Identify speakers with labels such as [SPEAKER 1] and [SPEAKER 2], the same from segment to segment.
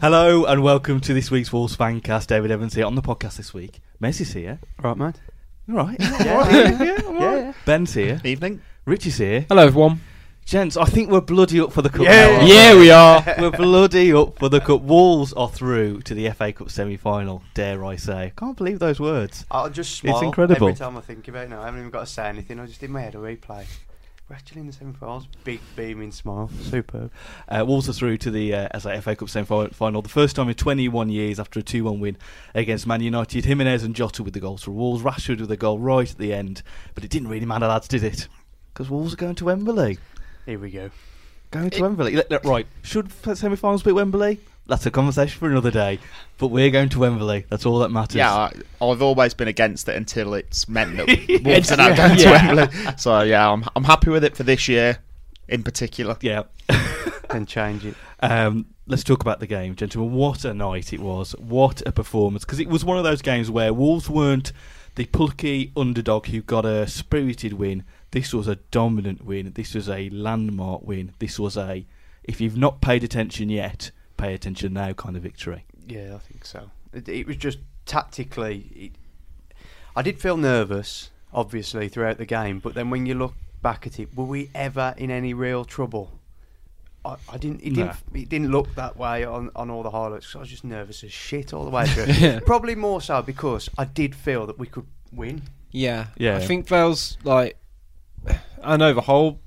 [SPEAKER 1] Hello and welcome to this week's Wolves Fancast. David Evans here on the podcast this week. Messi's here.
[SPEAKER 2] Right, mate.
[SPEAKER 1] All right. yeah, yeah, I'm all right. Ben's here.
[SPEAKER 3] Evening.
[SPEAKER 1] Richie's here.
[SPEAKER 2] Hello, everyone.
[SPEAKER 1] Gents, I think we're bloody up for the cup. now,
[SPEAKER 2] Yeah,
[SPEAKER 1] aren't
[SPEAKER 2] we are.
[SPEAKER 1] we? We're bloody up for the cup. Wolves are through to the FA Cup semi-final. Dare I say? Can't believe those words.
[SPEAKER 3] I'll just
[SPEAKER 1] It's
[SPEAKER 3] smile
[SPEAKER 1] incredible.
[SPEAKER 3] every time I think about it now. I haven't even got to say anything. I just in my head a replay. We're actually in the semi-finals. Big beaming smile. Superb.
[SPEAKER 1] Uh, Wolves are through to the uh, as I FA Cup semi-final, the first time in 21 years after a 2-1 win against Man United. Jimenez and Jota with the goals for Wolves. Rashford with a goal right at the end, but it didn't really matter, lads, did it? Because Wolves are going to Wembley.
[SPEAKER 3] Here we go.
[SPEAKER 1] Going to Wembley. Look, look, right, should f- semi-finals beat Wembley? That's a conversation for another day. But we're going to Wembley. That's all that matters.
[SPEAKER 4] Yeah, I, I've always been against it until it's meant that Wolves are now going to Wembley. So yeah, I'm I'm happy with it for this year, in particular.
[SPEAKER 1] Yeah.
[SPEAKER 3] Then change it.
[SPEAKER 1] Um, let's talk about the game, gentlemen. What a night it was. What a performance. Because it was one of those games where Wolves weren't the plucky underdog who got a spirited win. This was a dominant win. This was a landmark win. This was a, if you've not paid attention yet, pay attention now kind of victory.
[SPEAKER 3] Yeah, I think so. It, it was just tactically. It, I did feel nervous, obviously, throughout the game. But then when you look back at it, were we ever in any real trouble? I, I didn't. It,
[SPEAKER 1] No.
[SPEAKER 3] didn't. it didn't look that way on, on all the highlights. 'cause I was just nervous as shit all the way through. Probably more so because I did feel that we could win.
[SPEAKER 2] Yeah.
[SPEAKER 1] Yeah.
[SPEAKER 2] I think Val's, like, I know the whole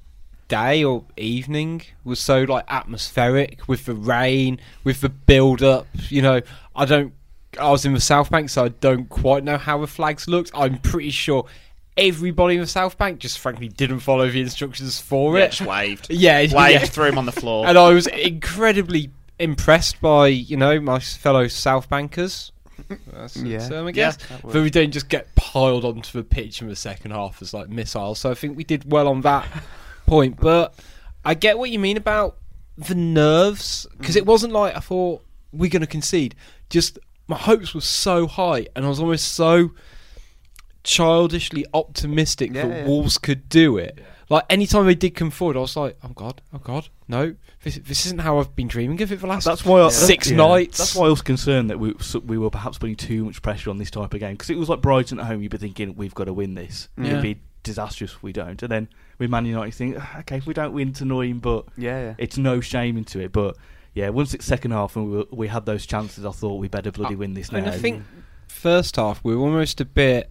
[SPEAKER 2] day or evening was so, like, atmospheric with the rain, with the build up. You know, I don't. I was in the South Bank, so I don't quite know how the flags looked. I'm pretty sure everybody in the South Bank just frankly didn't follow the instructions for
[SPEAKER 4] Yeah,
[SPEAKER 2] it.
[SPEAKER 4] just waved.
[SPEAKER 2] Yeah,
[SPEAKER 4] waved,
[SPEAKER 2] yeah.
[SPEAKER 4] threw him on the floor.
[SPEAKER 2] and I was incredibly impressed by you know my fellow South Bankers. That's yeah.
[SPEAKER 3] Yeah.
[SPEAKER 2] I guess.
[SPEAKER 3] that
[SPEAKER 2] but
[SPEAKER 3] works.
[SPEAKER 2] we didn't just get piled onto the pitch in the second half as like missiles. So I think we did well on that point. But I get what you mean about the nerves because
[SPEAKER 3] Mm.
[SPEAKER 2] it wasn't like I thought we're going to concede. Just my hopes were so high, and I was almost so childishly optimistic
[SPEAKER 3] Yeah,
[SPEAKER 2] that
[SPEAKER 3] yeah.
[SPEAKER 2] Wolves could do it. Like anytime they did come forward, I was like, "Oh God, oh God, no! This, this isn't how I've been dreaming of it for the last
[SPEAKER 1] That's why I,
[SPEAKER 2] six
[SPEAKER 1] yeah.
[SPEAKER 2] nights."
[SPEAKER 1] That's why I was concerned that we so- we were perhaps putting too much pressure on this type of game because it was like Brighton at home. You'd be thinking we've got to win this.
[SPEAKER 2] Yeah.
[SPEAKER 1] It'd be disastrous if we don't. And then with Man United, you think "Ah, okay, if we don't win, it's annoying, but
[SPEAKER 3] Yeah, yeah.
[SPEAKER 1] it's no shame into it. But yeah, once it's second half and we were, we had those
[SPEAKER 2] Uh,
[SPEAKER 1] chances, I thought we better bloody win this now.
[SPEAKER 2] And I think first half we were almost a bit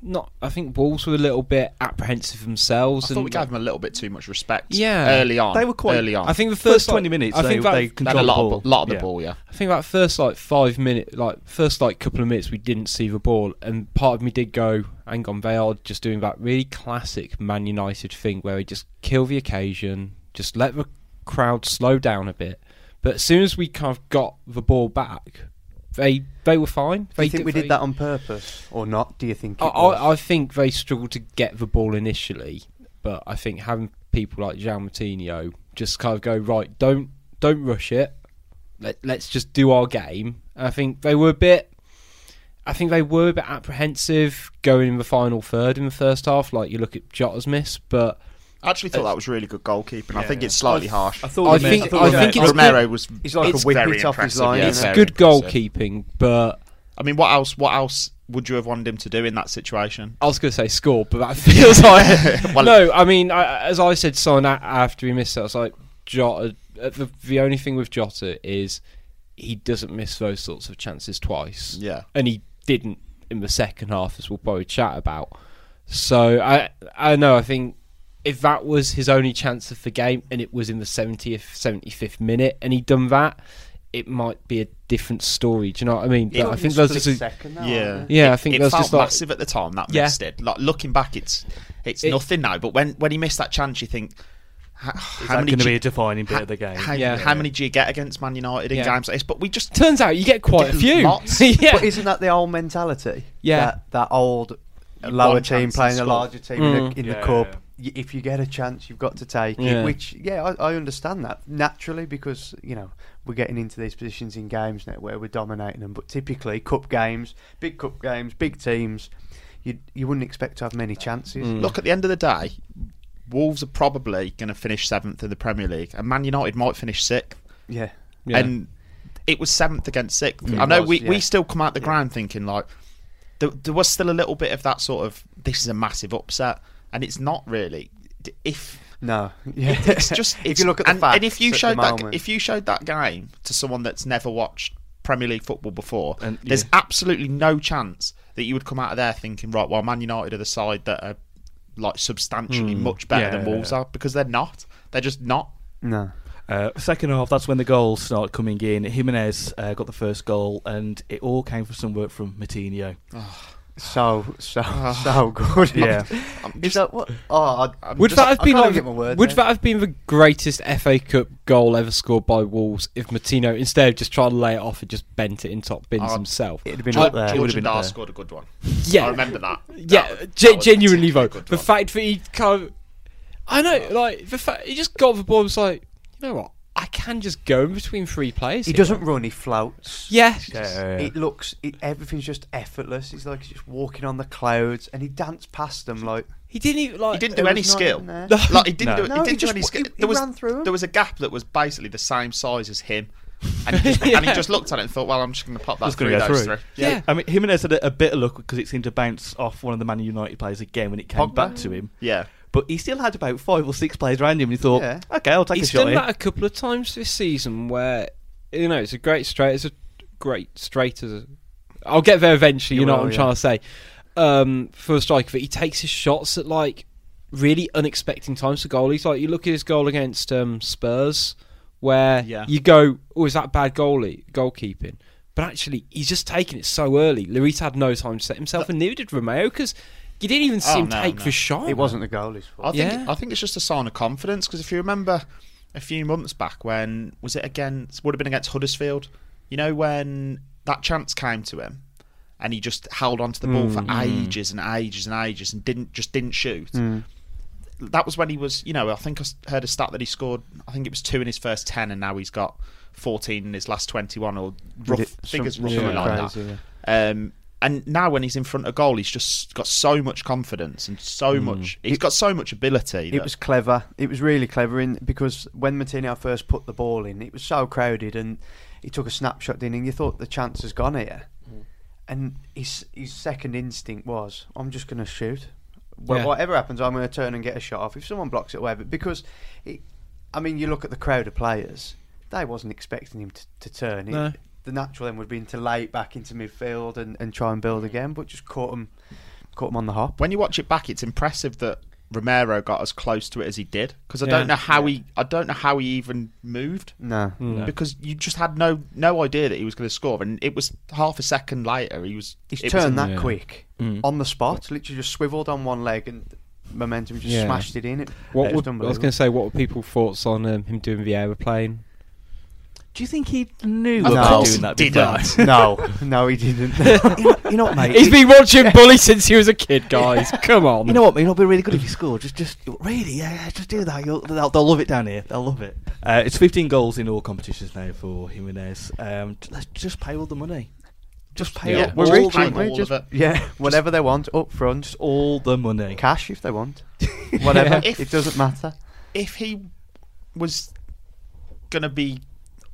[SPEAKER 2] not. I think Wolves were a little bit apprehensive
[SPEAKER 4] I
[SPEAKER 2] themselves.
[SPEAKER 4] thought
[SPEAKER 2] and
[SPEAKER 4] we gave them a little bit too much respect.
[SPEAKER 2] Yeah.
[SPEAKER 4] early on
[SPEAKER 1] They were quite-
[SPEAKER 4] early on.
[SPEAKER 2] I think the
[SPEAKER 1] First
[SPEAKER 2] first, like-
[SPEAKER 1] 20 minutes,
[SPEAKER 2] I
[SPEAKER 1] they,
[SPEAKER 2] think that,
[SPEAKER 1] they
[SPEAKER 4] they had a
[SPEAKER 1] controlled
[SPEAKER 4] lot
[SPEAKER 1] the ball.
[SPEAKER 4] of lot of the
[SPEAKER 1] Yeah.
[SPEAKER 4] ball. Yeah,
[SPEAKER 2] I think that first like five minute, like first like couple of minutes, we didn't see the ball, and part of me did go, "Hang on, they are just doing that really classic Man United thing where they just kill the occasion, just let the crowd slow down a bit." But as soon as we kind of got the ball back, they they were fine.
[SPEAKER 3] Do
[SPEAKER 2] They
[SPEAKER 3] you think we
[SPEAKER 2] they-
[SPEAKER 3] did that on purpose or not? Do you think? It
[SPEAKER 2] I,
[SPEAKER 3] was?
[SPEAKER 2] I, I think they struggled to get the ball initially, but I think having people like Gian Martino just kind of go right, don't don't rush it. Let, let's just do our game. And I think they were a bit. I think they were a bit apprehensive going in the final third in the first half. Like you look at Jota's miss, but
[SPEAKER 4] I actually thought that was really good goalkeeping. I think it's slightly harsh.
[SPEAKER 1] I thought
[SPEAKER 2] I
[SPEAKER 1] we made-
[SPEAKER 2] think-
[SPEAKER 1] thought
[SPEAKER 2] I
[SPEAKER 1] we made-
[SPEAKER 2] think it's
[SPEAKER 4] Romero was.
[SPEAKER 3] He's like a
[SPEAKER 4] it's
[SPEAKER 3] whippet
[SPEAKER 4] very
[SPEAKER 3] off his
[SPEAKER 4] impressive,
[SPEAKER 3] line,
[SPEAKER 4] yeah,
[SPEAKER 3] isn't
[SPEAKER 4] it's
[SPEAKER 3] it?
[SPEAKER 4] very
[SPEAKER 2] good
[SPEAKER 4] impressive.
[SPEAKER 2] goalkeeping. But
[SPEAKER 4] I mean, what else? What else would you have wanted him to do in that situation?
[SPEAKER 2] I was going to say score, but that feels like
[SPEAKER 4] Well-
[SPEAKER 2] no. I mean, I, as I said, Son a- after he missed it, I was like Jota. uh, The, the only thing with Jota is he doesn't miss those sorts of chances twice.
[SPEAKER 4] Yeah.
[SPEAKER 2] and he didn't in the second half, as we'll probably chat about. So I, I know. I think if that was his only chance of the game, and it was in the seventieth, seventy fifth minute, and he done that, it might be a different story. Do you know what I mean? But I think there's just a,
[SPEAKER 3] second. Though,
[SPEAKER 4] Yeah,
[SPEAKER 2] Yeah, I
[SPEAKER 4] It-
[SPEAKER 2] think
[SPEAKER 4] it
[SPEAKER 2] that's
[SPEAKER 4] felt
[SPEAKER 2] just like-
[SPEAKER 4] massive at the time. That
[SPEAKER 2] Yeah.
[SPEAKER 4] missed it. Like looking back, it's it's
[SPEAKER 2] It-
[SPEAKER 4] nothing now. But when when he missed that chance, you think how, how
[SPEAKER 1] Is that
[SPEAKER 4] many
[SPEAKER 1] going to
[SPEAKER 4] do
[SPEAKER 1] be
[SPEAKER 4] you-
[SPEAKER 1] a defining bit of the game?
[SPEAKER 4] how,
[SPEAKER 2] Yeah.
[SPEAKER 4] how many do you get against Man United in
[SPEAKER 2] Yeah.
[SPEAKER 4] games like this? But we just
[SPEAKER 2] Turns out you get quite a
[SPEAKER 4] Get
[SPEAKER 2] few.
[SPEAKER 4] lots.
[SPEAKER 2] yeah.
[SPEAKER 3] But isn't that the old mentality?
[SPEAKER 2] Yeah.
[SPEAKER 3] That, that old
[SPEAKER 4] One
[SPEAKER 3] lower team
[SPEAKER 4] chance to
[SPEAKER 3] playing a
[SPEAKER 4] score.
[SPEAKER 3] larger team in,
[SPEAKER 2] Mm.
[SPEAKER 3] the, in
[SPEAKER 1] Yeah,
[SPEAKER 3] the cup.
[SPEAKER 1] yeah,
[SPEAKER 3] Y If you get a chance, you've got to take
[SPEAKER 2] Yeah.
[SPEAKER 3] it. Which, yeah, I, I understand that naturally because you know we're getting into these positions in games now where we're dominating them. But typically, cup games, big cup games, big teams, you you wouldn't expect to have many chances.
[SPEAKER 2] Mm.
[SPEAKER 4] Look, at the end of the day, Wolves are probably going to finish seventh in the Premier League, and Man United might finish sixth.
[SPEAKER 3] Yeah.
[SPEAKER 2] Yeah.
[SPEAKER 4] And it was seventh against sixth.
[SPEAKER 3] Mm.
[SPEAKER 4] I know
[SPEAKER 3] It was,
[SPEAKER 4] we, we
[SPEAKER 3] yeah.
[SPEAKER 4] still come out the ground thinking like there, there was still a little bit of that sort of this is a massive upset, and it's not really. D- If
[SPEAKER 3] No. Yeah.
[SPEAKER 4] it's just
[SPEAKER 3] if
[SPEAKER 4] it's,
[SPEAKER 3] you look at the
[SPEAKER 4] and,
[SPEAKER 3] facts
[SPEAKER 4] and if you
[SPEAKER 3] at the
[SPEAKER 4] showed that
[SPEAKER 3] moment.
[SPEAKER 4] if you showed that game to someone that's never watched Premier League football before,
[SPEAKER 1] And-
[SPEAKER 4] there's
[SPEAKER 1] yeah.
[SPEAKER 4] absolutely no chance that you would come out of there thinking right, well, Man United are the side that are like substantially
[SPEAKER 3] Mm.
[SPEAKER 4] much better
[SPEAKER 1] Yeah,
[SPEAKER 4] than
[SPEAKER 1] yeah,
[SPEAKER 4] Wolves
[SPEAKER 1] yeah.
[SPEAKER 4] are because they're not. They're just not.
[SPEAKER 3] no.
[SPEAKER 1] Uh, second half, that's when the goals start coming in. Jimenez uh, got the first goal, and it all came from some work from Matinho.
[SPEAKER 3] So so so good.
[SPEAKER 1] Yeah.
[SPEAKER 3] Is that what? Oh, I,
[SPEAKER 2] Would that have
[SPEAKER 3] I
[SPEAKER 2] been
[SPEAKER 3] can't
[SPEAKER 2] like,
[SPEAKER 3] even get my words
[SPEAKER 2] would
[SPEAKER 3] out.
[SPEAKER 2] that have been the greatest FA Cup goal ever scored by Wolves if Martino instead of just trying to lay it off and just bent it in top bins
[SPEAKER 4] Oh,
[SPEAKER 2] himself?
[SPEAKER 3] it'd have been
[SPEAKER 2] I-
[SPEAKER 3] up there.
[SPEAKER 1] it
[SPEAKER 4] George
[SPEAKER 1] would've
[SPEAKER 4] and
[SPEAKER 1] been
[SPEAKER 4] Dar
[SPEAKER 1] up there.
[SPEAKER 4] scored a good one.
[SPEAKER 2] Yeah,
[SPEAKER 4] I remember that.
[SPEAKER 2] yeah,
[SPEAKER 4] That was- that
[SPEAKER 2] ge-
[SPEAKER 4] was a
[SPEAKER 2] genuinely
[SPEAKER 4] particularly
[SPEAKER 2] though.
[SPEAKER 4] good
[SPEAKER 2] The
[SPEAKER 4] one.
[SPEAKER 2] fact that he kind of, I know, like the fact he just got the ball and was like, you know what, I can just go in between three players.
[SPEAKER 3] He
[SPEAKER 2] here."
[SPEAKER 3] doesn't run. He floats.
[SPEAKER 2] Yeah,
[SPEAKER 3] It looks it, everything's just effortless. He's like just walking on the clouds, and he danced past them like
[SPEAKER 2] he didn't even like.
[SPEAKER 4] He didn't
[SPEAKER 3] There
[SPEAKER 4] do
[SPEAKER 3] was
[SPEAKER 4] any
[SPEAKER 3] not
[SPEAKER 4] skill.
[SPEAKER 3] even there.
[SPEAKER 4] Like he didn't
[SPEAKER 1] No.
[SPEAKER 4] do.
[SPEAKER 3] No,
[SPEAKER 4] he
[SPEAKER 3] he
[SPEAKER 4] didn't do
[SPEAKER 3] just
[SPEAKER 4] any
[SPEAKER 3] wa-
[SPEAKER 4] skill.
[SPEAKER 3] he- he
[SPEAKER 4] there was
[SPEAKER 3] ran through 'em.
[SPEAKER 4] there was a gap that was basically the same size as him, and he just, and he
[SPEAKER 2] Yeah.
[SPEAKER 4] just looked at it and thought, "Well, I'm just going to pop that
[SPEAKER 1] Just
[SPEAKER 4] through
[SPEAKER 1] gonna go
[SPEAKER 4] those
[SPEAKER 1] through.
[SPEAKER 4] three."
[SPEAKER 2] Yeah.
[SPEAKER 1] I mean, Jimenez had a, a bit of luck because it seemed to bounce off one of the Man United players again when it came
[SPEAKER 3] Pogba?
[SPEAKER 1] back to him.
[SPEAKER 4] Yeah.
[SPEAKER 1] But he still had about five or six players around him, and he thought,
[SPEAKER 3] Yeah.
[SPEAKER 1] "Okay, I'll take
[SPEAKER 2] he's
[SPEAKER 1] a shot."
[SPEAKER 2] done
[SPEAKER 1] here."
[SPEAKER 2] that a couple of times this season where you know it's a great straight it's a great straight as a, I'll get there eventually you,
[SPEAKER 1] You
[SPEAKER 2] know
[SPEAKER 1] will,
[SPEAKER 2] what I'm
[SPEAKER 1] yeah.
[SPEAKER 2] trying to say um, for a striker but he takes his shots at like really unexpected times for goalies like you look at his goal against um, Spurs where
[SPEAKER 4] Yeah.
[SPEAKER 2] you go oh is that bad goalie goalkeeping but actually he's just taking it so early Lloris had no time to set himself and neither did Romeo because you didn't even see
[SPEAKER 4] Oh,
[SPEAKER 2] him
[SPEAKER 4] no,
[SPEAKER 2] take
[SPEAKER 4] no.
[SPEAKER 2] the shot
[SPEAKER 3] it wasn't the goalie's
[SPEAKER 4] I
[SPEAKER 3] fault.
[SPEAKER 4] think
[SPEAKER 2] Yeah.
[SPEAKER 4] I think it's just a sign of confidence because if you remember a few months back when was it against would have been against Huddersfield, you know when that chance came to him and he just held onto the ball for ages and ages and ages and didn't just didn't shoot. That was when he was, you know, I think I s- heard a stat that he scored. I think it was two in his first ten, and now he's got fourteen in his last twenty-one, or rough.
[SPEAKER 3] Did-
[SPEAKER 4] I think it's
[SPEAKER 3] some-
[SPEAKER 4] roughly
[SPEAKER 3] something
[SPEAKER 4] like
[SPEAKER 3] crazy,
[SPEAKER 4] that. Um, and now when he's in front of goal, he's just got so much confidence and so much. He's got so much ability.
[SPEAKER 3] Mm. It was clever. It was really clever in because when Martino first put the ball in, it was so crowded, and he took a snapshot in, and you thought the chance has gone here.
[SPEAKER 2] Mm.
[SPEAKER 3] And his his second instinct was, I'm just going to shoot. Well,
[SPEAKER 2] Yeah.
[SPEAKER 3] Whatever happens, I'm going to turn and get a shot off. If someone blocks it, whatever. Because, it, I mean, you look at the crowd of players. They wasn't expecting him to, to turn. It,
[SPEAKER 2] No. Mm.
[SPEAKER 3] The natural then would have been to lay it back into midfield and, and try and build again, but just caught him caught them on the hop.
[SPEAKER 4] when you watch it back, it's impressive that Romero got as close to it as he did because I
[SPEAKER 2] Yeah.
[SPEAKER 4] don't know how he I don't know how he even moved
[SPEAKER 3] No.
[SPEAKER 4] because you just had no no idea that he was going to score and it was half a second later he was
[SPEAKER 3] He's
[SPEAKER 4] it was
[SPEAKER 3] turned
[SPEAKER 4] in-
[SPEAKER 3] that quick on the spot, literally just swiveled on one leg and momentum just
[SPEAKER 2] Yeah.
[SPEAKER 3] smashed it in. It,
[SPEAKER 2] What
[SPEAKER 3] it
[SPEAKER 2] would, I was
[SPEAKER 3] unbelievable.
[SPEAKER 2] going to say, what were people's thoughts on um, him doing the aeroplane?
[SPEAKER 1] Do you think he knew
[SPEAKER 3] Of
[SPEAKER 1] about
[SPEAKER 3] course
[SPEAKER 1] doing
[SPEAKER 4] he
[SPEAKER 1] that
[SPEAKER 4] didn't.
[SPEAKER 1] before?
[SPEAKER 3] no, no, he didn't. you, know, you know what, mate?
[SPEAKER 2] He's been watching Bully since he was a kid, guys. Come on.
[SPEAKER 1] You know what, mate? It'll be really good if you score. Just, just really, yeah, yeah, just do that. You'll, they'll, they'll love it down here. They'll love it. Uh, it's 15 goals in all competitions now for Jimenez. Um, t- let's just pay all the money. Just pay
[SPEAKER 4] Yeah,
[SPEAKER 1] all,
[SPEAKER 4] we're
[SPEAKER 1] all
[SPEAKER 4] rich,
[SPEAKER 1] the
[SPEAKER 4] aren't we?
[SPEAKER 1] money.
[SPEAKER 4] all
[SPEAKER 3] just,
[SPEAKER 4] of it.
[SPEAKER 3] Yeah, whatever they want up front,
[SPEAKER 1] Just all the money.
[SPEAKER 3] cash if they want, whatever.
[SPEAKER 4] If-
[SPEAKER 3] It doesn't matter.
[SPEAKER 4] if he was going to be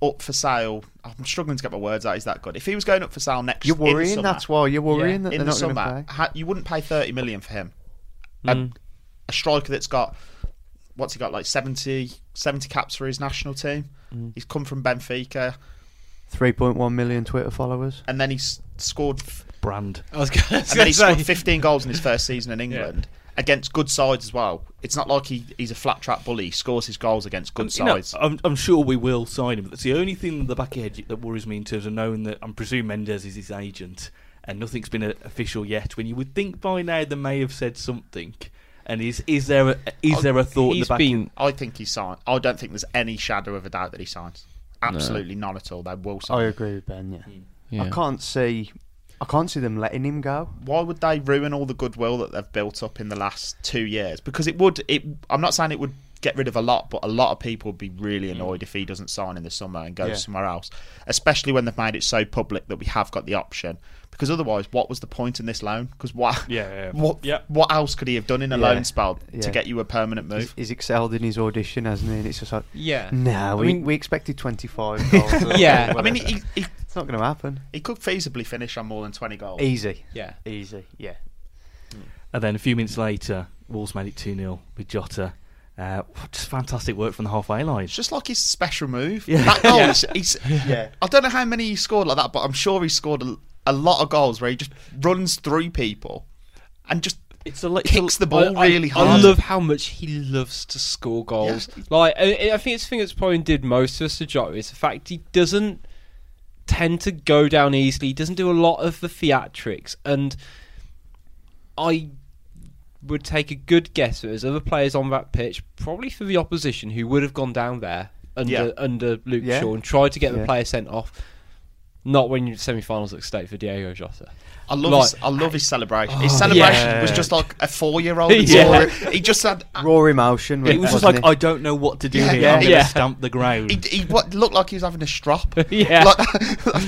[SPEAKER 4] up for sale I'm struggling to get my words out he's that good if he was going up for sale next
[SPEAKER 3] You're
[SPEAKER 4] in the
[SPEAKER 3] worrying.
[SPEAKER 4] summer-
[SPEAKER 3] that's why you're worrying that
[SPEAKER 4] in
[SPEAKER 3] they're
[SPEAKER 4] the
[SPEAKER 3] not going
[SPEAKER 4] summer,
[SPEAKER 3] to
[SPEAKER 4] ha- you wouldn't pay 30 million for him.
[SPEAKER 2] Hmm.
[SPEAKER 4] A, a striker that's got, what's he got, like 70, 70 caps for his national team.
[SPEAKER 2] Hmm.
[SPEAKER 4] He's come from Benfica
[SPEAKER 3] pay. 3.1 million Twitter followers.
[SPEAKER 4] and then he's scored, f-
[SPEAKER 1] Brand.
[SPEAKER 2] I was going
[SPEAKER 4] and then he
[SPEAKER 2] to
[SPEAKER 4] scored
[SPEAKER 2] say.
[SPEAKER 4] 15 goals in his first season in England. Against good sides as well. It's not like he, he's a flat trap bully. He scores his goals against good
[SPEAKER 1] Um, You know,
[SPEAKER 4] sides.
[SPEAKER 1] I'm, I'm sure we will sign him. That's the only thing in the back of the head that worries me in terms of knowing that I'm presume Mendes is his agent and nothing's been uh, official yet. When you would think by now they may have said something. And is is there a, is there a thought in the
[SPEAKER 2] Oh, He's
[SPEAKER 1] back?
[SPEAKER 2] been.
[SPEAKER 4] I think he signed. I don't think there's any shadow of a doubt that he signs. Absolutely none at all. They will sign.
[SPEAKER 3] I agree with Ben. Yeah. Hmm. I
[SPEAKER 2] Yeah.
[SPEAKER 3] can't see, I can't see them letting him go.
[SPEAKER 4] why would they ruin all the goodwill that they've built up in the last two years? Because it would. It. I'm not saying it would get rid of a lot, but a lot of people would be
[SPEAKER 1] Mm.
[SPEAKER 4] really annoyed if he doesn't sign in the summer and goes
[SPEAKER 3] Yeah.
[SPEAKER 4] somewhere else. Especially when they've made it so public that we have got the option. Because otherwise, what was the point in this loan? Because what?
[SPEAKER 1] Yeah, yeah, yeah.
[SPEAKER 4] What?
[SPEAKER 1] Yeah.
[SPEAKER 4] What else could he have done in a
[SPEAKER 3] Yeah.
[SPEAKER 4] loan spell
[SPEAKER 3] Yeah.
[SPEAKER 4] to get you a permanent move?
[SPEAKER 3] He's excelled in his audition, hasn't he? And it's just like,
[SPEAKER 2] Yeah.
[SPEAKER 3] nah, we,
[SPEAKER 2] mean-
[SPEAKER 3] we expected 25 goals. or
[SPEAKER 2] Yeah.
[SPEAKER 4] I mean,
[SPEAKER 3] whatever.
[SPEAKER 4] he, he,
[SPEAKER 3] it's not going to happen.
[SPEAKER 4] he could feasibly finish on more than 20 goals.
[SPEAKER 3] Easy.
[SPEAKER 2] Yeah.
[SPEAKER 3] Easy. Yeah.
[SPEAKER 1] And then a few minutes later, Wolves made it 2 0 with Jota. Uh, just fantastic work from the halfway line.
[SPEAKER 4] It's just like his special move.
[SPEAKER 1] Yeah.
[SPEAKER 4] That goal, is- he's,
[SPEAKER 3] Yeah.
[SPEAKER 4] I don't know how many he scored like that, but I'm sure he scored a, a lot of goals where he just runs through people and just
[SPEAKER 1] It's a, li- it's a-
[SPEAKER 4] kicks the ball
[SPEAKER 2] I-
[SPEAKER 4] really
[SPEAKER 2] I,
[SPEAKER 4] hard.
[SPEAKER 2] I love how much he loves to score goals. Like, I, I think it's the thing that's probably did most of us to Jota is the fact he doesn't tend to go down easily. He doesn't do a lot of the theatrics, and I would take a good guess that there's other players on that pitch, probably for the opposition, who would have gone down there under
[SPEAKER 4] Yeah.
[SPEAKER 2] under Luke
[SPEAKER 3] Yeah.
[SPEAKER 2] Shaw and tried to get the
[SPEAKER 3] Yeah.
[SPEAKER 2] player sent off. Not when you're semi-finals at stake for Diego Jota.
[SPEAKER 4] I love
[SPEAKER 2] Like-
[SPEAKER 4] his, I love his celebration. His celebration
[SPEAKER 2] yeah.
[SPEAKER 4] was just like a four year old.
[SPEAKER 2] Yeah.
[SPEAKER 4] He just had
[SPEAKER 3] Raw emotion.
[SPEAKER 1] it was just
[SPEAKER 3] wasn't
[SPEAKER 1] like, I don't know what to do
[SPEAKER 4] Yeah,
[SPEAKER 1] here.
[SPEAKER 4] yeah,
[SPEAKER 1] I'm going to
[SPEAKER 2] yeah.
[SPEAKER 1] stamp the ground.
[SPEAKER 4] he, he what looked like he was having a strop.
[SPEAKER 2] Yeah.
[SPEAKER 4] Like,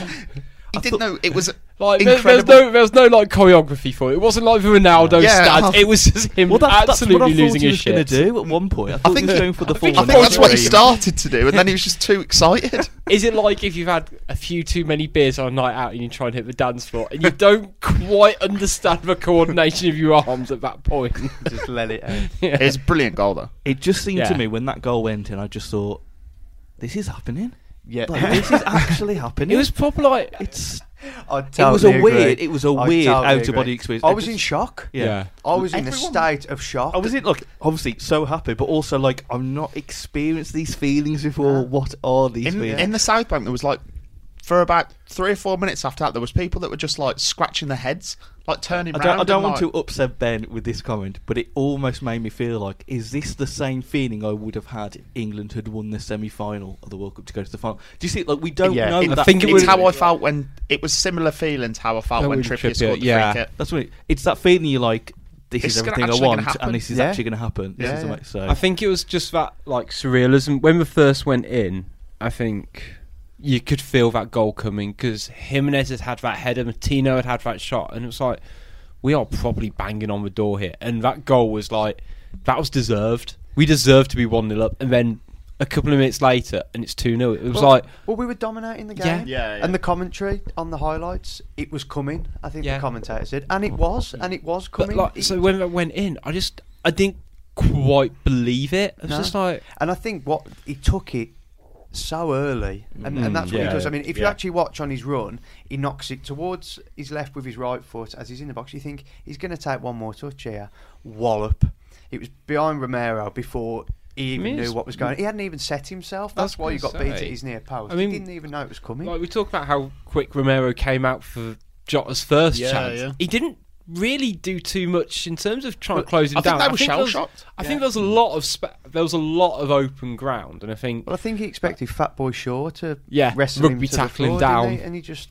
[SPEAKER 4] he didn't
[SPEAKER 1] thought-
[SPEAKER 4] know it was
[SPEAKER 2] Like there,
[SPEAKER 4] incredible.
[SPEAKER 2] there's no there's no like choreography for it. It wasn't like the Ronaldo
[SPEAKER 4] Yeah,
[SPEAKER 2] stance.
[SPEAKER 4] I-
[SPEAKER 2] It was just him
[SPEAKER 1] well, that's, that's what I
[SPEAKER 2] absolutely
[SPEAKER 1] thought
[SPEAKER 2] losing
[SPEAKER 1] he
[SPEAKER 2] his
[SPEAKER 1] was going
[SPEAKER 2] shit.
[SPEAKER 1] to do at one point. I thought
[SPEAKER 4] think-
[SPEAKER 1] he was going for the full.
[SPEAKER 4] I think that's what he started to do, and then he was just too excited.
[SPEAKER 2] Is it like if you've had a few too many beers on a night out and you try and hit the dance floor and you don't quite understand the coordination of your arms at that point?
[SPEAKER 3] just let it uh, out.
[SPEAKER 4] It was a brilliant goal though.
[SPEAKER 1] It just seemed
[SPEAKER 2] Yeah.
[SPEAKER 1] to me when that goal went in, I just thought, this is happening.
[SPEAKER 3] Yeah.
[SPEAKER 1] Like, this is actually happening.
[SPEAKER 2] It was probably like
[SPEAKER 1] It's.
[SPEAKER 3] I
[SPEAKER 1] it was a
[SPEAKER 3] totally agree.
[SPEAKER 1] weird. It was a
[SPEAKER 3] I
[SPEAKER 1] weird
[SPEAKER 3] totally
[SPEAKER 1] out of
[SPEAKER 3] agree.
[SPEAKER 1] body experience.
[SPEAKER 3] I
[SPEAKER 1] It
[SPEAKER 3] was in
[SPEAKER 1] just-
[SPEAKER 3] shock.
[SPEAKER 1] Yeah.
[SPEAKER 3] I was in
[SPEAKER 4] Everyone-
[SPEAKER 3] a state of shock.
[SPEAKER 1] I was in like obviously so happy, but also like I'm not experienced these feelings before. What are these
[SPEAKER 4] in,
[SPEAKER 1] feelings?
[SPEAKER 4] in the South Bank, there was like for about three or four minutes after that, there was people that were just like scratching their heads, like turning.
[SPEAKER 1] I don't, I don't want to upset Ben with this comment, but it almost made me feel like, is this the same feeling I would have had if England had won the semi final of the World Cup to go to the final? Do you see, like, we don't
[SPEAKER 3] Yeah,
[SPEAKER 1] know
[SPEAKER 3] it-
[SPEAKER 1] that.
[SPEAKER 2] I think it
[SPEAKER 4] It's
[SPEAKER 2] would-
[SPEAKER 4] how I felt when it was similar feelings how I felt
[SPEAKER 2] That
[SPEAKER 4] when
[SPEAKER 2] would
[SPEAKER 4] Trippier
[SPEAKER 2] Trippier,
[SPEAKER 4] scored the
[SPEAKER 2] yeah.
[SPEAKER 4] free kick.
[SPEAKER 1] That's what it, It's that feeling you're like, this
[SPEAKER 4] It's
[SPEAKER 1] is
[SPEAKER 4] gonna-
[SPEAKER 1] everything I
[SPEAKER 4] actually gonna
[SPEAKER 1] want,
[SPEAKER 4] happen.
[SPEAKER 1] and this is
[SPEAKER 3] Yeah.
[SPEAKER 1] actually going to happen. This
[SPEAKER 3] Yeah,
[SPEAKER 1] is
[SPEAKER 3] yeah.
[SPEAKER 1] like- so.
[SPEAKER 2] I think it was just that like surrealism when we first went in. I think you could feel that goal coming because Jimenez had had that header, Martino had had that shot, and it was like we are probably banging on the door here. And that goal was like that was deserved. We deserved to be one 0 up, and then a couple of minutes later, and it's two 0 It was like
[SPEAKER 3] Well, we were dominating the game.
[SPEAKER 2] Yeah.
[SPEAKER 4] Yeah, yeah.
[SPEAKER 3] And the commentary on the highlights, it was coming. I think
[SPEAKER 2] Yeah.
[SPEAKER 3] the commentator said, and it was, and it was
[SPEAKER 2] but
[SPEAKER 3] coming.
[SPEAKER 2] like
[SPEAKER 3] It-
[SPEAKER 2] so when that went in, I just I didn't quite believe it. It was
[SPEAKER 3] No.
[SPEAKER 2] just like
[SPEAKER 3] and I think what he took it so early, and, and that's what
[SPEAKER 2] Mm, yeah.
[SPEAKER 3] he does. I mean, if you
[SPEAKER 4] Yeah.
[SPEAKER 3] actually watch on his run, he knocks it towards his left with his right foot as he's in the box. You think he's going to take one more touch here, wallop. It was behind Romero before he even
[SPEAKER 2] mean,
[SPEAKER 3] knew
[SPEAKER 2] it's-
[SPEAKER 3] what was going. He hadn't even set himself.
[SPEAKER 2] I
[SPEAKER 3] That's
[SPEAKER 2] was
[SPEAKER 3] why he got
[SPEAKER 2] gonna
[SPEAKER 3] beat at
[SPEAKER 2] say,
[SPEAKER 3] his near post.
[SPEAKER 2] I mean,
[SPEAKER 3] he didn't even know it was coming.
[SPEAKER 2] Like we talk about how quick Romero came out for Jota's first
[SPEAKER 4] Yeah,
[SPEAKER 2] chance.
[SPEAKER 4] yeah.
[SPEAKER 2] He didn't really do too much in terms of trying to
[SPEAKER 4] Well,
[SPEAKER 2] close him
[SPEAKER 4] I think
[SPEAKER 2] down.
[SPEAKER 4] they were
[SPEAKER 2] there was-
[SPEAKER 4] shell-shocked.
[SPEAKER 2] I think there was a lot of spa there was a lot of open ground, and I think
[SPEAKER 3] well, I think he expected Fatboy Shaw to
[SPEAKER 2] uh, Yeah,
[SPEAKER 3] wrestle him
[SPEAKER 2] rugby
[SPEAKER 3] to
[SPEAKER 2] tackle him
[SPEAKER 3] the floor, didn't
[SPEAKER 2] down.
[SPEAKER 3] he? and he just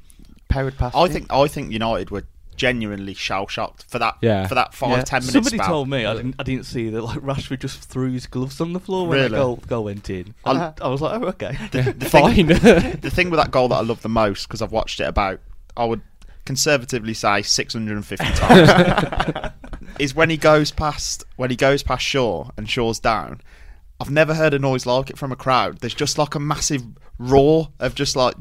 [SPEAKER 3] powered past.
[SPEAKER 4] I
[SPEAKER 3] him.
[SPEAKER 4] think I think United were genuinely shell shocked for that
[SPEAKER 2] Yeah.
[SPEAKER 4] for that five
[SPEAKER 3] Yeah.
[SPEAKER 4] ten minutes.
[SPEAKER 1] Somebody told me I didn't, I didn't see that. Like Rashford just threw his gloves on the floor when the
[SPEAKER 4] Really?
[SPEAKER 1] goal, goal went in. And
[SPEAKER 3] Uh-huh.
[SPEAKER 1] I was like, oh okay.
[SPEAKER 2] fine.
[SPEAKER 4] the thing with that goal that I love the most because I've watched it about I would conservatively say 650 times is when he goes past when he goes past Shaw and Shaw's down. I've never heard a noise like it from a crowd. There's just like a massive roar of just like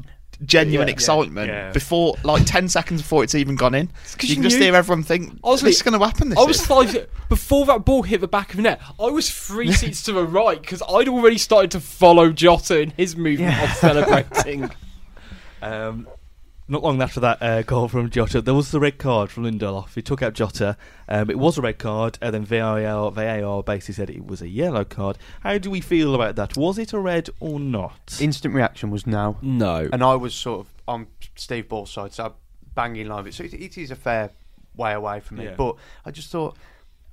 [SPEAKER 4] genuine excitement
[SPEAKER 1] Yeah.
[SPEAKER 4] before like 10 seconds before it's even gone in.
[SPEAKER 2] 'cause
[SPEAKER 4] You can
[SPEAKER 2] you
[SPEAKER 4] just
[SPEAKER 2] knew-
[SPEAKER 4] hear everyone think
[SPEAKER 2] I was
[SPEAKER 4] this is
[SPEAKER 2] like-
[SPEAKER 4] going to happen this
[SPEAKER 2] I was
[SPEAKER 4] is."
[SPEAKER 2] five before that ball hit the back of the net. I was three seats to the right because I'd already started to follow Jota in his movement of celebrating.
[SPEAKER 1] Um, not long after that uh, goal from Jota, there was the red card from Lindelof. He took out Jota. Um, it was a red card, and then VAR, VAR basically said it was a yellow card. How do we feel about that? Was it a red or not?
[SPEAKER 3] instant reaction was no.
[SPEAKER 2] No,
[SPEAKER 3] and I was sort of on Steve Ball's side, so I'm banging line with it. So it, it is a fair way away from me.
[SPEAKER 1] Yeah.
[SPEAKER 3] But I just thought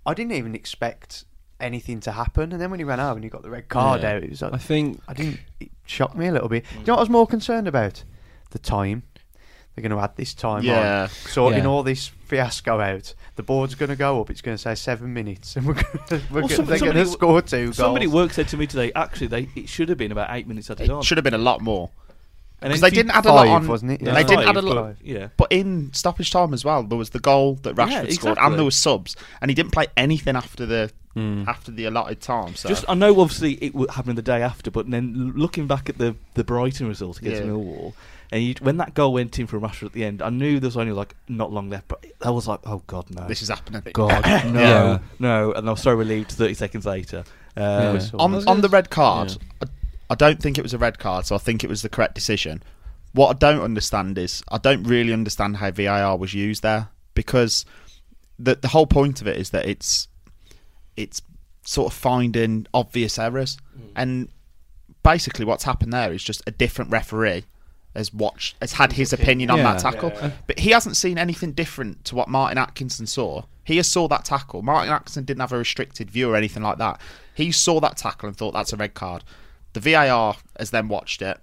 [SPEAKER 3] I didn't even expect anything to happen. And then when he ran out and he got the red card
[SPEAKER 2] Yeah.
[SPEAKER 3] out, it was like,
[SPEAKER 2] I think
[SPEAKER 3] I didn't. It shocked me a little bit. Do you know what I was more concerned about? The time. They're going to add this time
[SPEAKER 4] Yeah.
[SPEAKER 3] on, sorting
[SPEAKER 2] Yeah.
[SPEAKER 3] all this fiasco out. The board's going to go up. It's going to say seven minutes, and we're going
[SPEAKER 1] Well,
[SPEAKER 3] to
[SPEAKER 1] some-
[SPEAKER 3] they're going
[SPEAKER 1] somebody-
[SPEAKER 3] to score two goals.
[SPEAKER 1] Somebody at work said to me today, actually, they it should have been about eight minutes added on.
[SPEAKER 4] it should have been a lot more.
[SPEAKER 1] And
[SPEAKER 4] Because
[SPEAKER 1] then
[SPEAKER 4] they
[SPEAKER 1] two-
[SPEAKER 4] didn't add a lot
[SPEAKER 3] five,
[SPEAKER 4] on,
[SPEAKER 3] wasn't it?
[SPEAKER 4] They
[SPEAKER 3] Yeah.
[SPEAKER 4] didn't add a
[SPEAKER 1] Five, but-
[SPEAKER 4] lot.
[SPEAKER 1] Yeah.
[SPEAKER 4] But in stoppage time as well, there was the goal that Rashford
[SPEAKER 1] Yeah,
[SPEAKER 4] scored,
[SPEAKER 1] exactly. Hmm.
[SPEAKER 4] and there was subs, and he didn't play anything after the after the allotted time. So
[SPEAKER 1] Just I know obviously it w- happened the day after, but then l- looking back at the the Brighton result against
[SPEAKER 4] Yeah.
[SPEAKER 1] Millwall, and you, when that goal went in from Rashford at the end, I knew there was only like not long left, but I was like, oh god, no,
[SPEAKER 4] this is happening.
[SPEAKER 1] God, no,
[SPEAKER 2] Yeah.
[SPEAKER 1] no, and I was so relieved. Thirty seconds later, uh,
[SPEAKER 2] Yeah.
[SPEAKER 4] on
[SPEAKER 2] Was
[SPEAKER 4] on
[SPEAKER 2] it?
[SPEAKER 4] the red card, I, I don't think it was a red card, so I think it was the correct decision. What I don't understand is I don't really understand how VIR was used there because the the whole point of it is that it's it's sort of finding obvious errors,
[SPEAKER 1] Hmm.
[SPEAKER 4] and basically what's happened there is just a different referee has watched has had his opinion on that
[SPEAKER 2] Yeah.
[SPEAKER 4] tackle, but he hasn't seen anything different to what Martin Atkinson saw. He saw that tackle. Martin Atkinson didn't have a restricted view or anything like that. He saw that tackle and thought that's a red card. The VAR has then watched it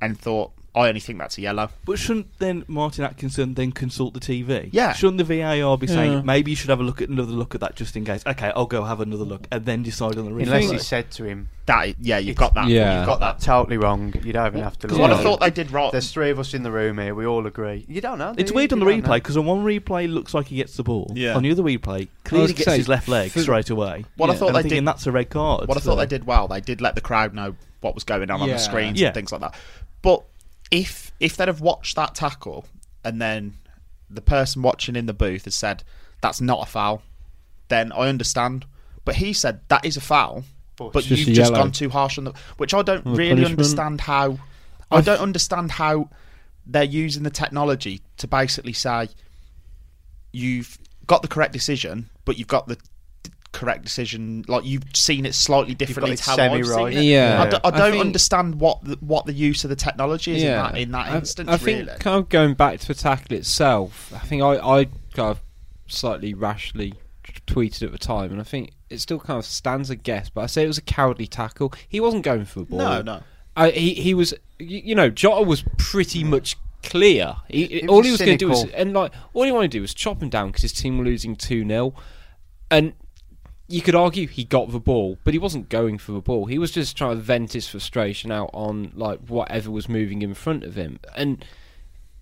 [SPEAKER 4] and thought, I only think that's a yellow.
[SPEAKER 1] But shouldn't then Martin Atkinson then consult the TV?
[SPEAKER 4] Yeah.
[SPEAKER 1] Shouldn't the VAR be
[SPEAKER 2] Yeah.
[SPEAKER 1] saying maybe you should have a look at another look at that just in case? Okay, I'll go have another look and then decide on the reason.
[SPEAKER 3] unless he said to him,
[SPEAKER 4] That yeah, you've
[SPEAKER 3] It's-
[SPEAKER 4] got that.
[SPEAKER 2] Yeah.
[SPEAKER 4] You've
[SPEAKER 3] got
[SPEAKER 4] got
[SPEAKER 3] that totally wrong. You don't even have to
[SPEAKER 4] Because
[SPEAKER 3] look.
[SPEAKER 4] what
[SPEAKER 2] Yeah.
[SPEAKER 4] I thought they did wrong.
[SPEAKER 3] There's three of us in the room here. We all agree. You don't know. do
[SPEAKER 1] It's
[SPEAKER 3] you?
[SPEAKER 1] weird on
[SPEAKER 3] You
[SPEAKER 1] the
[SPEAKER 3] don't
[SPEAKER 1] replay
[SPEAKER 3] know.
[SPEAKER 1] because on one replay it looks like he gets the ball.
[SPEAKER 4] Yeah.
[SPEAKER 1] On the other replay,
[SPEAKER 2] I was
[SPEAKER 1] clearly
[SPEAKER 2] gonna
[SPEAKER 1] gets
[SPEAKER 2] say,
[SPEAKER 1] his left leg
[SPEAKER 2] for-
[SPEAKER 1] straight away.
[SPEAKER 4] What I
[SPEAKER 1] Yeah.
[SPEAKER 4] thought
[SPEAKER 1] And
[SPEAKER 4] they
[SPEAKER 1] I'm thinking
[SPEAKER 4] did-
[SPEAKER 1] that's a red card.
[SPEAKER 4] What I thought
[SPEAKER 1] so-
[SPEAKER 4] they did well, they did let the crowd know what was going on on
[SPEAKER 2] Yeah.
[SPEAKER 4] the screens
[SPEAKER 1] Yeah.
[SPEAKER 4] and things like that. But if if they'd have watched that tackle and then the person watching in the booth has said that's not a foul, then I understand. But he said that is a foul, but,
[SPEAKER 3] it's
[SPEAKER 4] you've
[SPEAKER 5] just a
[SPEAKER 4] just
[SPEAKER 5] yellow.
[SPEAKER 4] gone too harsh on the. Which I don't really
[SPEAKER 5] punishment.
[SPEAKER 4] understand how. I don't understand how they're using the technology to basically say you've got the correct decision, but you've got the d- correct decision. Like you've seen it slightly differently
[SPEAKER 3] it
[SPEAKER 4] to how I've
[SPEAKER 3] semi-right.
[SPEAKER 4] seen it.
[SPEAKER 2] Yeah.
[SPEAKER 4] I, d- I
[SPEAKER 2] I
[SPEAKER 4] don't
[SPEAKER 2] think-
[SPEAKER 4] understand what the, what the use of the technology is in that in that
[SPEAKER 2] I-
[SPEAKER 4] instance.
[SPEAKER 2] I, think
[SPEAKER 4] really,
[SPEAKER 2] kind of going back to the tackle itself, I think I, I kind of slightly rashly t- tweeted at the time, and I think it still kind of stands a guess. But I say it was a cowardly tackle. He wasn't going for the ball.
[SPEAKER 4] No, no.
[SPEAKER 2] I, he he was, you, you know, Jota was pretty
[SPEAKER 4] Mm.
[SPEAKER 2] much clear. He,
[SPEAKER 3] It
[SPEAKER 2] all
[SPEAKER 3] was
[SPEAKER 2] he was going to do was,
[SPEAKER 3] cynical.
[SPEAKER 2] and like all he wanted to do was chop him down because his team were losing two 0 and you could argue he got the ball, but he wasn't going for the ball. He was just trying to vent his frustration out on like whatever was moving in front of him. And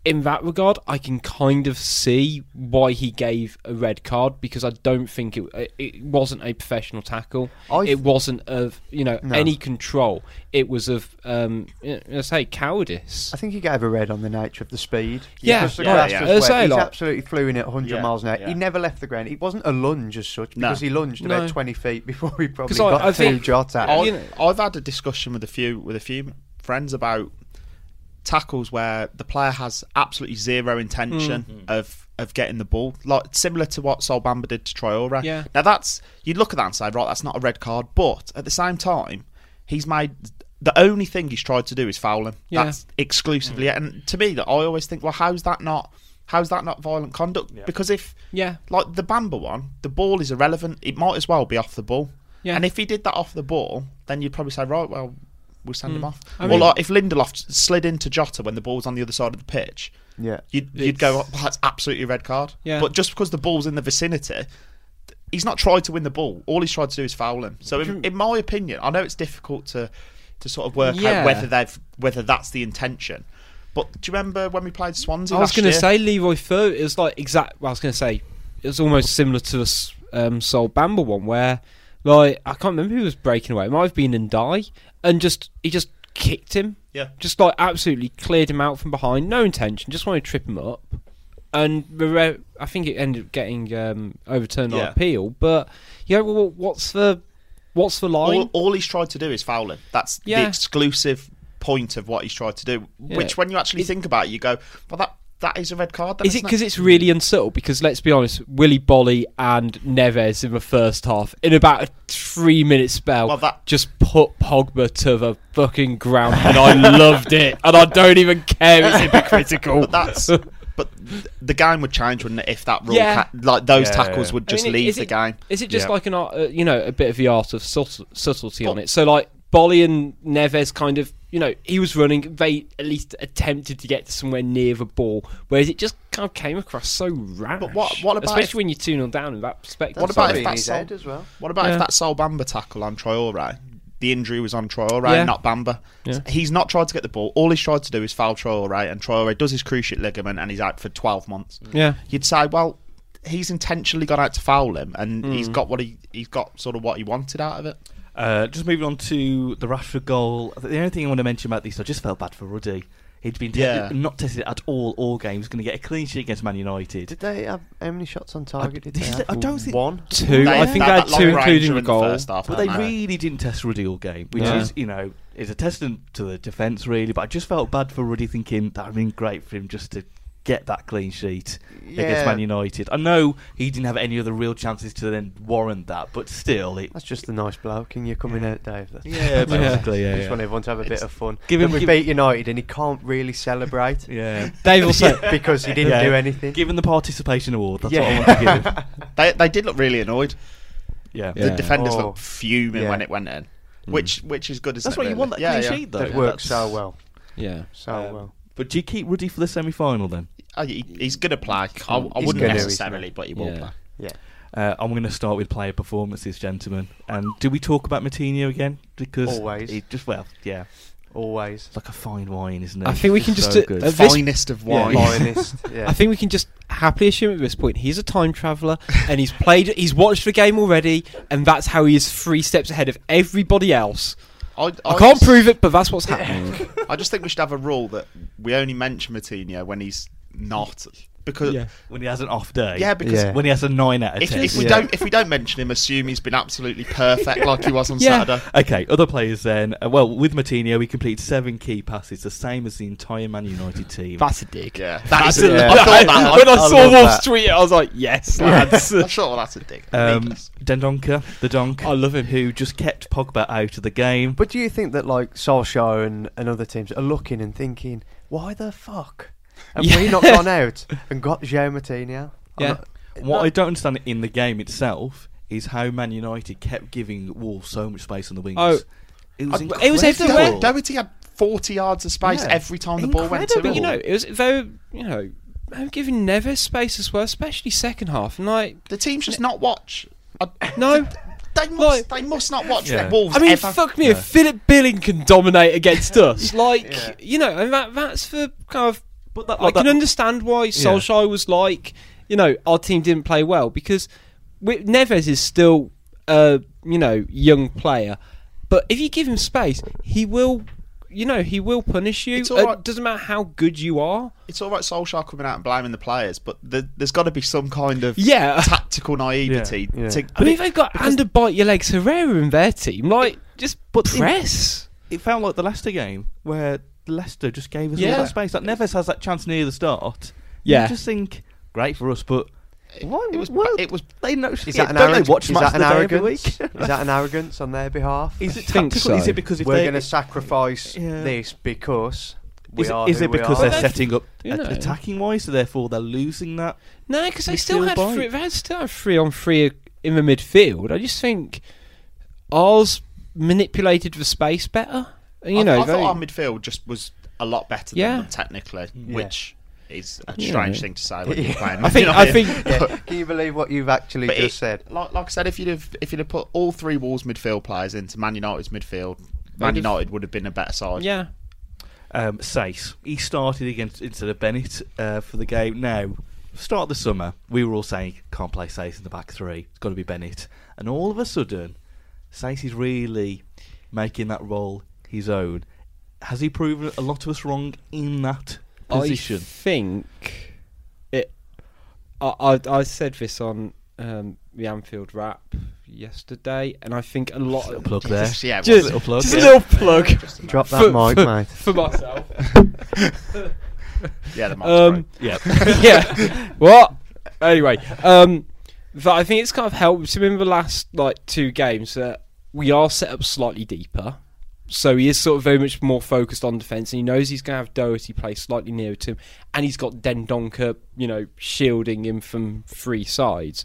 [SPEAKER 2] in that regard, I can kind of see why he gave a red card because I don't think it it wasn't a professional tackle.
[SPEAKER 3] I-
[SPEAKER 2] it wasn't of you know
[SPEAKER 3] No.
[SPEAKER 2] any control. It was of um you know, let's say cowardice.
[SPEAKER 3] I think he gave a red on the nature of the speed.
[SPEAKER 2] Yeah,
[SPEAKER 3] because the
[SPEAKER 2] yeah,
[SPEAKER 3] grass
[SPEAKER 4] yeah.
[SPEAKER 3] was
[SPEAKER 2] As
[SPEAKER 3] wet.
[SPEAKER 2] I
[SPEAKER 3] He's
[SPEAKER 2] like-
[SPEAKER 3] absolutely flew in at 100
[SPEAKER 4] Yeah,
[SPEAKER 3] miles an hour.
[SPEAKER 4] yeah.
[SPEAKER 3] He never left the ground. It wasn't a lunge as such because he lunged
[SPEAKER 2] No.
[SPEAKER 3] about 20 feet before he probably
[SPEAKER 2] 'Cause I-
[SPEAKER 3] got
[SPEAKER 2] I
[SPEAKER 3] two
[SPEAKER 2] think-
[SPEAKER 3] Jota.
[SPEAKER 2] I-
[SPEAKER 4] I,
[SPEAKER 2] you know-
[SPEAKER 4] I've had a discussion with a few with a few friends about tackles where the player has absolutely zero intention
[SPEAKER 2] Mm.
[SPEAKER 4] of of getting the ball, like similar to what Sol Bamba did to Traore.
[SPEAKER 2] Yeah.
[SPEAKER 4] Now that's you look at that and say, right, that's not a red card, but at the same time, he's made the only thing he's tried to do is foul him.
[SPEAKER 2] Yeah.
[SPEAKER 4] That's exclusively, it. and to me, that I always think, well, how's that not? How's that not violent conduct? Because if
[SPEAKER 2] Yeah.
[SPEAKER 4] like the Bamba one, the ball is irrelevant. It might as well be off the ball.
[SPEAKER 2] Yeah.
[SPEAKER 4] And if he did that off the ball, then you'd probably say, right, well, we'll send him off.
[SPEAKER 2] Hmm. I
[SPEAKER 4] or
[SPEAKER 2] mean-
[SPEAKER 4] like if Lindelof slid into Jota when the ball was on the other side of the pitch,
[SPEAKER 3] Yeah.
[SPEAKER 4] you'd, you'd go, well, that's absolutely a red card.
[SPEAKER 2] Yeah.
[SPEAKER 4] But just because the ball's in the vicinity, th- he's not tried to win the ball. All he's tried to do is foul him. So, in, in my opinion, I know it's difficult to to sort of work
[SPEAKER 2] Yeah.
[SPEAKER 4] out whether they've whether that's the intention. But do you remember when we played Swansea?
[SPEAKER 2] I was
[SPEAKER 4] last
[SPEAKER 2] going to
[SPEAKER 4] year?
[SPEAKER 2] say Leroy Fur. It was like exact. Well, I was going to say it was almost similar to the S- um, Sol Bamba one, where like I can't remember who was breaking away. It might have been Ndai, and just he just kicked him.
[SPEAKER 4] Yeah.
[SPEAKER 2] just like absolutely cleared him out from behind, no intention, just wanted to trip him up. And the re- I think it ended up getting um, overturned on
[SPEAKER 4] Yeah.
[SPEAKER 2] appeal. But yeah, well, what's the what's the line?
[SPEAKER 4] all, all he's tried to do is foul him. That's
[SPEAKER 2] Yeah.
[SPEAKER 4] the exclusive point of what he's tried to do.
[SPEAKER 2] Yeah.
[SPEAKER 4] Which, when you actually think about it, you go, "Well, that that is a red card." Then,
[SPEAKER 2] Is it
[SPEAKER 4] isn't
[SPEAKER 2] because it's really unsubtle? Because let's be honest, Willy Bolly and Neves in the first half, in about a three minute spell,
[SPEAKER 4] Well, that-
[SPEAKER 2] just put Pogba to the fucking ground, and I loved it. And I don't even care. It's hypocritical.
[SPEAKER 4] But that's but th- the game would change, wouldn't it? If that rule,
[SPEAKER 2] Yeah.
[SPEAKER 4] ca- like those
[SPEAKER 1] Yeah,
[SPEAKER 4] tackles
[SPEAKER 1] yeah.
[SPEAKER 4] would
[SPEAKER 2] I
[SPEAKER 4] just
[SPEAKER 2] mean, it-
[SPEAKER 4] leave
[SPEAKER 2] is
[SPEAKER 4] the
[SPEAKER 2] it-
[SPEAKER 4] game.
[SPEAKER 2] Is it just
[SPEAKER 1] Yeah.
[SPEAKER 2] like an art, uh, you know, a bit of the art of subtle, subtlety on
[SPEAKER 4] Well-
[SPEAKER 2] it? So like Bolly and Neves kind of, you know, he was running. They at least attempted to get to somewhere near the ball, whereas it just kind of came across so rash.
[SPEAKER 4] But what- what about
[SPEAKER 2] especially
[SPEAKER 4] if-
[SPEAKER 2] when you two 0 down in that perspective?
[SPEAKER 4] What about
[SPEAKER 2] So-
[SPEAKER 4] if
[SPEAKER 3] in
[SPEAKER 4] that's
[SPEAKER 3] his
[SPEAKER 4] all-
[SPEAKER 3] head as well?
[SPEAKER 4] What about
[SPEAKER 2] Yeah.
[SPEAKER 4] if that Sol Bamba tackle on Traore? The injury was on Traore,
[SPEAKER 2] Yeah.
[SPEAKER 4] not Bamba.
[SPEAKER 2] Yeah.
[SPEAKER 4] He's not tried to get the ball. All he's tried to do is foul Traore, and Traore does his cruciate ligament, and he's out for twelve
[SPEAKER 3] Mm.
[SPEAKER 4] months.
[SPEAKER 2] Yeah.
[SPEAKER 4] you'd say, well, he's intentionally gone out to foul him,
[SPEAKER 1] Hmm.
[SPEAKER 4] and he's got what he he's got sort of what he wanted out of it.
[SPEAKER 1] Uh, just moving on to the Rashford goal. The only thing I want to mention about this, I just felt bad for Ruddy. He'd been te-
[SPEAKER 4] Yeah.
[SPEAKER 1] not tested at all all game. He's going to get a clean sheet against Man United.
[SPEAKER 3] Did they have how many shots on target? Did they
[SPEAKER 1] this is
[SPEAKER 3] have?
[SPEAKER 1] the- I don't think-
[SPEAKER 3] one.
[SPEAKER 2] two. I think
[SPEAKER 4] that-
[SPEAKER 2] they had
[SPEAKER 4] that long
[SPEAKER 2] two,
[SPEAKER 4] range
[SPEAKER 2] including
[SPEAKER 4] were
[SPEAKER 2] the
[SPEAKER 4] in
[SPEAKER 2] goal.
[SPEAKER 4] first half,
[SPEAKER 1] But they
[SPEAKER 4] weren't
[SPEAKER 1] really didn't test Ruddy all game, which
[SPEAKER 2] No.
[SPEAKER 1] is, you know, is a testament to the defence, really. But I just felt bad for Ruddy thinking that would have been great for him just to get that clean sheet against
[SPEAKER 3] Yeah.
[SPEAKER 1] Man United. I know he didn't have any other real chances to then warrant that, but still, it.
[SPEAKER 3] That's just a nice bloke, and you're coming out, Dave. That's
[SPEAKER 1] Yeah, basically, yeah.
[SPEAKER 3] I
[SPEAKER 1] yeah,
[SPEAKER 3] just want everyone to have a bit of fun.
[SPEAKER 1] Give
[SPEAKER 3] Then
[SPEAKER 1] him-
[SPEAKER 3] we
[SPEAKER 1] give-
[SPEAKER 3] beat United, and he can't really celebrate
[SPEAKER 1] Yeah.
[SPEAKER 2] Dave also.
[SPEAKER 3] because he didn't
[SPEAKER 1] Yeah.
[SPEAKER 3] do anything.
[SPEAKER 1] Given the participation award, that's
[SPEAKER 3] Yeah.
[SPEAKER 1] what I want to give him.
[SPEAKER 4] They they did look really annoyed.
[SPEAKER 1] Yeah.
[SPEAKER 2] Yeah. Hmm.
[SPEAKER 4] The defenders
[SPEAKER 3] Oh.
[SPEAKER 4] looked fuming
[SPEAKER 3] Yeah.
[SPEAKER 4] when it went in, which which is good. Isn't
[SPEAKER 1] That's
[SPEAKER 4] it,
[SPEAKER 1] why you
[SPEAKER 4] really?
[SPEAKER 1] want that
[SPEAKER 4] yeah,
[SPEAKER 1] clean
[SPEAKER 4] yeah.
[SPEAKER 1] sheet, though.
[SPEAKER 3] That
[SPEAKER 1] Yeah,
[SPEAKER 3] worked so
[SPEAKER 1] that's-
[SPEAKER 3] well,
[SPEAKER 2] yeah.
[SPEAKER 3] so
[SPEAKER 1] Um,
[SPEAKER 3] well.
[SPEAKER 1] But do you keep Ruddy for the semi final then?
[SPEAKER 4] Oh, he- he's gonna play. I, I
[SPEAKER 2] Can't-
[SPEAKER 4] wouldn't
[SPEAKER 2] he's gonna,
[SPEAKER 3] isn't
[SPEAKER 4] necessarily,
[SPEAKER 3] he?
[SPEAKER 4] but he will
[SPEAKER 2] Yeah.
[SPEAKER 4] play.
[SPEAKER 3] Yeah,
[SPEAKER 1] Uh, I'm going to start with player performances, gentlemen. And do we talk about Matinho again? Because
[SPEAKER 3] Always.
[SPEAKER 1] he just well, yeah,
[SPEAKER 3] always.
[SPEAKER 1] it's like a fine wine, isn't it?
[SPEAKER 2] I think we can
[SPEAKER 1] It's
[SPEAKER 2] just
[SPEAKER 1] so
[SPEAKER 2] do-
[SPEAKER 1] good.
[SPEAKER 2] uh, This-
[SPEAKER 4] Finest of
[SPEAKER 1] Yeah.
[SPEAKER 4] wine.
[SPEAKER 3] Finest. Yeah.
[SPEAKER 2] I think we can just happily assume at this point he's a time traveller and he's played, he's watched the game already, and that's how he is three steps ahead of everybody else.
[SPEAKER 4] I,
[SPEAKER 2] I can't
[SPEAKER 4] just,
[SPEAKER 2] prove it, but that's what's happening.
[SPEAKER 4] I just think we should have a rule that we only mention Matinho when he's not because yeah,
[SPEAKER 2] Yeah.
[SPEAKER 1] when he has an off day.
[SPEAKER 4] because
[SPEAKER 3] Yeah.
[SPEAKER 1] When he has a nine out of
[SPEAKER 4] if,
[SPEAKER 1] ten.
[SPEAKER 4] if we
[SPEAKER 3] Yeah.
[SPEAKER 4] don't if we don't mention him, assume he's been absolutely perfect like he was on
[SPEAKER 2] Yeah.
[SPEAKER 4] Saturday.
[SPEAKER 1] Okay, other players then. Uh, well, with Matinho, he completed seven key passes, the same as the entire Man United team.
[SPEAKER 2] that's a dig.
[SPEAKER 4] Yeah,
[SPEAKER 2] That's
[SPEAKER 4] that's
[SPEAKER 2] a,
[SPEAKER 4] a,
[SPEAKER 3] Yeah.
[SPEAKER 4] I thought that. I,
[SPEAKER 2] when I,
[SPEAKER 3] I
[SPEAKER 2] saw
[SPEAKER 3] love
[SPEAKER 2] Wolf's
[SPEAKER 3] that.
[SPEAKER 2] tweet, I was like, yes, lads.
[SPEAKER 4] I thought that's a dick.
[SPEAKER 1] um, Dendonka, the donk.
[SPEAKER 2] I love him.
[SPEAKER 1] Who just kept Pogba out of the game.
[SPEAKER 3] But do you think that like Solskjaer and, and other teams are looking and thinking, why the fuck have we not gone out and got Joe Matinho? I'm
[SPEAKER 2] Yeah.
[SPEAKER 3] not-
[SPEAKER 1] What
[SPEAKER 2] uh,
[SPEAKER 1] I don't understand in the game itself is how Man United kept giving Wolves so much space on the wings.
[SPEAKER 2] Oh.
[SPEAKER 1] it was
[SPEAKER 2] I- it was
[SPEAKER 1] incredible.
[SPEAKER 2] everywhere.
[SPEAKER 4] Doherty had 40 yards of space
[SPEAKER 1] Yeah.
[SPEAKER 4] every time the ball went to him.
[SPEAKER 2] Incredible, But you know, it was they were, you know, they were giving Neves space as well, especially second half. And like,
[SPEAKER 4] the team's just not watch. I,
[SPEAKER 2] no.
[SPEAKER 4] they must, they must not watch
[SPEAKER 1] Yeah.
[SPEAKER 4] the Wolves.
[SPEAKER 2] I mean,
[SPEAKER 4] ever.
[SPEAKER 2] fuck me, if Philip Billing can dominate against us, like, you know, and that, that's the kind of.
[SPEAKER 1] But that-
[SPEAKER 2] I can
[SPEAKER 1] that-
[SPEAKER 2] understand why Solskjaer was like, you know, our team didn't play well because we, Neves is still a, you know, young player. But if you give him space, he will, you know, he will punish you.
[SPEAKER 4] It's all right.
[SPEAKER 2] It doesn't matter how good you are.
[SPEAKER 4] It's all right, Solskjaer coming out and blaming the players, but the, there's got to be some kind of
[SPEAKER 2] Yeah.
[SPEAKER 4] tactical naivety.
[SPEAKER 3] Yeah.
[SPEAKER 4] To,
[SPEAKER 2] I mean, they've got Underbite Your Legs Herrera in their team. Like, just press.
[SPEAKER 1] it felt like the Leicester game where Leicester just gave us all
[SPEAKER 2] Yeah.
[SPEAKER 1] that space. Like Neves has that chance near the start.
[SPEAKER 2] Yeah.
[SPEAKER 1] you just think great for us, but why?
[SPEAKER 4] it was ba-
[SPEAKER 1] What?
[SPEAKER 4] it was-
[SPEAKER 1] They know.
[SPEAKER 3] Is that an
[SPEAKER 1] don't they
[SPEAKER 3] arrogance?
[SPEAKER 1] watch
[SPEAKER 3] Is
[SPEAKER 1] Match
[SPEAKER 3] that an
[SPEAKER 1] of the Day every
[SPEAKER 3] arrogance? Is
[SPEAKER 1] week?
[SPEAKER 3] that an arrogance on their behalf?
[SPEAKER 1] Is it
[SPEAKER 2] think
[SPEAKER 1] tactical? Is
[SPEAKER 2] so.
[SPEAKER 1] it because if
[SPEAKER 3] We're
[SPEAKER 1] they
[SPEAKER 3] going to sacrifice
[SPEAKER 1] Yeah.
[SPEAKER 3] this because we
[SPEAKER 1] is,
[SPEAKER 3] are.
[SPEAKER 1] is
[SPEAKER 3] who
[SPEAKER 1] it
[SPEAKER 3] we
[SPEAKER 1] because
[SPEAKER 3] are?
[SPEAKER 1] they're setting up
[SPEAKER 2] You know.
[SPEAKER 1] attacking wise, so therefore they're losing that?
[SPEAKER 2] No, because they
[SPEAKER 1] Midfield
[SPEAKER 2] still had
[SPEAKER 1] bite.
[SPEAKER 2] three, they had still had three on three in the midfield. I just think ours manipulated the space better. And, You
[SPEAKER 4] I,
[SPEAKER 2] know,
[SPEAKER 4] I
[SPEAKER 2] they-
[SPEAKER 4] thought our midfield just was a lot better
[SPEAKER 2] Yeah.
[SPEAKER 4] than them technically,
[SPEAKER 3] Yeah.
[SPEAKER 4] which is a
[SPEAKER 2] Yeah.
[SPEAKER 4] strange thing to say when you're playing.
[SPEAKER 2] I think
[SPEAKER 4] you know
[SPEAKER 2] I
[SPEAKER 4] what mean?
[SPEAKER 2] think
[SPEAKER 3] Yeah. Can you believe what you've actually
[SPEAKER 4] But
[SPEAKER 3] just
[SPEAKER 4] it-
[SPEAKER 3] said?
[SPEAKER 4] like, like I said, if you'd have if you'd have put all three Wolves midfield players into Man United's midfield, Man
[SPEAKER 2] They'd have-
[SPEAKER 4] United would have been a better side.
[SPEAKER 2] yeah.
[SPEAKER 1] Um, Sace, he started against instead of Bennett uh, for the game. Now, start of the summer, we were all saying can't play Sace in the back three. It's got to be Bennett, and all of a sudden, Sace is really making that role his own. Has he proven a lot of us wrong in that
[SPEAKER 2] I
[SPEAKER 1] position?
[SPEAKER 2] think it. I, I I said this on um, the Anfield wrap yesterday, and I think a lot.
[SPEAKER 1] little
[SPEAKER 2] Of,
[SPEAKER 1] plug there.
[SPEAKER 4] Just- yeah,
[SPEAKER 2] just,
[SPEAKER 4] well,
[SPEAKER 1] little plug,
[SPEAKER 2] just a
[SPEAKER 1] yeah.
[SPEAKER 2] little plug.
[SPEAKER 3] Drop
[SPEAKER 2] For-
[SPEAKER 3] that mic,
[SPEAKER 2] for-
[SPEAKER 3] mate.
[SPEAKER 2] for myself.
[SPEAKER 4] yeah, the
[SPEAKER 2] um,
[SPEAKER 4] um,
[SPEAKER 1] Yeah,
[SPEAKER 2] yeah. What? Anyway, um, but I think it's kind of helped him in the last like two games that we are set up slightly deeper. So he is sort of very much more focused on defence, and he knows he's going to have Doherty play slightly nearer to him, and he's got Dendonka, you know, shielding him from three sides.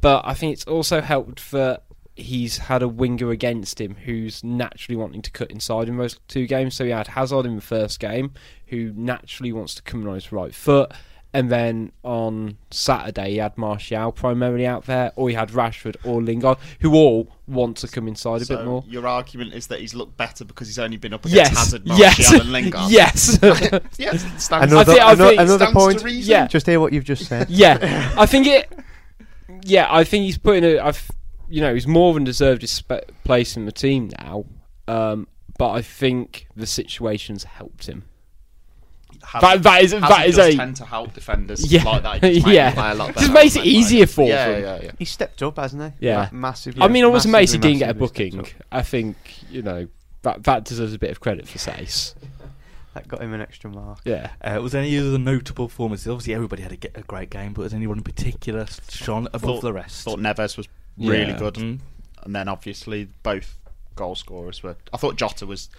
[SPEAKER 2] But I think it's also helped that he's had a winger against him who's naturally wanting to cut inside in those two games. So he had Hazard in the first game, who naturally wants to come in on his right foot. And then on Saturday, he had Martial primarily out there, or he had Rashford or Lingard, who all want to come inside a bit more.
[SPEAKER 4] Your argument is that he's looked better because he's only been up against
[SPEAKER 2] Yes,
[SPEAKER 4] Hazard, Martial,
[SPEAKER 2] yes,
[SPEAKER 4] and Lingard.
[SPEAKER 2] yes.
[SPEAKER 4] yes. it Stands
[SPEAKER 3] Another,
[SPEAKER 2] think- I
[SPEAKER 3] ano-
[SPEAKER 2] think it
[SPEAKER 3] another
[SPEAKER 4] stands to
[SPEAKER 3] point.
[SPEAKER 4] reason.
[SPEAKER 2] Yeah.
[SPEAKER 3] Just hear what you've just said.
[SPEAKER 2] yeah, I think it. Yeah, I think he's putting a. I've, you know, he's more than deserved his spe- place in the team now. Um, but I think the situation's helped him.
[SPEAKER 4] Hazard-
[SPEAKER 2] that- that is-
[SPEAKER 4] Hazard
[SPEAKER 2] that is
[SPEAKER 4] does
[SPEAKER 2] a-
[SPEAKER 4] tend to help defenders
[SPEAKER 2] Yeah,
[SPEAKER 4] like that. He just makes
[SPEAKER 2] yeah.
[SPEAKER 4] them play a lot
[SPEAKER 2] Just
[SPEAKER 4] better.
[SPEAKER 2] makes it
[SPEAKER 4] Like,
[SPEAKER 2] easier for
[SPEAKER 4] yeah,
[SPEAKER 2] them.
[SPEAKER 4] Yeah, yeah,
[SPEAKER 3] He stepped up, hasn't he?
[SPEAKER 2] Yeah.
[SPEAKER 3] Ma- massively.
[SPEAKER 2] I mean, I was amazed he
[SPEAKER 3] massively,
[SPEAKER 2] didn't get a
[SPEAKER 3] massively stepped
[SPEAKER 2] booking.
[SPEAKER 3] up.
[SPEAKER 2] I think you know that that deserves a bit of credit for Sace.
[SPEAKER 3] That got him an extra mark.
[SPEAKER 2] Yeah,
[SPEAKER 1] uh, was there any other notable performances? Obviously, everybody had a, ge- a great game, but was anyone in particular shone above
[SPEAKER 4] Thought-
[SPEAKER 1] the rest?
[SPEAKER 4] Thought Neves was really
[SPEAKER 2] Yeah.
[SPEAKER 4] good.
[SPEAKER 1] Mm.
[SPEAKER 4] and then obviously both goal scorers were. I thought Jota was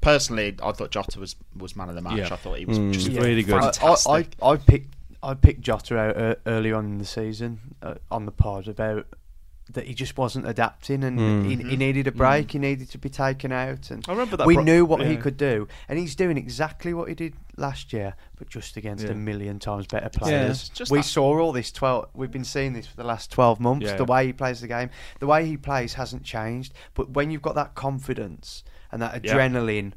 [SPEAKER 4] personally. I thought Jota was was man of the match.
[SPEAKER 1] Yeah.
[SPEAKER 4] I thought he was
[SPEAKER 2] Mm.
[SPEAKER 4] just
[SPEAKER 1] Yeah. Really good.
[SPEAKER 3] I-
[SPEAKER 4] Fantastic.
[SPEAKER 3] I, I, I picked I picked Jota out uh, early on in the season uh, on the pod about that he just wasn't adapting and he,
[SPEAKER 2] Mm-hmm.
[SPEAKER 3] he needed a break. He needed to be taken out, and
[SPEAKER 1] I remember that
[SPEAKER 3] we
[SPEAKER 1] pro-
[SPEAKER 3] knew what he
[SPEAKER 1] yeah.
[SPEAKER 3] could do, and he's doing exactly what he did last year, but just against
[SPEAKER 1] Yeah.
[SPEAKER 3] a million times better players.
[SPEAKER 4] Just
[SPEAKER 3] we
[SPEAKER 4] that-
[SPEAKER 3] saw all this twelve. We've been seeing this for the last twelve months.
[SPEAKER 1] Yeah,
[SPEAKER 3] The
[SPEAKER 1] yeah.
[SPEAKER 3] way he plays the game, the way he plays hasn't changed. But when you've got that confidence and that
[SPEAKER 1] Yeah.
[SPEAKER 3] adrenaline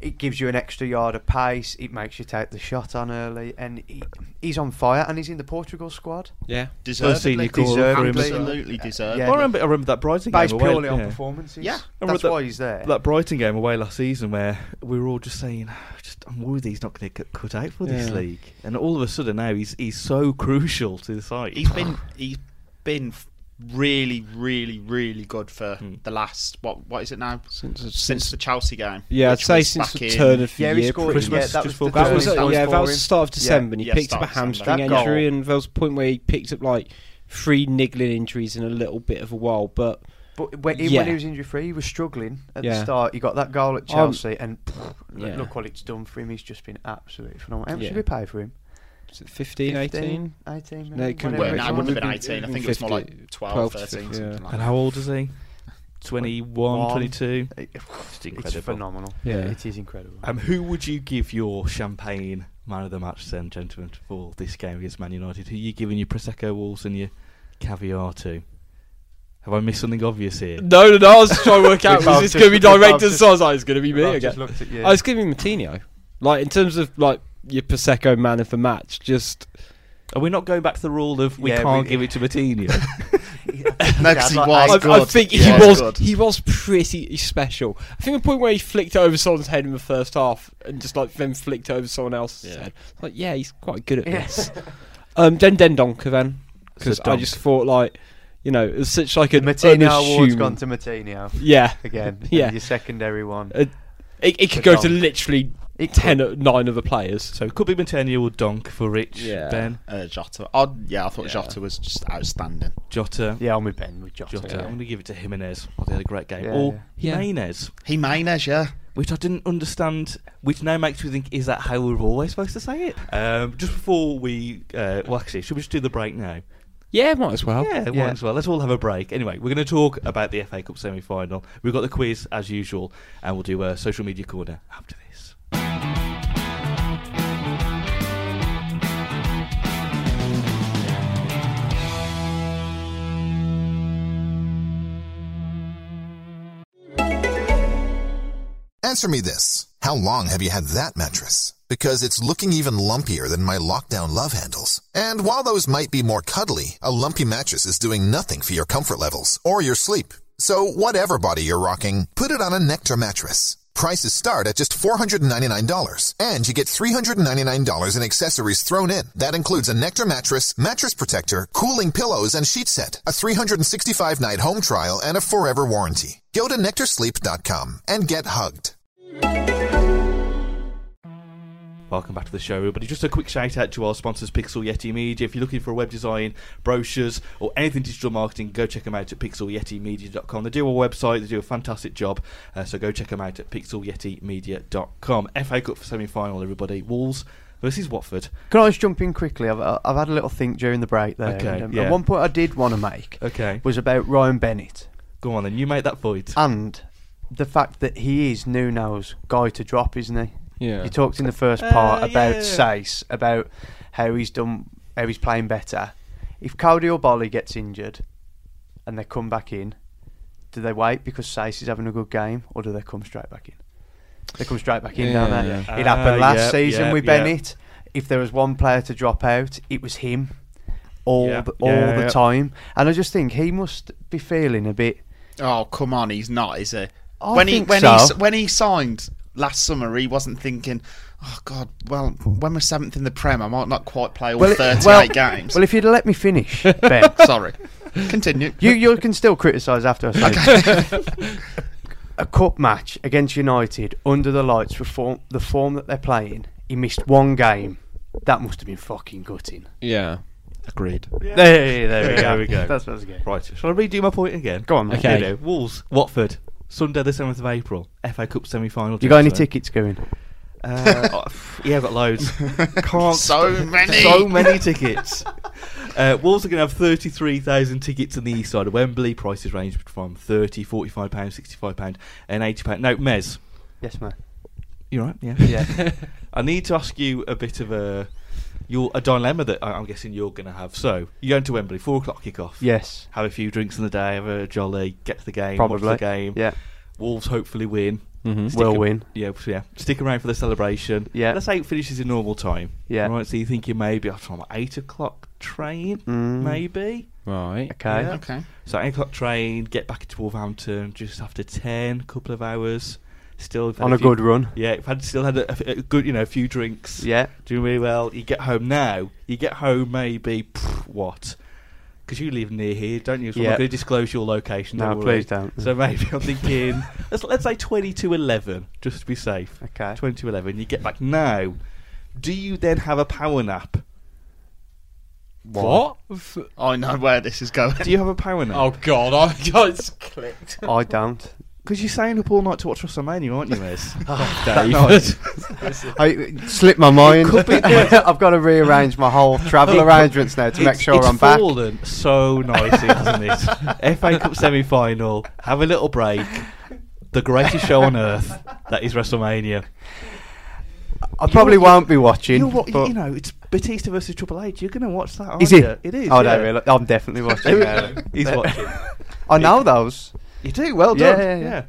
[SPEAKER 3] it gives you an extra yard of pace. It makes you take the shot on early, and he, he's on fire. And he's in the Portugal squad.
[SPEAKER 2] yeah.
[SPEAKER 1] senior
[SPEAKER 4] deservedly,
[SPEAKER 1] call
[SPEAKER 3] up for him.
[SPEAKER 4] absolutely deserved.
[SPEAKER 3] Yeah.
[SPEAKER 1] I remember, I remember that Brighton game.
[SPEAKER 3] Based
[SPEAKER 1] away-
[SPEAKER 3] purely on
[SPEAKER 1] yeah.
[SPEAKER 3] performances.
[SPEAKER 4] Yeah.
[SPEAKER 1] And
[SPEAKER 3] that's
[SPEAKER 1] with the-
[SPEAKER 3] why he's there.
[SPEAKER 1] that Brighton game away last season where we were all just saying, "Ah, just, I'm worried he's not going to get cut out for this
[SPEAKER 2] Yeah.
[SPEAKER 1] league. And all of a sudden now he's he's so crucial to the side.
[SPEAKER 4] He's been he's been f- really, really, really good for
[SPEAKER 1] Mm.
[SPEAKER 4] the last what what is it now?
[SPEAKER 2] Since
[SPEAKER 4] Since the Chelsea game.
[SPEAKER 2] yeah, I'd
[SPEAKER 4] which
[SPEAKER 2] say
[SPEAKER 4] was
[SPEAKER 2] since
[SPEAKER 4] back
[SPEAKER 2] the
[SPEAKER 4] in-
[SPEAKER 2] turn of the
[SPEAKER 3] yeah, he
[SPEAKER 2] year,
[SPEAKER 3] scored.
[SPEAKER 2] pretty
[SPEAKER 3] Yeah,
[SPEAKER 2] much.
[SPEAKER 1] Christmas,
[SPEAKER 3] that
[SPEAKER 1] just
[SPEAKER 3] was
[SPEAKER 1] for
[SPEAKER 3] the
[SPEAKER 1] goals.
[SPEAKER 2] That was, uh,
[SPEAKER 1] That
[SPEAKER 3] turning
[SPEAKER 2] yeah,
[SPEAKER 3] point
[SPEAKER 2] that was
[SPEAKER 3] for
[SPEAKER 2] the
[SPEAKER 3] him.
[SPEAKER 2] start of December, and he
[SPEAKER 4] Yeah,
[SPEAKER 2] picked up
[SPEAKER 4] start
[SPEAKER 2] a
[SPEAKER 4] of December.
[SPEAKER 2] hamstring
[SPEAKER 3] That
[SPEAKER 2] injury,
[SPEAKER 3] goal-
[SPEAKER 2] and there was a point where he picked up like three niggling injuries in a little bit of a while. But
[SPEAKER 3] But when, even when
[SPEAKER 2] Yeah.
[SPEAKER 3] he was injury free, he was struggling at the
[SPEAKER 2] Yeah.
[SPEAKER 3] start. He got that goal at
[SPEAKER 2] Um,
[SPEAKER 3] Chelsea, and pff, look-
[SPEAKER 2] yeah.
[SPEAKER 3] look what it's done for him. He's just been absolutely phenomenal. How much
[SPEAKER 2] Yeah.
[SPEAKER 3] did we pay for him?
[SPEAKER 2] was it 15, 18?
[SPEAKER 3] 18
[SPEAKER 2] No,
[SPEAKER 3] million,
[SPEAKER 2] it
[SPEAKER 4] Well, no, it
[SPEAKER 3] whatever it's on.
[SPEAKER 2] couldn't be. It
[SPEAKER 4] wouldn't have been
[SPEAKER 2] would've been
[SPEAKER 4] 18. I think it was more
[SPEAKER 2] 50,
[SPEAKER 4] like 12,
[SPEAKER 2] 12,
[SPEAKER 4] 13,
[SPEAKER 2] 15,
[SPEAKER 4] something
[SPEAKER 2] yeah.
[SPEAKER 4] like
[SPEAKER 1] and
[SPEAKER 4] that.
[SPEAKER 1] how old is he? 21,
[SPEAKER 3] One.
[SPEAKER 1] 22.
[SPEAKER 3] It-
[SPEAKER 1] Just
[SPEAKER 3] It's
[SPEAKER 1] incredible.
[SPEAKER 3] phenomenal.
[SPEAKER 2] Yeah.
[SPEAKER 3] It is incredible.
[SPEAKER 1] Um, who would you give your champagne man of the match then, gentlemen, for this game against Man United? Who are you giving your Prosecco walls and your caviar to? Have I missed something obvious here?
[SPEAKER 2] No, no, no. I was just trying to work out
[SPEAKER 3] We've
[SPEAKER 2] was
[SPEAKER 3] all
[SPEAKER 2] this
[SPEAKER 3] just-
[SPEAKER 2] going to be
[SPEAKER 3] we've all
[SPEAKER 2] directed?
[SPEAKER 3] just-
[SPEAKER 2] So I was like, it's going to be me
[SPEAKER 3] I've
[SPEAKER 2] again.
[SPEAKER 3] just looked at you.
[SPEAKER 2] I was giving Matinho, like in terms of like your Prosecco man of the match, just
[SPEAKER 1] Are we not going back to the rule of we
[SPEAKER 3] Yeah, we-
[SPEAKER 1] can't give it to Matinho?
[SPEAKER 4] No, 'cause he
[SPEAKER 3] Like,
[SPEAKER 4] was
[SPEAKER 2] I,
[SPEAKER 4] good.
[SPEAKER 2] I think
[SPEAKER 4] Yeah,
[SPEAKER 2] he
[SPEAKER 4] he's
[SPEAKER 2] was
[SPEAKER 4] good.
[SPEAKER 2] he was pretty special. I think the point where he flicked it over someone's head in the first half and just like then flicked it over someone else's
[SPEAKER 4] Yeah.
[SPEAKER 2] head. Like yeah, he's quite good at
[SPEAKER 3] Yeah.
[SPEAKER 2] this. um, then Den Donker then because
[SPEAKER 1] So
[SPEAKER 2] I
[SPEAKER 1] Donk.
[SPEAKER 2] just thought like you know it was such like
[SPEAKER 3] the
[SPEAKER 2] an
[SPEAKER 3] Matinho
[SPEAKER 2] unassuming.
[SPEAKER 3] award's gone to Matinho
[SPEAKER 2] yeah,
[SPEAKER 3] again.
[SPEAKER 2] Yeah.
[SPEAKER 3] your secondary one.
[SPEAKER 2] a It, it could
[SPEAKER 3] For
[SPEAKER 2] go to
[SPEAKER 3] Dunk.
[SPEAKER 2] literally
[SPEAKER 3] It
[SPEAKER 2] ten, o- nine other players.
[SPEAKER 1] So it could be Matenia or Donk for Rich,
[SPEAKER 2] Yeah.
[SPEAKER 1] Ben,
[SPEAKER 4] Uh, Jota. Oh, yeah, I thought
[SPEAKER 2] Yeah.
[SPEAKER 4] Jota was just outstanding.
[SPEAKER 1] Jota.
[SPEAKER 3] Yeah, I'm with Ben with Jota.
[SPEAKER 1] Jota.
[SPEAKER 2] Yeah.
[SPEAKER 1] I'm going to give it to Jimenez. Oh, they had a great game.
[SPEAKER 3] Yeah,
[SPEAKER 1] or
[SPEAKER 2] yeah. Yeah.
[SPEAKER 1] Jimenez,
[SPEAKER 4] He miners, yeah.
[SPEAKER 1] which I didn't understand, which now makes me think, is that how we're always supposed to say it? Um, just before we. Uh, well, actually, should we just do the break now?
[SPEAKER 2] Oh, Yeah, might as well.
[SPEAKER 1] Yeah,
[SPEAKER 3] Yeah.
[SPEAKER 1] might as well. Let's all have a break. Anyway, we're going to talk about the FA Cup semi final. We've got the quiz as usual, and we'll do a social media corner after this.
[SPEAKER 6] Answer me this. How long have you had that mattress? Because it's looking even lumpier than my lockdown love handles. And while those might be more cuddly, a lumpy mattress is doing nothing for your comfort levels or your sleep. So whatever body you're rocking, put it on a Nectar mattress. Prices start at just $499 and you get $399 in accessories thrown in. That includes a Nectar mattress, mattress protector, cooling pillows and sheet set, a 365 night home trial and a forever warranty. Go to nectarsleep.com and get hugged.
[SPEAKER 1] Welcome back to the show, everybody. Just a quick shout out to our sponsors, Pixel Yeti Media. If you're looking for a web design, brochures, or anything digital marketing, go check them out at pixelyetimedia.com. They do a website, they do a fantastic job, uh, so go check them out at pixelyetimedia.com. FA Cup semi final, everybody. Wolves versus Watford.
[SPEAKER 3] Can I just jump in quickly? I've, I've had a little think during the break there.
[SPEAKER 1] Okay,
[SPEAKER 3] and, um,
[SPEAKER 1] yeah.
[SPEAKER 3] and one point I did want to make
[SPEAKER 1] Okay.
[SPEAKER 3] was about Ryan Bennett
[SPEAKER 1] Go on then, you make that point.
[SPEAKER 3] and the fact that he is Nuno's guy to drop, isn't he?
[SPEAKER 2] Yeah.
[SPEAKER 3] You talked in the first
[SPEAKER 1] Uh,
[SPEAKER 3] part about
[SPEAKER 1] yeah.
[SPEAKER 3] Sace, about how he's done, how he's playing better. If Cody or Bolly gets injured and they come back in, do they wait because Sace is having a good game, or do they come straight back in? They come straight back in, don't they?
[SPEAKER 2] Yeah.
[SPEAKER 3] It happened
[SPEAKER 1] Ah,
[SPEAKER 3] last
[SPEAKER 1] yep,
[SPEAKER 3] season
[SPEAKER 1] yep,
[SPEAKER 3] with
[SPEAKER 1] yep.
[SPEAKER 3] Bennett. If there was one player to drop out, it was him all
[SPEAKER 1] Yeah,
[SPEAKER 3] the, all
[SPEAKER 1] yeah,
[SPEAKER 3] the
[SPEAKER 1] yeah.
[SPEAKER 3] time. And I just think he must be feeling a bit.
[SPEAKER 4] Oh, come on, he's not, is he?
[SPEAKER 3] I
[SPEAKER 4] when he
[SPEAKER 3] think
[SPEAKER 4] when
[SPEAKER 3] so.
[SPEAKER 4] he s- when he signed last summer, he wasn't thinking, "Oh God, well, when we're seventh in the Prem, I might not quite play all
[SPEAKER 3] Well, it-
[SPEAKER 4] thirty-eight
[SPEAKER 3] well-
[SPEAKER 4] games."
[SPEAKER 3] Well, if you'd let me finish, Ben.
[SPEAKER 4] Sorry, continue.
[SPEAKER 3] You you can still criticise after I say it. a cup match against United under the lights for form, the form that they're playing. He missed one game. That must have been fucking gutting.
[SPEAKER 2] Yeah.
[SPEAKER 1] Agreed.
[SPEAKER 3] There, there we go.
[SPEAKER 1] There we go.
[SPEAKER 3] That's what I was getting.
[SPEAKER 1] Right, shall I redo my point again?
[SPEAKER 3] Go on, mate.
[SPEAKER 2] Okay.
[SPEAKER 1] Here we go. Wolves, Watford, Sunday the 7th of April, FA Cup semi final.
[SPEAKER 3] You got any tickets going?
[SPEAKER 1] Uh, oh, pff, yeah, I've got loads. Can't
[SPEAKER 4] So
[SPEAKER 1] stop-
[SPEAKER 4] many.
[SPEAKER 1] so many tickets. Uh, Wolves are going to have thirty-three thousand tickets on the east side of Wembley. Prices range from 30 forty-five pounds, sixty-five pound, and eighty pound. No, Mez,
[SPEAKER 3] Yes, mate.
[SPEAKER 1] you're right. Yeah,
[SPEAKER 3] Yeah.
[SPEAKER 1] I need to ask you a bit of a your a dilemma that I- I'm guessing you're going to have. So you're going to Wembley, four o'clock kickoff.
[SPEAKER 3] yes.
[SPEAKER 1] Have a few drinks in the day, have a jolly, get to the game,
[SPEAKER 3] Probably.
[SPEAKER 1] watch the game.
[SPEAKER 3] Yeah.
[SPEAKER 1] Wolves hopefully win.
[SPEAKER 2] Mm-hmm.
[SPEAKER 1] Stick
[SPEAKER 3] Will
[SPEAKER 1] a-
[SPEAKER 3] win.
[SPEAKER 1] Yeah, so yeah. Stick around for the celebration.
[SPEAKER 3] Yeah.
[SPEAKER 1] Let's say it finishes in normal time.
[SPEAKER 3] Yeah.
[SPEAKER 1] Right, so you're thinking maybe I'm on my 8 o'clock train,
[SPEAKER 3] Mm.
[SPEAKER 1] maybe?
[SPEAKER 2] Right.
[SPEAKER 3] Okay.
[SPEAKER 1] Yeah.
[SPEAKER 4] okay.
[SPEAKER 1] So 8 o'clock train, get back to Wolverhampton just after 10, couple of hours. Still if I've
[SPEAKER 3] On
[SPEAKER 1] had
[SPEAKER 3] a
[SPEAKER 1] few-
[SPEAKER 3] good run.
[SPEAKER 1] Yeah, if I'd still had a, a good, you know, a few drinks.
[SPEAKER 3] Yeah.
[SPEAKER 1] Doing really well. You get home now. You get home maybe, pff, what? Because you live near here, don't you? So I'm
[SPEAKER 3] Yeah.
[SPEAKER 1] not going to disclose your location.
[SPEAKER 3] No,
[SPEAKER 1] don't worry.
[SPEAKER 3] please don't.
[SPEAKER 1] So maybe I'm thinking, let's, let's say 20 to 11, just to be safe.
[SPEAKER 3] Okay.
[SPEAKER 1] 20 to 11. You get back now. Do you then have a power nap?
[SPEAKER 2] What?
[SPEAKER 4] I know where this is going.
[SPEAKER 1] Do you have a power nap?
[SPEAKER 2] Oh God! I got clicked.
[SPEAKER 3] I don't.
[SPEAKER 1] Because you're staying up all night to watch WrestleMania, aren't you, Miz?
[SPEAKER 3] Oh,
[SPEAKER 2] Dave.
[SPEAKER 3] I it slipped my mind. I've got to rearrange my whole travel arrangements now to make sure
[SPEAKER 1] it's
[SPEAKER 3] I'm back.
[SPEAKER 1] fallen so nicely, hasn't it? FA Cup semi-final. Have a little break. The greatest show on earth. That is WrestleMania.
[SPEAKER 3] I probably won't be watching.
[SPEAKER 1] You're, wa-
[SPEAKER 3] but-
[SPEAKER 1] you know, it's Batista versus Triple H. You're going to watch that, aren't
[SPEAKER 3] Is
[SPEAKER 1] you?
[SPEAKER 3] it?
[SPEAKER 1] It is.
[SPEAKER 3] Oh,
[SPEAKER 1] yeah.
[SPEAKER 3] no, really. I'm definitely watching. now.
[SPEAKER 1] He's watching.
[SPEAKER 3] I know those.
[SPEAKER 1] You do well
[SPEAKER 3] Yeah,
[SPEAKER 1] done.
[SPEAKER 3] yeah, yeah.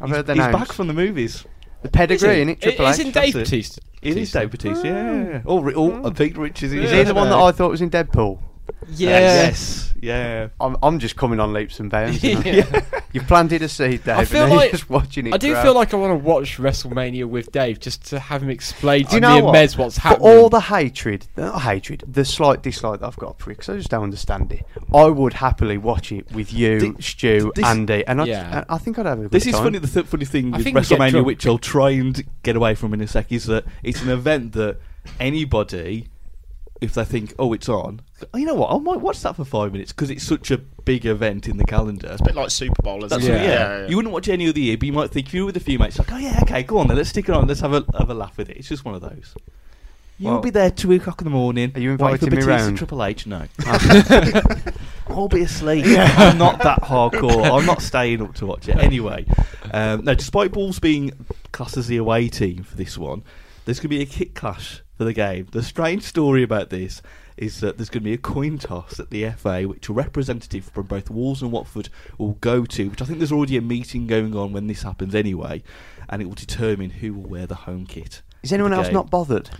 [SPEAKER 3] I've
[SPEAKER 1] he's,
[SPEAKER 3] heard their
[SPEAKER 1] he's
[SPEAKER 3] names.
[SPEAKER 1] back from the movies.
[SPEAKER 3] the pedigree, in it? Triple H.
[SPEAKER 2] Isn't Dave
[SPEAKER 1] that's it.
[SPEAKER 2] Batista?
[SPEAKER 3] Mm.
[SPEAKER 1] It is Dave Batista. Yeah, yeah, yeah. Oh, ri- oh, a big riches.
[SPEAKER 3] Is he the one that I thought was in Deadpool?
[SPEAKER 1] Yes. Yeah.
[SPEAKER 3] I'm, I'm just coming on leaps and bounds. you know.
[SPEAKER 2] Yeah.
[SPEAKER 3] You planted a seed, Dave,
[SPEAKER 2] I feel
[SPEAKER 3] and then
[SPEAKER 2] like-
[SPEAKER 3] you're just watching it.
[SPEAKER 2] I do
[SPEAKER 3] grow.
[SPEAKER 2] feel like I want to watch WrestleMania with Dave just to have him explain to
[SPEAKER 3] Do you
[SPEAKER 2] me
[SPEAKER 3] know
[SPEAKER 2] and
[SPEAKER 3] what?
[SPEAKER 2] Mez what's happening.
[SPEAKER 3] For all the hatred, not hatred, the slight dislike that I've got for it, because I just don't understand it. I would happily watch it with you,
[SPEAKER 1] Thi-
[SPEAKER 3] Stu,
[SPEAKER 1] this-
[SPEAKER 3] Andy, and I,
[SPEAKER 2] Yeah.
[SPEAKER 3] I, I think I'd have a good
[SPEAKER 1] This is
[SPEAKER 3] time.
[SPEAKER 1] funny. The th- funny thing
[SPEAKER 2] I
[SPEAKER 1] with
[SPEAKER 2] think we get
[SPEAKER 1] WrestleMania,
[SPEAKER 2] drunk.
[SPEAKER 1] which I'll try and get away from in a sec, is that it's an event that anybody, if they think, "Oh, it's on," "Oh, you know what? I might watch that for five minutes because it's such a big event in the calendar.
[SPEAKER 4] bit like Super Bowl, isn't
[SPEAKER 1] That's
[SPEAKER 4] it?
[SPEAKER 1] what- yeah.
[SPEAKER 4] yeah, yeah.
[SPEAKER 1] You wouldn't watch any other year, but you might think if you were with a few mates, like, "Oh yeah, okay, go on, then let's stick it on, let's have a have a laugh with it." It's just one of those. You'll
[SPEAKER 3] Well-
[SPEAKER 1] be there two o'clock in the morning.
[SPEAKER 3] Are
[SPEAKER 1] waiting
[SPEAKER 3] you
[SPEAKER 1] for
[SPEAKER 3] inviting me
[SPEAKER 1] Batista and
[SPEAKER 3] round?
[SPEAKER 1] Triple H, no. I'll be asleep. I'm not that hardcore. I'm not staying up to watch it. Anyway, um, now, despite Wolves being classed as the away team for this one, there's going to be a kick clash for the game. The strange story about this is that there's going to be a coin toss at the FA, which a representative from both Wolves and Watford will go to, which I think there's already a meeting going on when this happens anyway, and it will determine who will wear the home kit.
[SPEAKER 3] Is anyone
[SPEAKER 1] of the
[SPEAKER 3] else
[SPEAKER 1] game.
[SPEAKER 3] not bothered?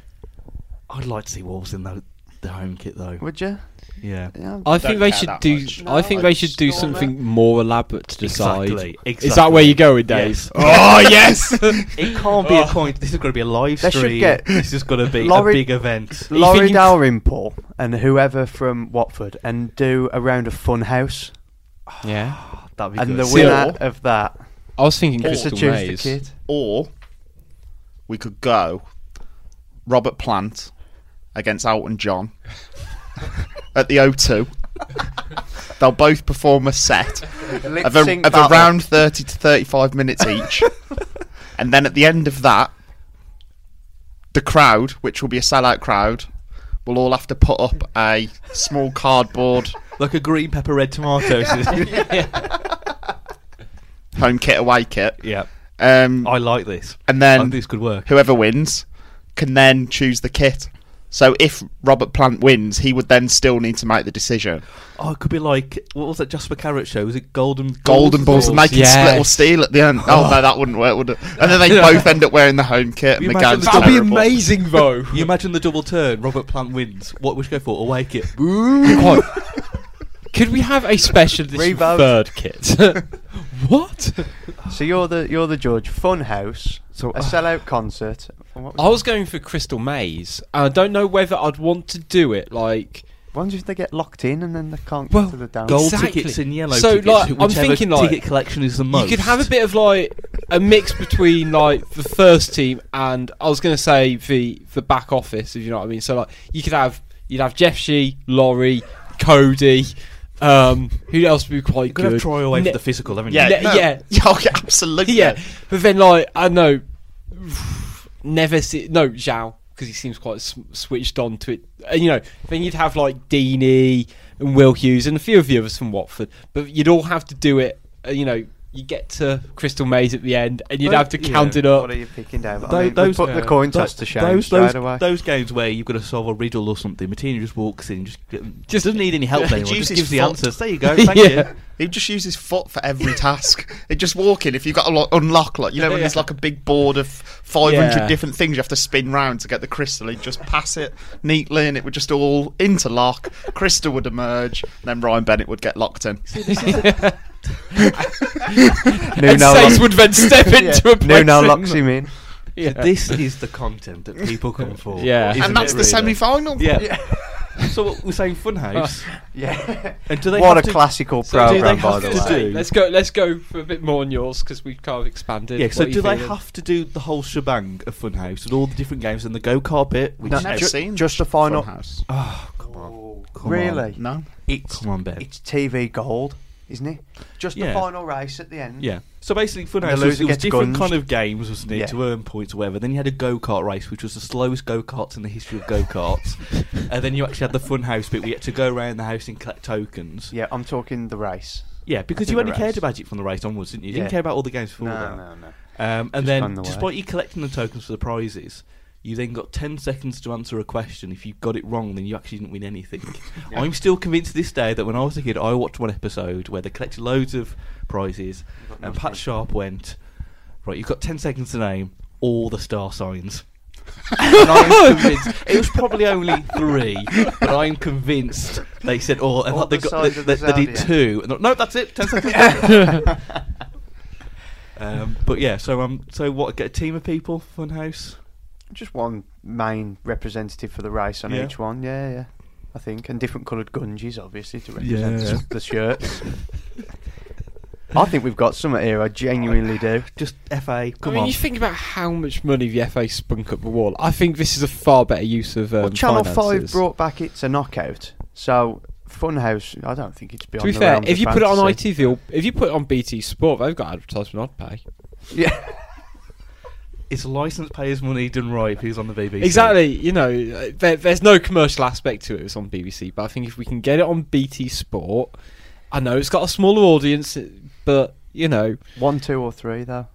[SPEAKER 1] I'd like to see Wolves in the, the home kit, though.
[SPEAKER 3] Would you?
[SPEAKER 1] Yeah.
[SPEAKER 3] Yeah.
[SPEAKER 2] I
[SPEAKER 4] Don't
[SPEAKER 2] think they
[SPEAKER 4] care
[SPEAKER 2] should
[SPEAKER 4] that
[SPEAKER 2] do.
[SPEAKER 4] much.
[SPEAKER 2] I think they should do something more elaborate to decide.
[SPEAKER 1] Exactly,
[SPEAKER 2] Is that where
[SPEAKER 1] exactly.
[SPEAKER 2] you go with Dave?
[SPEAKER 1] Yes.
[SPEAKER 2] Oh yes.
[SPEAKER 1] It can't be
[SPEAKER 2] Oh.
[SPEAKER 1] a coin. This is going to be a live
[SPEAKER 3] They should
[SPEAKER 1] stream.
[SPEAKER 3] get
[SPEAKER 1] this is going to be
[SPEAKER 3] Laurie-
[SPEAKER 1] a big event.
[SPEAKER 2] You think
[SPEAKER 3] Laurie
[SPEAKER 2] you-
[SPEAKER 3] Dalrymple and whoever from Watford and do a round of Funhouse,
[SPEAKER 2] yeah.
[SPEAKER 1] That'd be
[SPEAKER 3] and
[SPEAKER 1] good.
[SPEAKER 3] the winner
[SPEAKER 2] Seal.
[SPEAKER 3] of that
[SPEAKER 2] I was thinking
[SPEAKER 3] gets to
[SPEAKER 2] Crystal
[SPEAKER 3] choose
[SPEAKER 2] Maze.
[SPEAKER 3] the kid.
[SPEAKER 4] Or we could go Robert Plant against Elton John at the O2. They'll both perform a set of, a, of around 30 to 35 minutes each. and then at the end of that, the crowd, which will be a sellout crowd, will all have to put up a small cardboard
[SPEAKER 1] like a green pepper red tomato.
[SPEAKER 4] home kit, away kit.
[SPEAKER 1] yeah,
[SPEAKER 4] Um,
[SPEAKER 1] I like this.
[SPEAKER 4] and
[SPEAKER 1] I think
[SPEAKER 4] then
[SPEAKER 1] this could work.
[SPEAKER 4] whoever wins can then choose the kit. So if Robert Plant wins, he would then still need to make the decision.
[SPEAKER 1] Oh, it could be like what was that Just for Carrot show? Was it Golden
[SPEAKER 4] Golden balls, and they can
[SPEAKER 2] Yes.
[SPEAKER 4] split or steal at the end. Oh no, that wouldn't work, would it? And then they both end up wearing the home kit,
[SPEAKER 1] You
[SPEAKER 4] and the
[SPEAKER 1] imagine
[SPEAKER 4] game's
[SPEAKER 1] the- That'd
[SPEAKER 2] That'd be
[SPEAKER 4] terrible.
[SPEAKER 2] amazing though.
[SPEAKER 1] You imagine the double turn. Robert Plant wins. What would you go for? Away kit.
[SPEAKER 2] God. Could we have a special edition
[SPEAKER 3] Revote.
[SPEAKER 2] third kit? what?
[SPEAKER 3] So you're the you're the judge. Funhouse,
[SPEAKER 1] So- uh,
[SPEAKER 3] a sellout concert. And what was-
[SPEAKER 2] I was going for Crystal Maze. and I don't know whether I'd want to do it like
[SPEAKER 3] Wonder if they get locked in and then they can't
[SPEAKER 2] Well,
[SPEAKER 3] get to the dance.
[SPEAKER 1] Gold
[SPEAKER 2] Exactly.
[SPEAKER 1] tickets and yellow
[SPEAKER 2] So,
[SPEAKER 1] tickets.
[SPEAKER 2] like, I'm
[SPEAKER 1] whichever
[SPEAKER 2] thinking, like,
[SPEAKER 1] ticket collection is the most.
[SPEAKER 2] You could have a bit of like a mix between like the first team and I was gonna say the the back office, if you know what I mean. So like you could have you'd have Jeff Shee, Laurie, Cody, um who else would be quite
[SPEAKER 1] You could
[SPEAKER 2] good?
[SPEAKER 1] have Troy away
[SPEAKER 2] Ne-
[SPEAKER 1] for the physical, haven't
[SPEAKER 4] Yeah,
[SPEAKER 1] you?
[SPEAKER 2] Ne-
[SPEAKER 4] no.
[SPEAKER 2] yeah.
[SPEAKER 4] Oh, yeah, absolutely.
[SPEAKER 2] yeah. But then like I know never see no Zhao because he seems quite s- switched on to it. And you know, then you'd have like Deeney and Will Hughes and a few of the others from Watford, but you'd all have to do it. uh, You know, you get to Crystal Maze at the end, and you'd
[SPEAKER 1] Well,
[SPEAKER 2] have to
[SPEAKER 1] yeah.
[SPEAKER 2] count it
[SPEAKER 3] What
[SPEAKER 2] up.
[SPEAKER 3] are you picking, Dave? I
[SPEAKER 1] Tho-
[SPEAKER 3] mean,
[SPEAKER 1] those-
[SPEAKER 3] we put
[SPEAKER 2] yeah.
[SPEAKER 3] the coin toss
[SPEAKER 1] Tho-
[SPEAKER 3] to shame
[SPEAKER 1] those,
[SPEAKER 3] straight
[SPEAKER 1] those,
[SPEAKER 3] away.
[SPEAKER 1] those games where you've got to solve a riddle or something, Matina just walks in, just,
[SPEAKER 2] Just-
[SPEAKER 1] just doesn't need any help.
[SPEAKER 4] Yeah, he
[SPEAKER 1] anymore,
[SPEAKER 4] uses
[SPEAKER 1] just gives the
[SPEAKER 4] foot.
[SPEAKER 1] answers. There you go. Thank
[SPEAKER 2] Yeah.
[SPEAKER 1] you.
[SPEAKER 4] He'd just use his foot for every task. He'd just walk in. If you've got to lo- unlock, like you know, when there's
[SPEAKER 2] Yeah.
[SPEAKER 4] like a big board of 500
[SPEAKER 2] Yeah.
[SPEAKER 4] different things you have to spin round to get the crystal, he'd just pass it neatly, and it would just all interlock. Crystal would emerge, and then Ryan Bennett would get locked in.
[SPEAKER 2] and
[SPEAKER 3] Nuno
[SPEAKER 2] Saints
[SPEAKER 3] lock-
[SPEAKER 2] would then step into a place.
[SPEAKER 3] Nuno locks him in.
[SPEAKER 2] Yeah.
[SPEAKER 1] This is the content that people come for.
[SPEAKER 2] Yeah.
[SPEAKER 1] isn't
[SPEAKER 4] and that's
[SPEAKER 1] it,
[SPEAKER 4] the
[SPEAKER 1] really?
[SPEAKER 4] semi-final.
[SPEAKER 1] Yeah. so what we're saying Funhouse.
[SPEAKER 3] Yeah.
[SPEAKER 1] and do they
[SPEAKER 3] what a
[SPEAKER 1] have to,
[SPEAKER 3] classical
[SPEAKER 1] do they
[SPEAKER 3] program,
[SPEAKER 1] have
[SPEAKER 3] by the
[SPEAKER 1] to
[SPEAKER 3] way.
[SPEAKER 1] do-
[SPEAKER 2] Let's go. Let's go for a bit more on yours because we've kind of expanded.
[SPEAKER 1] Yeah. So
[SPEAKER 2] What are you
[SPEAKER 1] do they
[SPEAKER 2] feeling?
[SPEAKER 1] have to do the whole shebang of Funhouse and all the different games and the go kart bit? Which
[SPEAKER 3] No,
[SPEAKER 4] Never
[SPEAKER 3] ju-
[SPEAKER 4] seen
[SPEAKER 3] just the final.
[SPEAKER 4] House.
[SPEAKER 1] oh, come on, come
[SPEAKER 3] really?
[SPEAKER 1] on.
[SPEAKER 4] No.
[SPEAKER 3] It's
[SPEAKER 1] come on, Ben.
[SPEAKER 3] it's TV gold, isn't it? Just
[SPEAKER 1] Yeah.
[SPEAKER 3] the final race at the end.
[SPEAKER 1] Yeah. So basically,
[SPEAKER 3] And
[SPEAKER 1] Funhouse was,
[SPEAKER 3] the loser
[SPEAKER 1] it was
[SPEAKER 3] gets
[SPEAKER 1] different
[SPEAKER 3] gunged.
[SPEAKER 1] kind of games, wasn't it,
[SPEAKER 3] Yeah.
[SPEAKER 1] to earn points or whatever. Then you had a go kart race, which was the slowest go karts in the history of go karts. and then you actually had the Funhouse bit. We had to go around the house and collect tokens.
[SPEAKER 3] Yeah, I'm talking the race.
[SPEAKER 1] Yeah, because you
[SPEAKER 3] think the
[SPEAKER 1] only cared
[SPEAKER 3] race.
[SPEAKER 1] about it from the race onwards, didn't you? You didn't
[SPEAKER 3] Yeah.
[SPEAKER 1] care about all the games before that.
[SPEAKER 3] no.
[SPEAKER 1] Um, and
[SPEAKER 3] Just on
[SPEAKER 1] then,
[SPEAKER 3] the way.
[SPEAKER 1] despite you collecting the tokens for the prizes, you then got 10 seconds to answer a question. If you got it wrong, then you actually didn't win anything. I'm still convinced to this day that when I was a kid, I watched one episode where they collected loads of prizes, and Pat Sharp went, Right, you've got 10 seconds to name all the star signs. And I'm convinced it was probably only three, but I'm convinced they said, "Oh, and
[SPEAKER 3] All
[SPEAKER 1] they
[SPEAKER 3] the
[SPEAKER 1] got
[SPEAKER 3] sides
[SPEAKER 1] they,
[SPEAKER 3] of the
[SPEAKER 1] they- they did
[SPEAKER 3] zodiac.
[SPEAKER 1] two. And they're, no, that's it. Ten seconds." left." um, but yeah, so um, so what? Get a team of people, Funhouse.
[SPEAKER 3] Just one main representative for the race on
[SPEAKER 1] Yeah.
[SPEAKER 3] each one. Yeah, yeah. I think, and different coloured gunges, obviously, to represent
[SPEAKER 1] Yeah.
[SPEAKER 3] the, the shirts. I think we've got something here. I genuinely do.
[SPEAKER 1] Just FA. Come
[SPEAKER 2] I mean,
[SPEAKER 1] on.
[SPEAKER 2] you think about how much money the FA spunk up the wall. I think this is a far better use of um,
[SPEAKER 3] well, Channel
[SPEAKER 2] finances.
[SPEAKER 3] Five brought back it's a knockout, so Funhouse. I don't think it's
[SPEAKER 2] To
[SPEAKER 3] beyond.
[SPEAKER 2] be
[SPEAKER 3] the
[SPEAKER 2] fair,
[SPEAKER 3] realms
[SPEAKER 2] if
[SPEAKER 3] of
[SPEAKER 2] you put it on
[SPEAKER 3] fantasy.
[SPEAKER 2] ITV, or if you put it on BT Sport, they've got advertisement I'd pay.
[SPEAKER 3] yeah,
[SPEAKER 1] it's licence payers' money done right. Who's on the BBC?
[SPEAKER 2] Exactly, you know, uh, there, there's no commercial aspect to it. It's on BBC, but I think if we can get it on BT Sport, I know it's got a smaller audience, but you know,
[SPEAKER 3] one, two, or three though.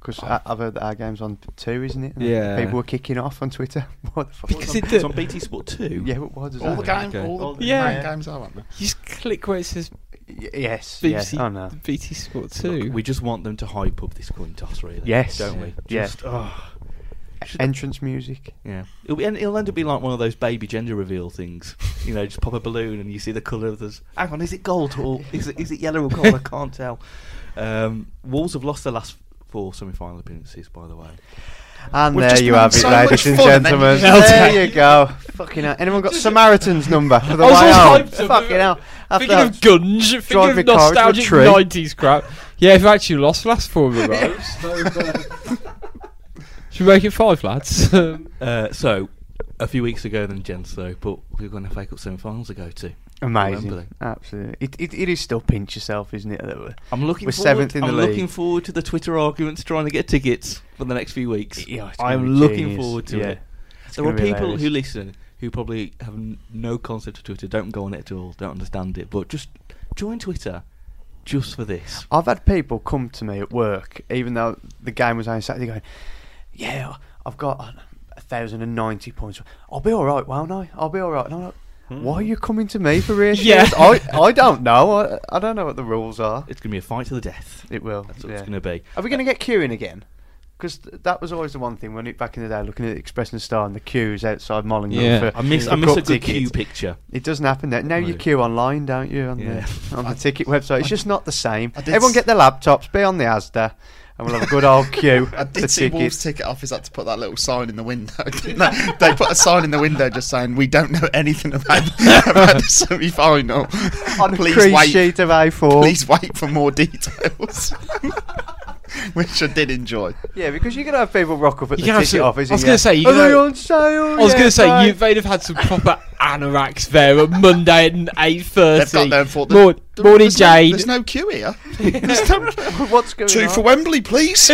[SPEAKER 3] Because
[SPEAKER 2] Oh.
[SPEAKER 3] I've heard that our game's on two, isn't it? And
[SPEAKER 2] Yeah.
[SPEAKER 3] People were kicking off on Twitter. what the fuck?
[SPEAKER 2] because it
[SPEAKER 1] It's
[SPEAKER 2] do-
[SPEAKER 1] on BT Sport Two.
[SPEAKER 3] yeah, what was
[SPEAKER 4] All the
[SPEAKER 3] that?
[SPEAKER 4] games,
[SPEAKER 1] okay.
[SPEAKER 4] all the
[SPEAKER 2] Yeah.
[SPEAKER 4] main games are, aren't there?
[SPEAKER 2] you just click where it says
[SPEAKER 3] Y- yes. Yes.
[SPEAKER 2] BBC
[SPEAKER 3] Oh no.
[SPEAKER 2] BT Sport too.
[SPEAKER 1] Look, we just want them to hype up this coin toss, really.
[SPEAKER 3] Yes.
[SPEAKER 1] don't we?
[SPEAKER 3] Yeah.
[SPEAKER 1] Just, oh,
[SPEAKER 3] Entrance music.
[SPEAKER 1] yeah. It'll, be, and it'll end up being like one of those baby gender reveal things. You know, just pop a balloon and you see the colour of this. Hang on, is it gold or is it, is it yellow or gold? I can't tell. Um, Wolves have lost their last four semi-final appearances, by the way.
[SPEAKER 3] And
[SPEAKER 4] We've
[SPEAKER 3] there
[SPEAKER 4] just
[SPEAKER 3] you
[SPEAKER 4] been
[SPEAKER 3] have it,
[SPEAKER 4] so
[SPEAKER 3] ladies
[SPEAKER 4] much
[SPEAKER 3] and
[SPEAKER 4] fun and then
[SPEAKER 3] gentlemen.
[SPEAKER 4] you just-
[SPEAKER 3] There you go. Fucking hell. Anyone got Samaritan's number for the
[SPEAKER 2] I was
[SPEAKER 3] way
[SPEAKER 2] all
[SPEAKER 3] home?
[SPEAKER 2] hyped up.
[SPEAKER 3] Fucking hell. After
[SPEAKER 2] Thinking of Gunge, thinking
[SPEAKER 3] Drive
[SPEAKER 2] of
[SPEAKER 3] your car into a
[SPEAKER 2] nostalgic
[SPEAKER 3] tree.
[SPEAKER 2] 90s crap. Yeah, if you actually lost the last four of the Should we make it five, lads?
[SPEAKER 3] Oh,
[SPEAKER 2] Um,
[SPEAKER 1] Uh, so, a few weeks ago than Gents, though, but we've got an FA Cup semi-finals to go to. Wembley.
[SPEAKER 3] Amazing. Absolutely. It, it, it is still pinch yourself, isn't it? that we're-
[SPEAKER 1] I'm looking
[SPEAKER 3] We're
[SPEAKER 1] forward,
[SPEAKER 3] seventh in the
[SPEAKER 1] I'm
[SPEAKER 3] league.
[SPEAKER 1] looking forward to the Twitter arguments trying to get tickets for the next few weeks.
[SPEAKER 3] Yeah, it's gonna
[SPEAKER 1] I'm
[SPEAKER 3] be
[SPEAKER 1] looking
[SPEAKER 3] genius.
[SPEAKER 1] forward to
[SPEAKER 3] Yeah.
[SPEAKER 1] it. There are
[SPEAKER 3] gonna be
[SPEAKER 1] people
[SPEAKER 3] hilarious.
[SPEAKER 1] who listen who probably have n- no concept of Twitter, don't go on it at all, don't understand it, but just join Twitter just for this.
[SPEAKER 3] I've had people come to me at work, even though the game was on Saturday, going, "Yeah, I've got a thousand and ninety points. I'll be all right, won't I? I'll be all right." And I'm like, "Why are you coming to me for reassurance? I, I don't know. I, I don't know what the rules are.
[SPEAKER 1] It's going to be a fight to the death.
[SPEAKER 3] It will.
[SPEAKER 1] That's what
[SPEAKER 3] yeah.
[SPEAKER 1] it's going to be.
[SPEAKER 3] Are we going to get queuing again? Because th- that was always the one thing when it, back in the day, looking at the Express and Star and the queues outside Mollingham.
[SPEAKER 2] Yeah.
[SPEAKER 3] for
[SPEAKER 1] I miss, I
[SPEAKER 3] for
[SPEAKER 1] miss
[SPEAKER 3] cup
[SPEAKER 1] a good
[SPEAKER 3] tickets.
[SPEAKER 1] queue picture.
[SPEAKER 3] It doesn't happen there. Now you
[SPEAKER 1] Right.
[SPEAKER 3] queue online, don't you, on,
[SPEAKER 1] Yeah.
[SPEAKER 3] the, on the ticket website? It's just not the same.
[SPEAKER 4] I did
[SPEAKER 3] Everyone
[SPEAKER 4] s-
[SPEAKER 3] get their laptops, be on the ASDA, and we'll have a good old queue
[SPEAKER 4] I
[SPEAKER 3] for
[SPEAKER 4] did see Wolves
[SPEAKER 3] tickets.
[SPEAKER 4] ticket office had to put that little sign in the window. Didn't they? they put a sign in the window just saying, "We don't know anything about, about the semi-final.
[SPEAKER 3] on a
[SPEAKER 4] please
[SPEAKER 3] crease
[SPEAKER 4] wait,
[SPEAKER 3] sheet of A4.
[SPEAKER 4] please wait for more details." Which I did enjoy.
[SPEAKER 3] Yeah, because you're going to have people rock up at
[SPEAKER 2] You
[SPEAKER 3] the
[SPEAKER 2] can have
[SPEAKER 3] ticket
[SPEAKER 2] some-
[SPEAKER 3] office.
[SPEAKER 2] I was
[SPEAKER 3] and
[SPEAKER 2] gonna
[SPEAKER 3] go,
[SPEAKER 2] say, you
[SPEAKER 3] Are they
[SPEAKER 2] know-
[SPEAKER 3] on sale?
[SPEAKER 2] I was going to say, you, they'd have had some proper anoraks there at Monday at 8.30.
[SPEAKER 4] They've got there for the
[SPEAKER 2] Mor- Morning,
[SPEAKER 4] there's no-
[SPEAKER 2] Jade.
[SPEAKER 4] there's no queue here.
[SPEAKER 3] What's going
[SPEAKER 4] Two
[SPEAKER 3] on?
[SPEAKER 4] for Wembley, please.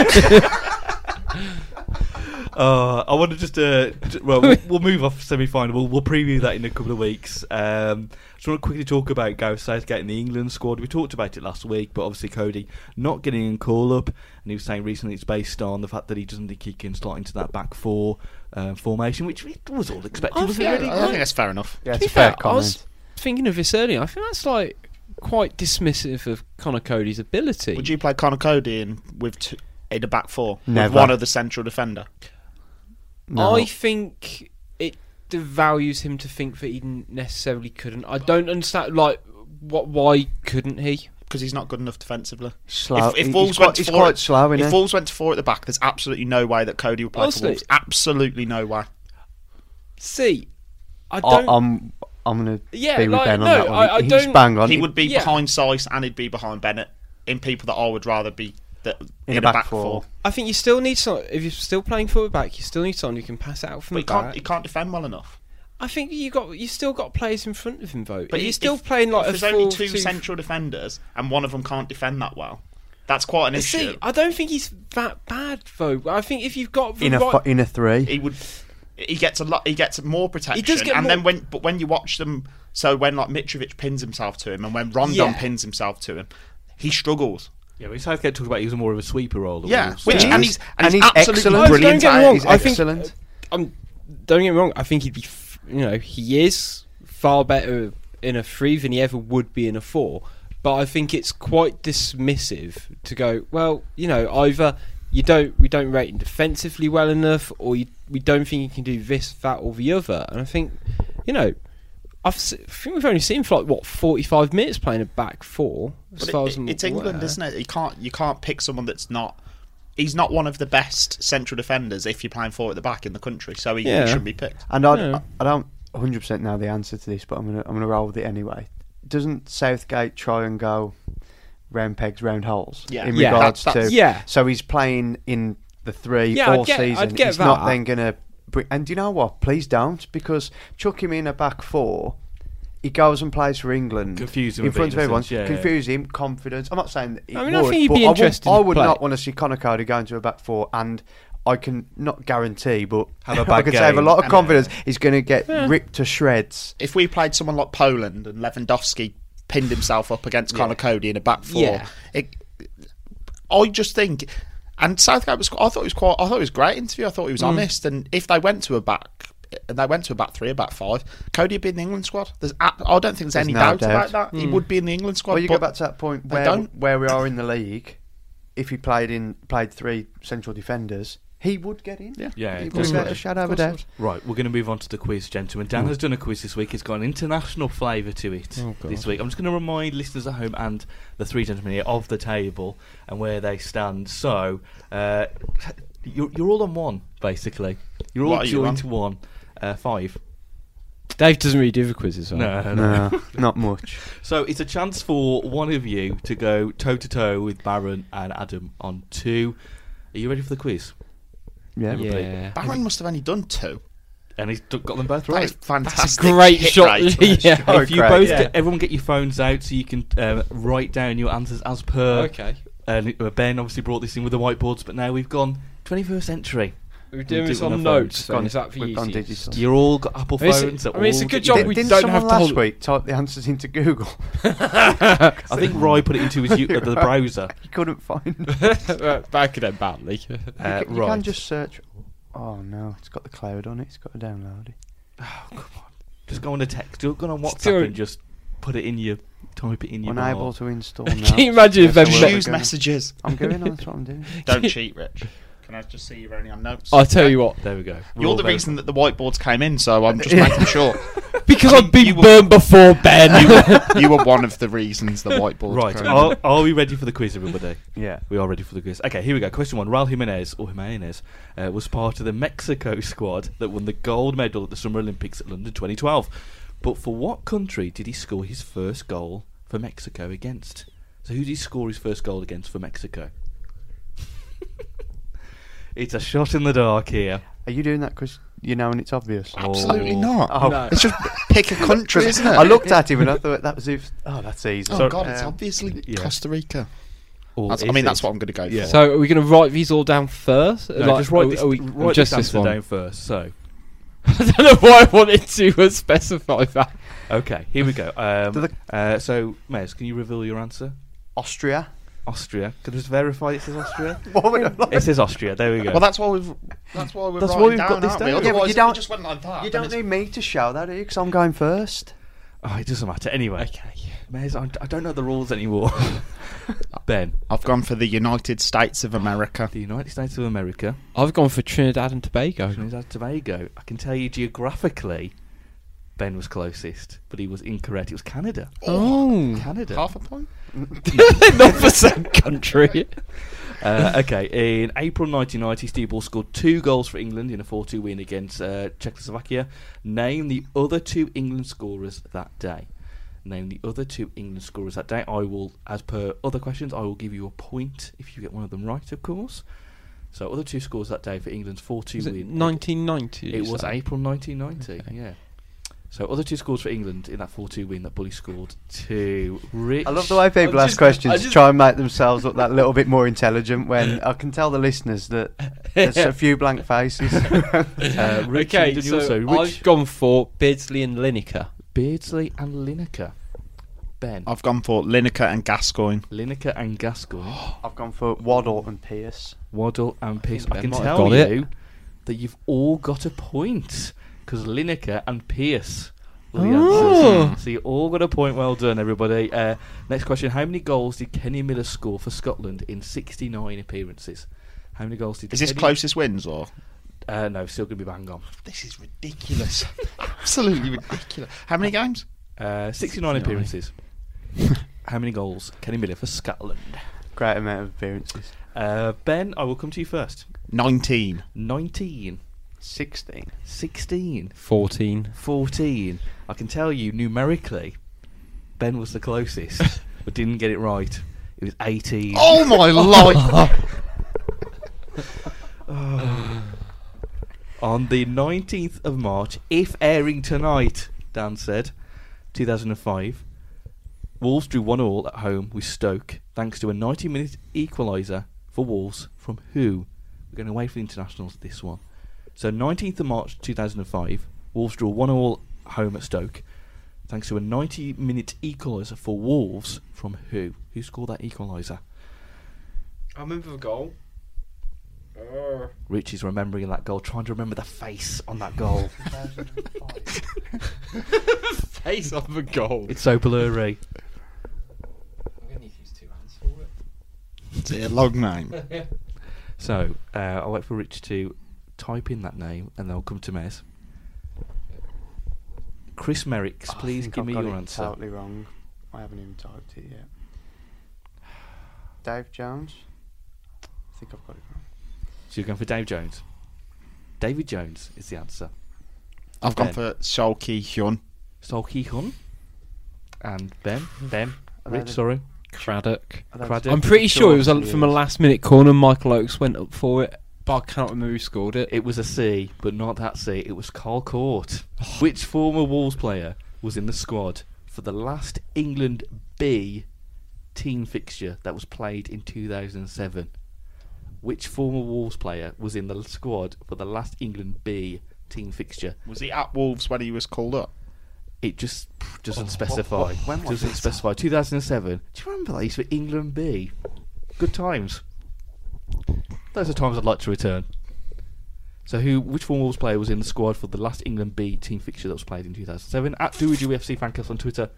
[SPEAKER 1] Uh, I want to just uh, j- well, we'll- we'll move off semi-final. We'll, we'll preview that in a couple of weeks. Um, just want to quickly talk about Gareth Southgate in the England squad. We talked about it last week, but obviously Cody not getting a call up, and he was saying recently it's based on the fact that he doesn't think he can slot into that back four uh, formation, which we was all
[SPEAKER 4] Oh,
[SPEAKER 1] expected. Was
[SPEAKER 2] think-
[SPEAKER 1] really
[SPEAKER 4] I think that's fair enough.
[SPEAKER 3] Yeah,
[SPEAKER 2] To
[SPEAKER 3] it's
[SPEAKER 2] be
[SPEAKER 3] a fair
[SPEAKER 2] fair, I
[SPEAKER 3] comment.
[SPEAKER 2] was thinking of this earlier. I think that's like quite dismissive of Connor Cody's ability.
[SPEAKER 4] Would you play Connor Cody in with two, in a back four
[SPEAKER 3] Never.
[SPEAKER 4] with one of the central defender?
[SPEAKER 3] No.
[SPEAKER 2] I think it devalues him to think that he n- necessarily couldn't. I don't understand, like, what? Why couldn't he?
[SPEAKER 4] Because he's not good enough defensively.
[SPEAKER 3] Slow.
[SPEAKER 4] If, if
[SPEAKER 3] He-
[SPEAKER 4] Wolves
[SPEAKER 3] he's quite,
[SPEAKER 4] went to
[SPEAKER 3] he's
[SPEAKER 4] four,
[SPEAKER 3] quite slow,
[SPEAKER 4] if
[SPEAKER 3] isn't he?
[SPEAKER 4] Wolves went to four at the back, there's absolutely no way that Cody will play for
[SPEAKER 2] Honestly.
[SPEAKER 4] Wolves. Absolutely no way.
[SPEAKER 2] See, I
[SPEAKER 3] I-
[SPEAKER 2] don't.
[SPEAKER 3] I'm, I'm going to
[SPEAKER 2] Yeah,
[SPEAKER 3] be with
[SPEAKER 2] like,
[SPEAKER 3] Ben on
[SPEAKER 2] no,
[SPEAKER 3] that one.
[SPEAKER 2] I- I
[SPEAKER 3] he's
[SPEAKER 2] don't-
[SPEAKER 3] bang on.
[SPEAKER 4] He would be
[SPEAKER 2] yeah.
[SPEAKER 4] behind Sice and he'd be behind Bennett in people that I would rather be that, in, a back, four.
[SPEAKER 2] I think you still need some. If you're still playing forward back, you still need someone who can pass it out
[SPEAKER 4] But
[SPEAKER 2] from
[SPEAKER 4] he
[SPEAKER 2] the
[SPEAKER 4] can't, he
[SPEAKER 2] back.
[SPEAKER 4] can't defend well enough.
[SPEAKER 2] I think you got you still got players in front of him though. But you're
[SPEAKER 4] if-
[SPEAKER 2] still
[SPEAKER 4] if-
[SPEAKER 2] playing like
[SPEAKER 4] if
[SPEAKER 2] a
[SPEAKER 4] there's only
[SPEAKER 2] full
[SPEAKER 4] two,
[SPEAKER 2] two-
[SPEAKER 4] central defenders and one of them can't defend that well. That's quite an issue.
[SPEAKER 2] See, I don't think he's that bad though. I think if you've got the
[SPEAKER 3] in a,
[SPEAKER 2] right,
[SPEAKER 3] fu- in a three.
[SPEAKER 4] he would he gets a lot he gets more protection
[SPEAKER 2] get
[SPEAKER 4] and
[SPEAKER 2] more-
[SPEAKER 4] then when but when you watch them so when like Mitrovic pins himself to him and when Rondon
[SPEAKER 2] Yeah.
[SPEAKER 4] pins himself to him he struggles
[SPEAKER 1] Yeah, but Southgate talked about he was more of a sweeper role. than
[SPEAKER 4] yeah
[SPEAKER 1] Wolves.
[SPEAKER 4] which
[SPEAKER 3] Yeah.
[SPEAKER 4] and he's and,
[SPEAKER 3] And
[SPEAKER 4] he's,
[SPEAKER 3] he's
[SPEAKER 4] absolutely
[SPEAKER 3] excellent.
[SPEAKER 2] No,
[SPEAKER 4] brilliant
[SPEAKER 2] don't get
[SPEAKER 4] at
[SPEAKER 2] me
[SPEAKER 4] it.
[SPEAKER 2] wrong.
[SPEAKER 3] He's
[SPEAKER 2] I think,
[SPEAKER 3] excellent.
[SPEAKER 2] uh, um, don't get me wrong. I think he'd be, f- you know, he is far better in a three than he ever would be in a four. But I think it's quite dismissive to go. Well, you know, either you don't we don't rate him defensively well enough, or you, we don't think he can do this, that, or the other. And I think, you know, I've se- I think we've only seen for like what forty five minutes playing a back four. As
[SPEAKER 4] But
[SPEAKER 2] far
[SPEAKER 4] it-
[SPEAKER 2] as I'm
[SPEAKER 4] it's England,
[SPEAKER 2] aware.
[SPEAKER 4] isn't it? You can't you can't pick someone that's not. He's not one of the best central defenders if you're playing four at the back in the country, so he, he
[SPEAKER 2] Yeah.
[SPEAKER 4] shouldn't be picked.
[SPEAKER 3] And I'd,
[SPEAKER 2] Yeah.
[SPEAKER 3] I don't 100 percent know the answer to this, but I'm gonna I'm gonna roll with it anyway. Doesn't Southgate try and go round pegs, round holes?
[SPEAKER 4] Yeah.
[SPEAKER 3] In
[SPEAKER 2] Yeah.
[SPEAKER 3] regards
[SPEAKER 4] That's- that's-
[SPEAKER 3] to
[SPEAKER 2] yeah.
[SPEAKER 3] So he's playing in the three
[SPEAKER 2] Yeah, I'd
[SPEAKER 3] all
[SPEAKER 2] get- I'd
[SPEAKER 3] season.
[SPEAKER 2] get
[SPEAKER 3] he's not
[SPEAKER 2] that.
[SPEAKER 3] then gonna. Bring, and do you know what? Please don't, because chuck him in a back four. He goes and plays for England.
[SPEAKER 1] Confuse him
[SPEAKER 3] in
[SPEAKER 1] a bit
[SPEAKER 3] front of
[SPEAKER 1] in a
[SPEAKER 3] everyone.
[SPEAKER 1] sense, yeah, yeah.
[SPEAKER 3] Confuse him. Confidence. I'm not saying that he
[SPEAKER 2] I mean, I
[SPEAKER 3] would,
[SPEAKER 2] think he'd
[SPEAKER 3] but
[SPEAKER 2] be
[SPEAKER 3] I won't-
[SPEAKER 2] interesting
[SPEAKER 3] I
[SPEAKER 2] to
[SPEAKER 3] would
[SPEAKER 2] play.
[SPEAKER 3] not want to see Connor Cody going to a back four, and I can not guarantee, but
[SPEAKER 1] Have a
[SPEAKER 3] I
[SPEAKER 1] bad
[SPEAKER 3] can save a
[SPEAKER 1] game.
[SPEAKER 3] lot of
[SPEAKER 4] And-
[SPEAKER 3] confidence. He's going to get ripped to shreds.
[SPEAKER 4] If we played someone like Poland and Lewandowski pinned himself up against Connor Cody in a back four,
[SPEAKER 2] Yeah.
[SPEAKER 4] it, I just think. And Southgate was. I thought he was quite. I thought it was a great interview. I thought he was honest. And if they went to a back, and they went to a back three, a back five, Cody would be in the England squad. There's. ab- I don't think there's, any
[SPEAKER 3] no
[SPEAKER 4] doubt,
[SPEAKER 3] doubt.
[SPEAKER 4] about that. He would be in the England squad.
[SPEAKER 3] Well, you
[SPEAKER 4] but
[SPEAKER 3] go back to that point
[SPEAKER 4] they
[SPEAKER 3] where
[SPEAKER 4] don't.
[SPEAKER 3] where we are in the league. If he played in played three central defenders, he would get in. Yeah,
[SPEAKER 1] Yeah,
[SPEAKER 3] he
[SPEAKER 1] of
[SPEAKER 3] would
[SPEAKER 1] course he
[SPEAKER 3] get
[SPEAKER 1] would.
[SPEAKER 3] a shadow of a doubt.
[SPEAKER 1] Right, we're going to move on to the quiz, gentlemen. Dan
[SPEAKER 4] Hmm.
[SPEAKER 1] has done a quiz this week. It's got an international flavour to it
[SPEAKER 4] Oh,
[SPEAKER 1] this week. I'm just going to remind listeners at home and the three gentlemen here of the table and where they stand. So, uh, you're, you're all on one, basically. You're all
[SPEAKER 4] What are you
[SPEAKER 1] joined to one. Uh, five.
[SPEAKER 2] Dave doesn't really do the quizzes.
[SPEAKER 4] Uh,
[SPEAKER 2] Right?
[SPEAKER 1] No, no, no.
[SPEAKER 3] No, not much.
[SPEAKER 1] So it's a chance for one of you to go toe to toe with Baron and Adam on two. Are you ready for the quiz?
[SPEAKER 3] Yeah,
[SPEAKER 1] Everybody?
[SPEAKER 2] Yeah.
[SPEAKER 4] Barron must have only done two.
[SPEAKER 1] And he's d- got them both
[SPEAKER 4] That
[SPEAKER 1] right.
[SPEAKER 4] is fantastic.
[SPEAKER 2] That's a great
[SPEAKER 4] hit
[SPEAKER 2] shot.
[SPEAKER 4] rate.
[SPEAKER 2] yeah.
[SPEAKER 3] Oh,
[SPEAKER 1] if you
[SPEAKER 3] great,
[SPEAKER 1] both
[SPEAKER 3] yeah.
[SPEAKER 1] get, everyone get your phones out so you can um, write down your answers as per.
[SPEAKER 2] Okay.
[SPEAKER 1] And uh, Ben obviously brought this in with the whiteboards, but now we've gone 21st century.
[SPEAKER 2] We're doing
[SPEAKER 1] do
[SPEAKER 2] this
[SPEAKER 1] it on
[SPEAKER 2] on
[SPEAKER 1] our
[SPEAKER 2] notes.
[SPEAKER 3] phones.
[SPEAKER 2] then, Is that for
[SPEAKER 3] We've
[SPEAKER 2] you?
[SPEAKER 3] gone digital.
[SPEAKER 1] You're all got Apple
[SPEAKER 2] It's-
[SPEAKER 1] phones. that
[SPEAKER 2] I mean, it's a
[SPEAKER 1] all
[SPEAKER 2] good
[SPEAKER 1] get-
[SPEAKER 2] job
[SPEAKER 1] Yeah,
[SPEAKER 2] we
[SPEAKER 3] Didn't
[SPEAKER 2] don't
[SPEAKER 3] someone
[SPEAKER 2] have to
[SPEAKER 3] last
[SPEAKER 2] hold-
[SPEAKER 3] week type the answers into Google?
[SPEAKER 1] I think Rye put it into his u- uh, the browser.
[SPEAKER 3] he couldn't find. You
[SPEAKER 2] Back in that badly.
[SPEAKER 1] Uh,
[SPEAKER 3] can- you
[SPEAKER 1] right.
[SPEAKER 3] can just search. Oh no, it's got the cloud on it. It's got to download it.
[SPEAKER 1] Just go on the text. Go on WhatsApp
[SPEAKER 2] Still-
[SPEAKER 1] and just put it in your. Type it in your. bar.
[SPEAKER 3] Unable to install. now.
[SPEAKER 2] Can you imagine if
[SPEAKER 3] That's the
[SPEAKER 2] they've
[SPEAKER 3] way
[SPEAKER 2] met-
[SPEAKER 3] we're
[SPEAKER 4] Choose
[SPEAKER 3] going.
[SPEAKER 4] messages.
[SPEAKER 3] I'm going on. That's what I'm doing.
[SPEAKER 4] Don't cheat, Rich. Can I just see you're only on notes?
[SPEAKER 2] I'll tell you what.
[SPEAKER 1] There we go. We're
[SPEAKER 4] You're
[SPEAKER 1] all
[SPEAKER 4] the
[SPEAKER 1] there.
[SPEAKER 4] reason that the whiteboards came in, so I'm just making sure.
[SPEAKER 2] Because
[SPEAKER 4] I
[SPEAKER 2] I've
[SPEAKER 4] mean,
[SPEAKER 2] been
[SPEAKER 4] you were-
[SPEAKER 2] burned before, Ben.
[SPEAKER 4] You were, you were one of the reasons the whiteboards
[SPEAKER 1] Right, Oh.
[SPEAKER 4] came
[SPEAKER 1] are,
[SPEAKER 4] in.
[SPEAKER 1] are we ready for the quiz, everybody?
[SPEAKER 3] Yeah.
[SPEAKER 1] We are ready for the quiz. Okay, here we go. Question one: Raul Jimenez or Jimenez uh, was part of the Mexico squad that won the gold medal at the Summer Olympics at London 2012. But for what country did he score his first goal for Mexico against? So who did he score his first goal against for Mexico? it's a shot in the dark here.
[SPEAKER 3] Are you doing that because you know and it's obvious?
[SPEAKER 4] Absolutely
[SPEAKER 1] Oh.
[SPEAKER 4] not.
[SPEAKER 3] Oh.
[SPEAKER 2] No.
[SPEAKER 4] It's just pick a country, isn't it?
[SPEAKER 3] I looked at him and I thought that was if. Oh, that's easy.
[SPEAKER 4] Oh God! It's obviously
[SPEAKER 1] Um, yeah.
[SPEAKER 4] Costa Rica.
[SPEAKER 1] Or
[SPEAKER 4] That's, I
[SPEAKER 1] is it-
[SPEAKER 4] mean, that's what I'm going to go
[SPEAKER 1] Yeah.
[SPEAKER 4] for.
[SPEAKER 2] So are we going to write these all down first?
[SPEAKER 1] No,
[SPEAKER 2] Like,
[SPEAKER 1] just write
[SPEAKER 2] are we-
[SPEAKER 1] this,
[SPEAKER 2] are we-
[SPEAKER 1] write
[SPEAKER 2] just
[SPEAKER 1] this
[SPEAKER 2] this
[SPEAKER 1] answer
[SPEAKER 2] one.
[SPEAKER 1] down first. So,
[SPEAKER 2] I don't know why I wanted to uh, specify that.
[SPEAKER 1] okay, here we go. Um,
[SPEAKER 3] Do the-
[SPEAKER 1] uh, so, Mez, can you reveal your answer?
[SPEAKER 3] Austria.
[SPEAKER 1] Austria. Can I just verify it says Austria?
[SPEAKER 3] What would I like?
[SPEAKER 1] it says Austria. There we go.
[SPEAKER 4] well, that's why we've. That's why we're.
[SPEAKER 1] That's why
[SPEAKER 4] writing
[SPEAKER 1] we've got
[SPEAKER 4] down,
[SPEAKER 1] this
[SPEAKER 4] aren't
[SPEAKER 1] down. Yeah,
[SPEAKER 4] We?
[SPEAKER 1] but you
[SPEAKER 4] Otherwise, if
[SPEAKER 3] don't-
[SPEAKER 4] we just went like that.
[SPEAKER 3] You
[SPEAKER 4] then
[SPEAKER 3] don't
[SPEAKER 4] it's-
[SPEAKER 3] need me to shout that, because I'm going first.
[SPEAKER 1] oh, it doesn't matter. Anyway, Mez, I, I don't know the rules anymore. ben,
[SPEAKER 4] I've gone for the United States of America.
[SPEAKER 1] the United States of America,
[SPEAKER 2] I've gone for Trinidad and Tobago.
[SPEAKER 1] Trinidad and Tobago. I can tell you geographically, Ben was closest, but he was incorrect. It was Canada.
[SPEAKER 2] Oh,
[SPEAKER 1] Canada.
[SPEAKER 4] Mm. Half a point.
[SPEAKER 2] not the same country.
[SPEAKER 1] Uh, okay, in April 1990, Steve Ball scored two goals for England in a 4 2 win against uh, Czechoslovakia. Name the other two England scorers that day. Name the other two England scorers that day. I will, as per other questions, I will give you a point if you get one of them right, of course. So, other two scores that day for England's 4 2
[SPEAKER 2] Was it
[SPEAKER 1] win.
[SPEAKER 2] 1990?
[SPEAKER 1] It was April 1990, yeah. So, other two scores for England in that 4 2 win that Bully scored to Rich.
[SPEAKER 3] I love the way people
[SPEAKER 2] I
[SPEAKER 3] ask
[SPEAKER 2] just- I
[SPEAKER 3] questions to
[SPEAKER 2] just-
[SPEAKER 3] try and make themselves look that little bit more intelligent when I can tell the listeners that there's a few blank faces.
[SPEAKER 1] Uh, Rich,
[SPEAKER 2] Okay,
[SPEAKER 1] did you
[SPEAKER 2] so
[SPEAKER 1] also- Rich-
[SPEAKER 2] I've gone for Beardsley and Lineker.
[SPEAKER 1] Beardsley and Lineker. Ben.
[SPEAKER 4] I've gone for Lineker and Gascoigne.
[SPEAKER 1] Lineker and Gascoigne.
[SPEAKER 3] I've gone for Waddle and Pierce.
[SPEAKER 1] Waddle and Pierce. I,
[SPEAKER 2] Ben
[SPEAKER 1] can
[SPEAKER 2] might have
[SPEAKER 1] tell
[SPEAKER 2] got it.
[SPEAKER 1] you that you've all got a point because Lineker and Pierce were the
[SPEAKER 2] Oh.
[SPEAKER 1] answers. So you all got a point. Well done, everybody. Uh, next question How many goals did Kenny Miller score for Scotland in 69 appearances? How many goals did
[SPEAKER 4] Is this
[SPEAKER 1] Eddie-
[SPEAKER 4] closest wins or?
[SPEAKER 1] Uh, no, still going to be bang on.
[SPEAKER 4] This is ridiculous. Absolutely ridiculous. How many games?
[SPEAKER 1] Uh, 69 appearances. How many goals? Kenny Miller for Scotland.
[SPEAKER 3] Great amount of appearances.
[SPEAKER 1] Uh, ben, I will come to you first.
[SPEAKER 4] 19.
[SPEAKER 1] 19,
[SPEAKER 3] 16.
[SPEAKER 1] 16,
[SPEAKER 2] 14.
[SPEAKER 1] 14. I can tell you numerically, Ben was the closest, but didn't get it right. It was 18.
[SPEAKER 4] Oh my life!
[SPEAKER 1] On the 19th of March, if airing tonight, Dan said, 2005, Wolves drew 1 all at home with Stoke thanks to a 90 minute equaliser for Wolves from who? We're going away from the internationals this one. So, 19th of March 2005, Wolves drew 1 all at home at Stoke thanks to a 90 minute equaliser for Wolves from who? Who scored that equaliser?
[SPEAKER 2] I remember the goal.
[SPEAKER 1] Rich is remembering that goal, trying to remember the face on that goal.
[SPEAKER 2] Face of a goal.
[SPEAKER 1] it's so blurry.
[SPEAKER 2] I'm going to need to use two hands for
[SPEAKER 4] It's
[SPEAKER 2] it.
[SPEAKER 4] a long name.
[SPEAKER 1] So uh, I'll wait for Rich to type in that name, and they'll come to Mez. Chris Merricks,
[SPEAKER 3] I
[SPEAKER 1] please
[SPEAKER 3] think
[SPEAKER 1] give
[SPEAKER 3] I've
[SPEAKER 1] me
[SPEAKER 3] got
[SPEAKER 1] your
[SPEAKER 3] it
[SPEAKER 1] answer.
[SPEAKER 3] Totally wrong. I haven't even typed it yet. Dave Jones. I think I've got it wrong.
[SPEAKER 1] So you're going for Dave Jones. David Jones is the answer.
[SPEAKER 4] I've gone
[SPEAKER 1] Ben.
[SPEAKER 4] for Sol Ki Hyun.
[SPEAKER 1] Solki Hun and Ben. Ben.
[SPEAKER 3] Are they
[SPEAKER 1] Rich,
[SPEAKER 3] the-
[SPEAKER 1] sorry.
[SPEAKER 2] Craddock.
[SPEAKER 3] Are those-
[SPEAKER 1] Craddock.
[SPEAKER 2] I'm pretty sure it was a,
[SPEAKER 3] Yes.
[SPEAKER 2] from a last minute corner. Michael Oakes went up for it, but I cannot remember who scored it.
[SPEAKER 1] It was a C, but not that C. It was Carl Court. Which former Wolves player was in the squad for the last England B team fixture that was played in 2007? Which former Wolves player was in the squad for the last England B team fixture?
[SPEAKER 4] Was he at Wolves when he was called up?
[SPEAKER 1] It just doesn't specify.
[SPEAKER 3] Oh, what- when was
[SPEAKER 1] doesn't
[SPEAKER 3] it?
[SPEAKER 1] specify. 2007. Do you remember that? Used for England B. Good times. Those are times I'd like to return. So, who, which former Wolves player was in the squad for the last England B team fixture that was played in 2007? At DoWeDoUFC fancast on Twitter.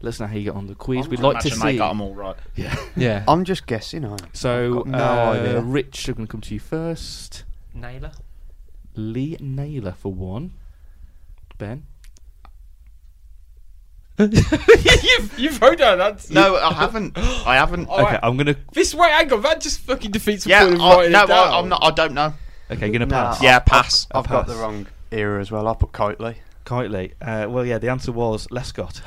[SPEAKER 1] Let us know how you get on the quiz. We'd like to
[SPEAKER 4] Imagine they
[SPEAKER 1] see.
[SPEAKER 4] got him all right.
[SPEAKER 1] Yeah.
[SPEAKER 2] yeah.
[SPEAKER 3] I'm just guessing. I
[SPEAKER 1] So,
[SPEAKER 3] I've got no
[SPEAKER 1] uh,
[SPEAKER 3] idea.
[SPEAKER 1] Rich, I'm going to come to you first.
[SPEAKER 2] Naylor.
[SPEAKER 1] Lee Naylor for one. Ben.
[SPEAKER 2] you've, you've heard that. That's,
[SPEAKER 4] No, I haven't. I haven't.
[SPEAKER 2] All
[SPEAKER 1] Okay,
[SPEAKER 2] right.
[SPEAKER 1] I'm gonna.
[SPEAKER 2] This way, hang on. That just fucking defeats the
[SPEAKER 4] Yeah, I,
[SPEAKER 2] point of
[SPEAKER 4] no,
[SPEAKER 2] writing it down.
[SPEAKER 4] I, I'm not. I don't know.
[SPEAKER 1] Okay, gonna
[SPEAKER 3] Nah,
[SPEAKER 1] pass.
[SPEAKER 3] I-
[SPEAKER 4] Yeah, pass.
[SPEAKER 3] I've got the
[SPEAKER 1] pass.
[SPEAKER 3] wrong era as well. I put Coitley.
[SPEAKER 1] Kitely. Uh, well, yeah, the answer was Lescott.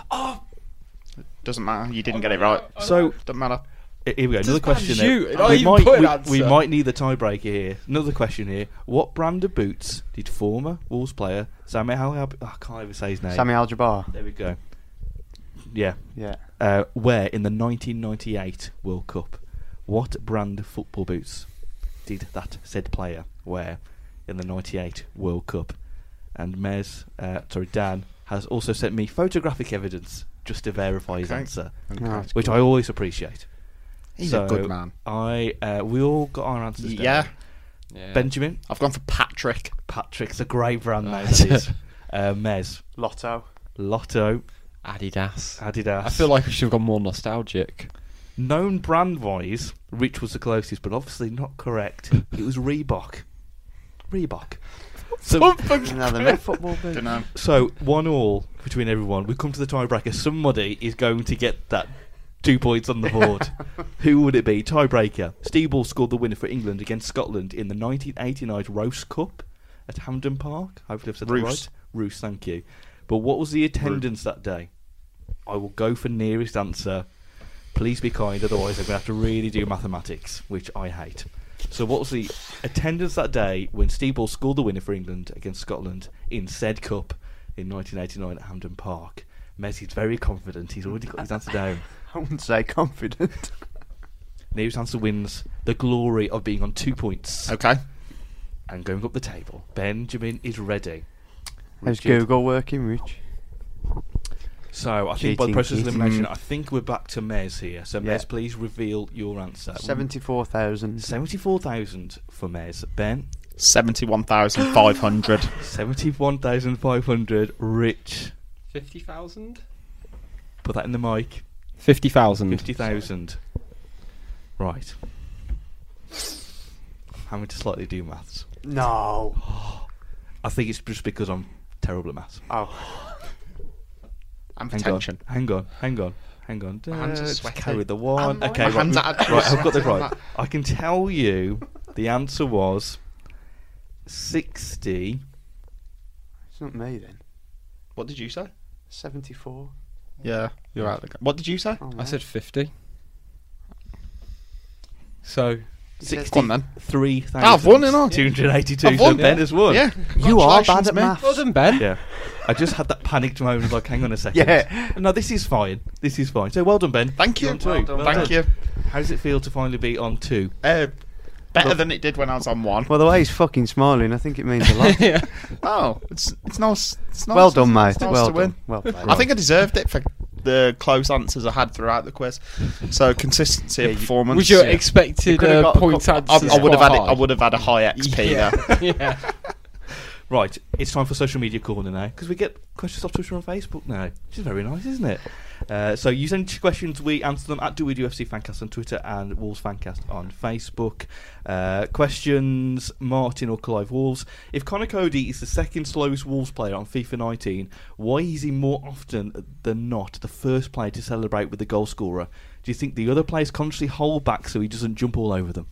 [SPEAKER 4] Doesn't matter. You didn't get it right.
[SPEAKER 1] So
[SPEAKER 4] Doesn't matter.
[SPEAKER 1] here we go. Another
[SPEAKER 2] bad
[SPEAKER 1] question.
[SPEAKER 2] as
[SPEAKER 1] here.
[SPEAKER 2] you, and I
[SPEAKER 1] we,
[SPEAKER 2] even
[SPEAKER 1] might,
[SPEAKER 2] put an
[SPEAKER 1] we-
[SPEAKER 2] answer.
[SPEAKER 1] we might need the tiebreaker here. Another question here. What brand of boots did former Wolves player Sami Al? Al- I can't even say his name.
[SPEAKER 3] Sammy Al Jabbar.
[SPEAKER 1] There we go. Yeah.
[SPEAKER 3] Yeah.
[SPEAKER 1] Uh, where in the 1998 World Cup? What brand of football boots did that said player wear in the 98 World Cup? And Mez, uh, sorry, Dan has also sent me photographic evidence just to verify his
[SPEAKER 4] Okay.
[SPEAKER 1] answer,
[SPEAKER 3] No, it's
[SPEAKER 1] which
[SPEAKER 3] good.
[SPEAKER 1] I always appreciate.
[SPEAKER 4] He's
[SPEAKER 1] so
[SPEAKER 4] a good man.
[SPEAKER 1] I uh, we all got our answers. down.
[SPEAKER 4] Yeah,
[SPEAKER 2] Yeah.
[SPEAKER 1] Benjamin
[SPEAKER 4] I've gone for Patrick.
[SPEAKER 1] Patrick's a great brand name. that is. Uh, Mez
[SPEAKER 3] Lotto.
[SPEAKER 1] Lotto
[SPEAKER 2] Adidas.
[SPEAKER 1] Adidas.
[SPEAKER 2] I feel like we should have gone more nostalgic.
[SPEAKER 1] known brand wise, Rich was the closest, but obviously not correct. it was Reebok. Reebok. So,
[SPEAKER 3] Another mid football boot.
[SPEAKER 4] Don't know.
[SPEAKER 1] so one all between everyone. We come to the tiebreaker. Somebody is going to get that two points on the board. Who would it be? Tiebreaker. Steve Ball scored the winner for England against Scotland in the 1989 Roos Cup at Hampden Park. Hopefully, I've said
[SPEAKER 4] Roos.
[SPEAKER 1] that right. Roos, thank you. But what was the attendance that day? I will go for nearest answer. Please be kind, otherwise I'm going to have to really do mathematics, which I hate. So, what was the attendance that day when Steve Ball scored the winner for England against Scotland in said cup in 1989 at Hampden Park? Messi's very confident. He's already got his answer down.
[SPEAKER 3] I wouldn't say confident.
[SPEAKER 1] Nearest answer wins the glory of being on two points
[SPEAKER 4] Okay.
[SPEAKER 1] and going up the table. Benjamin is ready.
[SPEAKER 3] How's
[SPEAKER 1] Richard.
[SPEAKER 3] Google working, Rich?
[SPEAKER 1] So I think by
[SPEAKER 3] Cheating,
[SPEAKER 1] process of
[SPEAKER 3] cheating.
[SPEAKER 1] elimination, I think we're back to Mez here. So
[SPEAKER 3] Yeah.
[SPEAKER 1] Mez, please reveal your answer.
[SPEAKER 3] 74,000.
[SPEAKER 1] Seventy-four thousand for Mez. Ben,
[SPEAKER 4] Seventy-one thousand five hundred.
[SPEAKER 1] seventy-one thousand five hundred. Rich,
[SPEAKER 2] 50,000?
[SPEAKER 1] put that in the mic.
[SPEAKER 2] 50,000.
[SPEAKER 1] Fifty thousand. Right. having to slightly do maths.
[SPEAKER 3] No.
[SPEAKER 1] I think it's just because I'm terrible at maths.
[SPEAKER 3] Oh,
[SPEAKER 4] And for
[SPEAKER 1] Hang
[SPEAKER 4] tension.
[SPEAKER 1] on, hang on, hang on, hang on.
[SPEAKER 4] My hands are
[SPEAKER 1] Just
[SPEAKER 4] sweaty.
[SPEAKER 1] Carry the one.
[SPEAKER 4] My
[SPEAKER 1] okay, right,
[SPEAKER 4] hands
[SPEAKER 1] we-
[SPEAKER 4] are actually
[SPEAKER 1] right, I've got this
[SPEAKER 4] sweating.
[SPEAKER 1] right. I can tell you the answer was sixty.
[SPEAKER 3] it's not me then.
[SPEAKER 4] What did you say?
[SPEAKER 3] Seventy-four.
[SPEAKER 4] Yeah, you're out. Of the game. What did you say?
[SPEAKER 3] Oh,
[SPEAKER 2] I
[SPEAKER 3] no.
[SPEAKER 2] said 50. So,
[SPEAKER 3] said-
[SPEAKER 4] Go on then.
[SPEAKER 1] Three thousand.
[SPEAKER 4] I've won, haven't I?
[SPEAKER 1] Two hundred eighty-two.
[SPEAKER 4] I've
[SPEAKER 1] So
[SPEAKER 4] won.
[SPEAKER 1] Ben has won.
[SPEAKER 4] Yeah,
[SPEAKER 3] You are bad
[SPEAKER 4] Congratulations,
[SPEAKER 3] at
[SPEAKER 4] mate.
[SPEAKER 3] maths.
[SPEAKER 2] well done, Ben.
[SPEAKER 1] Yeah. I just had that panicked moment. Like, hang on a second.
[SPEAKER 3] Yeah.
[SPEAKER 1] No, this is fine. This is fine. So well done, Ben.
[SPEAKER 4] Thank you.
[SPEAKER 1] You're on two. Well done.
[SPEAKER 4] Thank you.
[SPEAKER 1] How does it feel to finally be on two?
[SPEAKER 4] Uh, better than it did when I was on one.
[SPEAKER 3] Well, the way he's fucking smiling, I think it means a lot.
[SPEAKER 2] yeah.
[SPEAKER 4] Oh, it's it's nice. It's nice
[SPEAKER 3] well done, mate.
[SPEAKER 4] it's nice
[SPEAKER 3] Well
[SPEAKER 4] to win.
[SPEAKER 3] done. Well played.
[SPEAKER 4] I think I deserved it for the close answers I had throughout the quiz. So consistency
[SPEAKER 3] Yeah,
[SPEAKER 4] of
[SPEAKER 3] you-
[SPEAKER 4] performance.
[SPEAKER 2] Was your
[SPEAKER 4] yeah.
[SPEAKER 2] expected
[SPEAKER 3] could've
[SPEAKER 2] uh,
[SPEAKER 3] got a
[SPEAKER 2] point
[SPEAKER 3] couple-
[SPEAKER 4] I,
[SPEAKER 2] answers
[SPEAKER 4] I would have
[SPEAKER 2] quite
[SPEAKER 4] had it,
[SPEAKER 2] high?
[SPEAKER 4] I would have had a high XP there.
[SPEAKER 2] Yeah. yeah.
[SPEAKER 1] Right, it's time for social media corner now because we get questions off Twitter and Facebook now, which is very nice, isn't it? Uh, so you send your questions, we answer them at Do We Do UFC Fancast on Twitter and Wolves Fancast on Facebook. Uh, questions: Martin or Clive Wolves? If Connor Cody is the second slowest Wolves player on FIFA 19, why is he more often than not the first player to celebrate with the goal scorer? Do you think the other players consciously hold back so he doesn't jump all over them?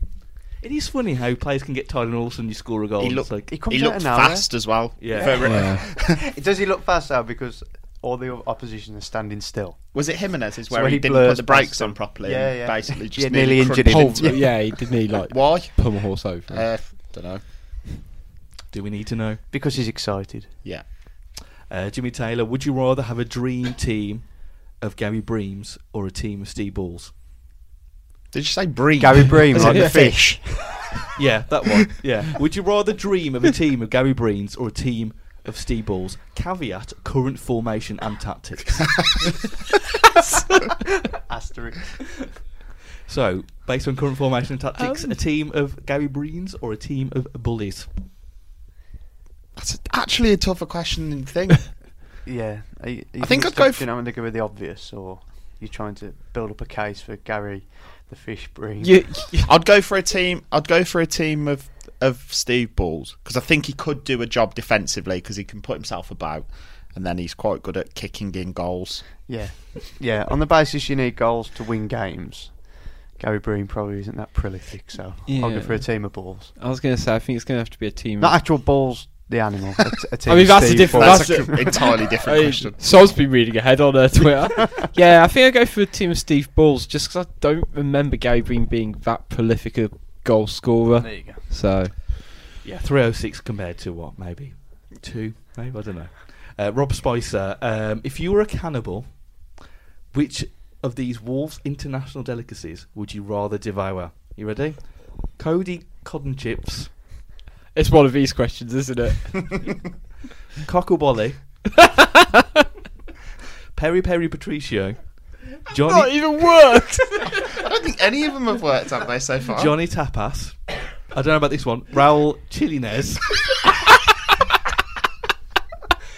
[SPEAKER 1] It is funny how players can get tired and all of a sudden you score a goal.
[SPEAKER 4] He
[SPEAKER 1] and
[SPEAKER 4] looked
[SPEAKER 1] it's like,
[SPEAKER 3] He comes
[SPEAKER 4] he
[SPEAKER 3] out
[SPEAKER 4] looked
[SPEAKER 3] of nowhere.
[SPEAKER 4] fast as well.
[SPEAKER 1] Yeah.
[SPEAKER 4] For-
[SPEAKER 3] Does he look fast now because all the opposition are standing still?
[SPEAKER 4] Was it Jimenez is
[SPEAKER 3] So
[SPEAKER 4] where
[SPEAKER 3] when
[SPEAKER 4] he,
[SPEAKER 3] he
[SPEAKER 4] didn't put
[SPEAKER 3] blurs
[SPEAKER 4] the brakes
[SPEAKER 3] past
[SPEAKER 4] on
[SPEAKER 3] him.
[SPEAKER 4] properly?
[SPEAKER 3] Yeah,
[SPEAKER 4] and
[SPEAKER 3] yeah.
[SPEAKER 4] Basically, just
[SPEAKER 3] Yeah, nearly injured
[SPEAKER 4] crumpled.
[SPEAKER 3] him.
[SPEAKER 2] Pulver- yeah, he did need like
[SPEAKER 4] Why?
[SPEAKER 2] pummel horse over.
[SPEAKER 4] Uh, don't know.
[SPEAKER 1] do we need to know?
[SPEAKER 3] Because he's excited.
[SPEAKER 4] Yeah.
[SPEAKER 1] Uh, Jimmy Taylor, would you rather have a dream team of Gary Breams or a team of Steve Balls?
[SPEAKER 4] Did you say bream?
[SPEAKER 3] Gary Bream,
[SPEAKER 4] As
[SPEAKER 3] like
[SPEAKER 4] in
[SPEAKER 3] the fish.
[SPEAKER 1] Yeah, that one. Yeah. would you rather dream of a team of Gary Breams or a team of Steve Balls? Caveat: current formation and tactics.
[SPEAKER 3] Asterisk.
[SPEAKER 1] so, based on current formation and tactics, a team of Gary Breams or a team of bullies?
[SPEAKER 4] That's actually a tougher question than you think.
[SPEAKER 3] Yeah. Are you- are you
[SPEAKER 4] I think I'd
[SPEAKER 3] it's
[SPEAKER 4] go
[SPEAKER 3] tough,
[SPEAKER 4] f-
[SPEAKER 3] You know, when they go with the obvious, or you're trying to build up a case for Gary the fish Bream.
[SPEAKER 2] You,
[SPEAKER 4] I'd go for a team. I'd go for a team of of Steve Balls because I think he could do a job defensively because he can put himself about, and then he's quite good at kicking in goals.
[SPEAKER 3] Yeah. Yeah. On the basis you need goals to win games, Gary Bream probably isn't that prolific, so I'll
[SPEAKER 2] Yeah.
[SPEAKER 3] go for a team of balls.
[SPEAKER 2] I was going to say, I think it's going to have to be a team.
[SPEAKER 3] Not actual balls, the animal. A t- a team
[SPEAKER 2] mean,
[SPEAKER 3] of
[SPEAKER 2] that's a
[SPEAKER 3] Steve
[SPEAKER 2] different-
[SPEAKER 3] Balls.
[SPEAKER 4] That's
[SPEAKER 2] That's
[SPEAKER 4] an entirely different question.
[SPEAKER 2] Sol's been reading ahead on uh, Twitter. yeah, I think I go for a team of Steve Balls just because I don't remember Gary Green being that prolific a goal scorer.
[SPEAKER 3] There you go.
[SPEAKER 2] So
[SPEAKER 1] Yeah, 306 compared to what? Maybe two? Maybe I don't know. Uh, Rob Spicer, um, if you were a cannibal, which of these wolves' international delicacies would you rather devour? You ready? Cody cotton chips,
[SPEAKER 2] it's one of these questions, isn't it?
[SPEAKER 1] cocklebally, peri peri patricio,
[SPEAKER 2] Not
[SPEAKER 1] Johnny
[SPEAKER 2] even worked.
[SPEAKER 4] I don't think any of them have worked, have they, so far?
[SPEAKER 1] Johnny tapas. I don't know about this one. Raul chilines.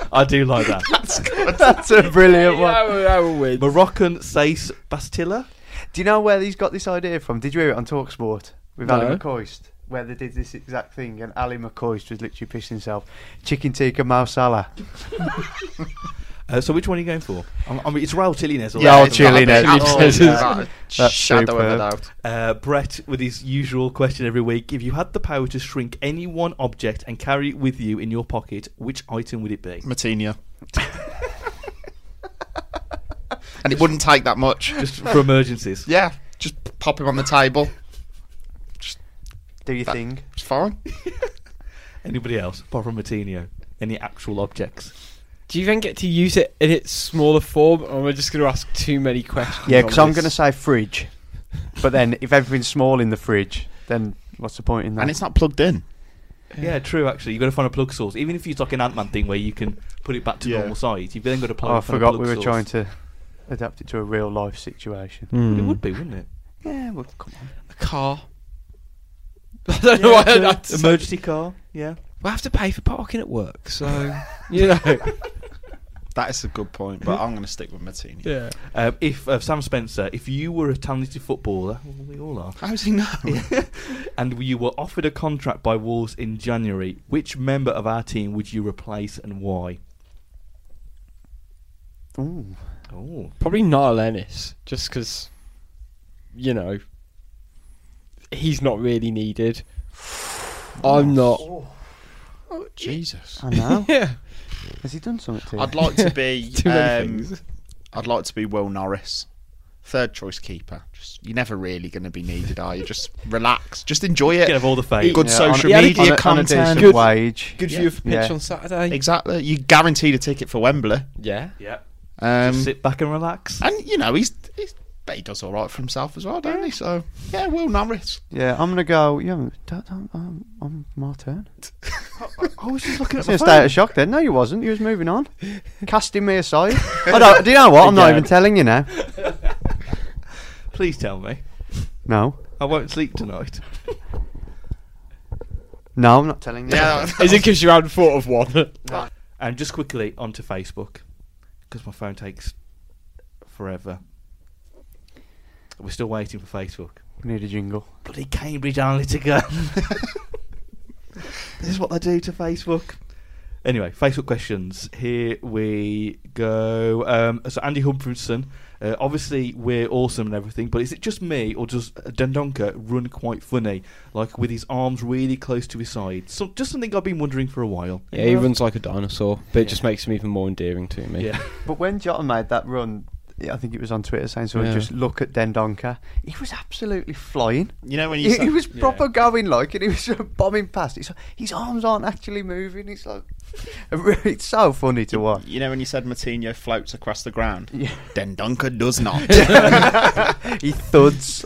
[SPEAKER 1] I do like that.
[SPEAKER 3] That's a brilliant one.
[SPEAKER 2] I will, I will win.
[SPEAKER 1] Moroccan Seis Bastilla.
[SPEAKER 3] Do you know where he's got this idea from? Did you hear it on Talksport with
[SPEAKER 2] No.
[SPEAKER 3] Ali McCoist? Where they did this exact thing and Ali McCoist was literally pissing himself. Chicken tikka masala.
[SPEAKER 1] Uh, so which one are you going for? I'm, I'm, it's Raul Tillinez. or-
[SPEAKER 3] Raul
[SPEAKER 4] it's gotta be-
[SPEAKER 3] Chiellini.
[SPEAKER 4] absolutely,
[SPEAKER 3] Yes.
[SPEAKER 4] without a
[SPEAKER 3] That's
[SPEAKER 4] Shadow of a
[SPEAKER 3] superb.
[SPEAKER 4] doubt.
[SPEAKER 1] Uh, Brett with his usual question every week. If you had the power to shrink any one object and carry it with you in your pocket, which item would it be?
[SPEAKER 4] Matinha. and it wouldn't take that much.
[SPEAKER 1] Just for emergencies.
[SPEAKER 4] Yeah, just pop him on the table.
[SPEAKER 3] Do your thing.
[SPEAKER 4] It's fine.
[SPEAKER 1] Anybody else? Apart from Matinho. Any actual objects?
[SPEAKER 2] Do you then get to use it in its smaller form, or am I just going to ask too many questions?
[SPEAKER 3] Yeah,
[SPEAKER 2] on
[SPEAKER 3] because I'm
[SPEAKER 2] this?
[SPEAKER 3] going to say fridge. But then if everything's small in the fridge, then what's the point in that?
[SPEAKER 4] And it's not plugged in.
[SPEAKER 1] Yeah, true, actually. You've got to find a plug source. Even if you use like an Ant Man thing where you can put it back to
[SPEAKER 4] Yeah.
[SPEAKER 1] normal size, you've then got to plug
[SPEAKER 3] oh, I
[SPEAKER 1] find a
[SPEAKER 3] forgot
[SPEAKER 1] plug
[SPEAKER 3] we were
[SPEAKER 1] source.
[SPEAKER 3] trying to Hmm. adapt it to a real life situation.
[SPEAKER 1] But it would be, wouldn't it?
[SPEAKER 3] Yeah, well, come on.
[SPEAKER 2] a car. I don't know why I had to say-
[SPEAKER 1] Emergency car, yeah.
[SPEAKER 2] Well, I have to pay for parking at work, so you know.
[SPEAKER 4] That is a good point, but I'm going to stick with Martini.
[SPEAKER 1] Yeah. Um, if uh, Sam Spencer, if you were a talented footballer, well, we all are,
[SPEAKER 4] How does he know?
[SPEAKER 1] and you were offered a contract by Wolves in January, which member of our team would you replace and why?
[SPEAKER 3] Ooh.
[SPEAKER 1] Oh,
[SPEAKER 2] Probably Niall Ennis, just because, you know, he's not really needed. I'm not.
[SPEAKER 4] Oh, Jesus.
[SPEAKER 3] I know.
[SPEAKER 2] Yeah.
[SPEAKER 3] Has he done something to you?
[SPEAKER 4] I'd like to be.
[SPEAKER 2] Too many
[SPEAKER 4] um,
[SPEAKER 2] things.
[SPEAKER 4] I'd like to be Will Norris, third choice keeper. Just you're never really going to be needed, are you? Just relax. Just enjoy it.
[SPEAKER 1] Get of all the fame.
[SPEAKER 4] Good
[SPEAKER 3] Yeah,
[SPEAKER 4] social
[SPEAKER 2] on a-
[SPEAKER 4] media
[SPEAKER 3] on a, on a
[SPEAKER 4] content.
[SPEAKER 3] decent
[SPEAKER 2] Good-
[SPEAKER 3] wage.
[SPEAKER 2] Good
[SPEAKER 4] Yeah.
[SPEAKER 2] view of the pitch
[SPEAKER 3] Yeah.
[SPEAKER 2] on Saturday.
[SPEAKER 4] Exactly. You guaranteed a ticket for Wembley.
[SPEAKER 2] yeah.
[SPEAKER 1] yeah.
[SPEAKER 4] Um,
[SPEAKER 1] Sit back and relax.
[SPEAKER 4] and you know he's, he's but he does all right for himself as well, don't he? So yeah, Will Norris.
[SPEAKER 3] Yeah, I'm gonna go. Yeah, I'm, I'm, I'm, I'm my turn.
[SPEAKER 1] I was just looking
[SPEAKER 3] It's
[SPEAKER 1] at
[SPEAKER 3] in
[SPEAKER 1] my
[SPEAKER 3] a
[SPEAKER 1] phone.
[SPEAKER 3] state of shock. Then no, you wasn't. You was moving on, casting me aside. I don't. Do you know what? I'm not
[SPEAKER 2] Again.
[SPEAKER 3] even telling you now.
[SPEAKER 1] Please tell me.
[SPEAKER 3] No,
[SPEAKER 1] I won't sleep tonight.
[SPEAKER 3] no, I'm not telling you.
[SPEAKER 4] Yeah,
[SPEAKER 2] Is it because you hadn't thought of one?
[SPEAKER 1] And just quickly onto Facebook because my phone takes forever. We're still waiting for Facebook.
[SPEAKER 3] We need a jingle.
[SPEAKER 1] Bloody Cambridge Analytica. this is what they do to Facebook. Anyway, Facebook questions. Here we go. Um, so Andy Humphreyson. Uh, obviously, we're awesome and everything, but is it just me or does Dendonka run quite funny, like with his arms really close to his side? So just something I've been wondering for a while.
[SPEAKER 2] Yeah, he runs like a dinosaur, but it just makes him even more endearing to me.
[SPEAKER 1] Yeah.
[SPEAKER 3] But when Jota made that run, yeah, I think it was on Twitter saying, "So
[SPEAKER 2] Yeah.
[SPEAKER 3] just look at Dendonka. He was absolutely flying.
[SPEAKER 4] You know when you
[SPEAKER 3] He,
[SPEAKER 4] say-
[SPEAKER 3] he was
[SPEAKER 4] yeah.
[SPEAKER 3] proper going like, and he was bombing past. His, his arms aren't actually moving. It's like, it's so funny to watch.
[SPEAKER 4] You know when you said Matinho floats across the ground.
[SPEAKER 3] Yeah.
[SPEAKER 4] Dendonka does not.
[SPEAKER 3] He thuds.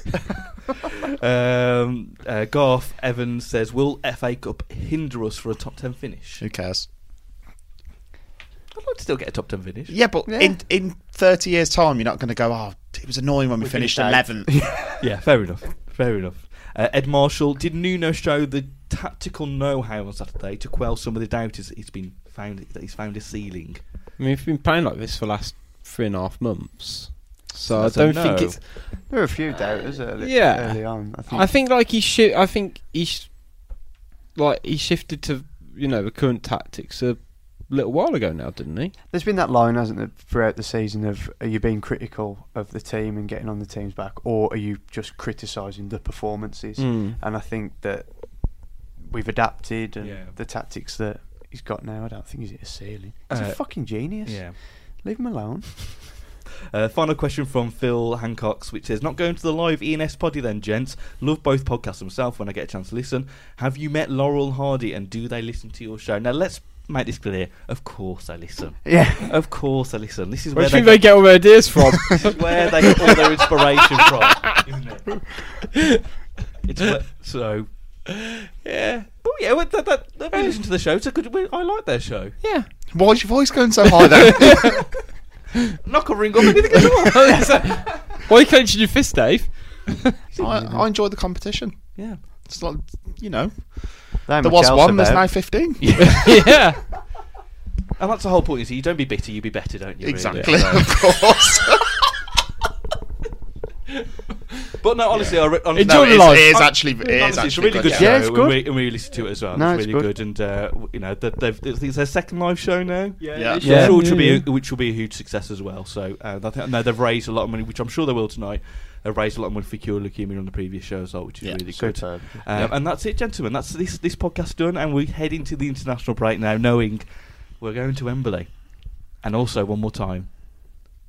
[SPEAKER 1] Um, uh, Garth Evans says, "Will FA Cup hinder us for a top ten finish?"
[SPEAKER 4] Who cares?
[SPEAKER 1] I'd like to still get a top ten finish.
[SPEAKER 4] Yeah, but
[SPEAKER 3] Yeah.
[SPEAKER 4] in in thirty years' time, you're not going to go. Oh, it was annoying when we,
[SPEAKER 3] finished
[SPEAKER 4] finished
[SPEAKER 3] eighth."
[SPEAKER 4] eleventh.
[SPEAKER 1] Yeah, fair enough. Fair enough. Uh, Ed Marshall, did Nuno show the tactical know-how on Saturday to quell some of the doubters that he's been found that he's found a ceiling?
[SPEAKER 2] I mean, we've been playing like this for the last three and a half months. So I
[SPEAKER 1] That's a
[SPEAKER 2] don't think
[SPEAKER 1] no.
[SPEAKER 2] it's.
[SPEAKER 3] There were a few doubters early,
[SPEAKER 2] yeah.
[SPEAKER 3] early on. I think.
[SPEAKER 2] I think like he shi I think he sh- like he shifted to you know the current tactics a little while ago now, didn't he?
[SPEAKER 3] There's been that line, hasn't there, throughout the season of are you being critical of the team and getting on the team's back, or are you just criticising the performances?
[SPEAKER 2] Mm.
[SPEAKER 3] And I think that we've adapted and
[SPEAKER 1] Yeah.
[SPEAKER 3] the tactics that he's got now, I don't think he's at a ceiling. He's
[SPEAKER 1] Uh,
[SPEAKER 3] a fucking genius.
[SPEAKER 1] Yeah.
[SPEAKER 3] Leave him alone.
[SPEAKER 1] Uh, final question from Phil Hancocks, which says, "Not going to the live ENS poddy then, gents. Love both podcasts myself when I get a chance to listen. Have you met Laurel Hardy and do they listen to your show? Now let's make this clear. Of course they listen.
[SPEAKER 3] Yeah.
[SPEAKER 1] Of course they listen. This is
[SPEAKER 2] Where
[SPEAKER 1] where
[SPEAKER 2] do you
[SPEAKER 1] they
[SPEAKER 2] think they
[SPEAKER 1] get,
[SPEAKER 2] get all their ideas from?
[SPEAKER 1] this is where they get all their inspiration from. Isn't it? It's where, so yeah. Oh yeah, well, that, that, that, we listen to the show. So good, we, I like their show.
[SPEAKER 2] yeah.
[SPEAKER 4] Why is your voice going so high though?
[SPEAKER 1] Knock a ring on me, get the door.
[SPEAKER 2] Why are you clenching your fist, Dave?
[SPEAKER 4] I, I enjoy the competition.
[SPEAKER 1] Yeah.
[SPEAKER 4] It's like you know,
[SPEAKER 3] There
[SPEAKER 4] there
[SPEAKER 3] ain't much
[SPEAKER 4] was
[SPEAKER 3] else
[SPEAKER 4] one. There's now
[SPEAKER 3] about.
[SPEAKER 4] fifteen.
[SPEAKER 2] yeah.
[SPEAKER 1] And that's the whole point. Is you don't be bitter, you be better, don't you? really?
[SPEAKER 4] Exactly. Of course.
[SPEAKER 1] But no, honestly, I re- honestly, no,
[SPEAKER 2] Enjoy the
[SPEAKER 1] it is-
[SPEAKER 2] live.
[SPEAKER 4] it is
[SPEAKER 1] hon-
[SPEAKER 4] actually it is
[SPEAKER 1] honestly,
[SPEAKER 4] actually
[SPEAKER 1] it's a really good show,
[SPEAKER 3] Yeah, it's good.
[SPEAKER 1] And, we, and we listen to it as well.
[SPEAKER 3] No,
[SPEAKER 1] it's
[SPEAKER 3] it's
[SPEAKER 1] really good,
[SPEAKER 3] good.
[SPEAKER 1] and uh, w- you know, they- they've, I think it's their second live show now.
[SPEAKER 4] Yeah.
[SPEAKER 1] which,
[SPEAKER 2] Yeah.
[SPEAKER 1] which will be a,
[SPEAKER 2] Yeah.
[SPEAKER 1] which will be a huge success as well. So uh, I think, no, they've raised a lot of money, which I'm sure they will tonight. They've raised a lot of money for cure leukemia on the previous show as well, which is
[SPEAKER 4] Yeah,
[SPEAKER 1] really good.
[SPEAKER 3] Superb.
[SPEAKER 1] Um, And that's it, gentlemen. That's this this podcast done, and we head into the international break now, knowing we're going to Wembley, and also one more time,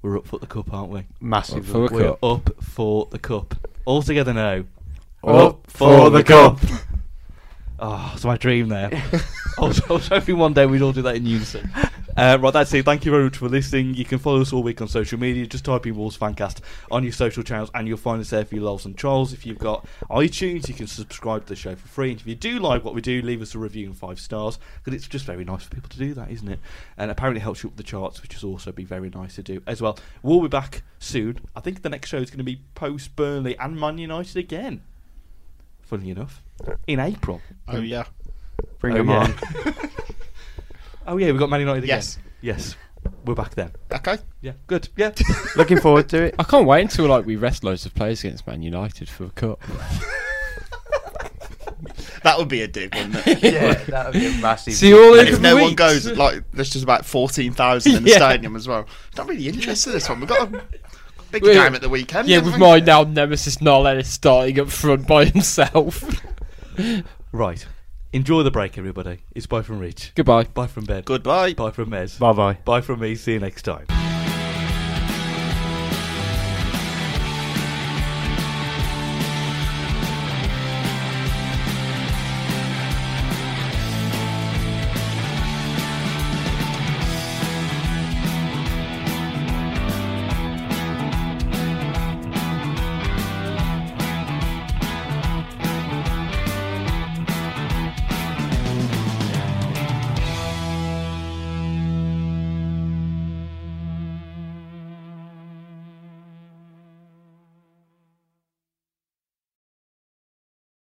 [SPEAKER 1] we're up for the cup, aren't we?
[SPEAKER 3] Massive.
[SPEAKER 2] For a
[SPEAKER 1] We're
[SPEAKER 2] cup.
[SPEAKER 1] up for the cup. All together now.
[SPEAKER 3] Up for the cup.
[SPEAKER 1] Oh, it's my dream there. I, was, I was hoping one day we'd all do that in unison. Uh, right, that's it. Thank you very much for listening. You can follow us all week on social media. Just type in Wolves Fancast on your social channels and you'll find us there for your loves and trolls. If you've got iTunes, you can subscribe to the show for free. And if you do like what we do, leave us a review and five stars because it's just very nice for people to do that, isn't it? And apparently it helps you up the charts, which is also be very nice to do as well. We'll be back soon. I think the next show is going to be post Burnley and Man United again. Funnily enough, in April.
[SPEAKER 4] Oh yeah.
[SPEAKER 3] Bring
[SPEAKER 1] Oh,
[SPEAKER 3] him
[SPEAKER 1] yeah.
[SPEAKER 3] on.
[SPEAKER 1] Oh yeah, we've got Man United again.
[SPEAKER 4] Yes.
[SPEAKER 1] Yes. we're back then.
[SPEAKER 4] Okay.
[SPEAKER 1] Yeah, good. Yeah.
[SPEAKER 3] Looking forward to it.
[SPEAKER 2] I can't wait until like we rest loads of players against Man United for a cup.
[SPEAKER 4] That would be a dig, wouldn't it?
[SPEAKER 3] yeah, that would be a massive.
[SPEAKER 2] See all
[SPEAKER 4] And
[SPEAKER 2] in
[SPEAKER 4] if
[SPEAKER 2] the
[SPEAKER 4] no one
[SPEAKER 2] weeks.
[SPEAKER 4] goes, like there's just about fourteen thousand in the
[SPEAKER 2] Yeah.
[SPEAKER 4] stadium as well. Not really interested in this one. We've got a big
[SPEAKER 2] Well,
[SPEAKER 4] game at the weekend.
[SPEAKER 2] Yeah,
[SPEAKER 4] haven't
[SPEAKER 2] with
[SPEAKER 4] we?
[SPEAKER 2] my now nemesis Niall Ellis starting up front by himself.
[SPEAKER 1] Right. Enjoy the break, everybody. It's bye from Rich.
[SPEAKER 2] Goodbye.
[SPEAKER 1] Bye from Ben.
[SPEAKER 4] goodbye.
[SPEAKER 1] Bye from Mez.
[SPEAKER 3] Bye bye.
[SPEAKER 1] Bye from me. See you next time.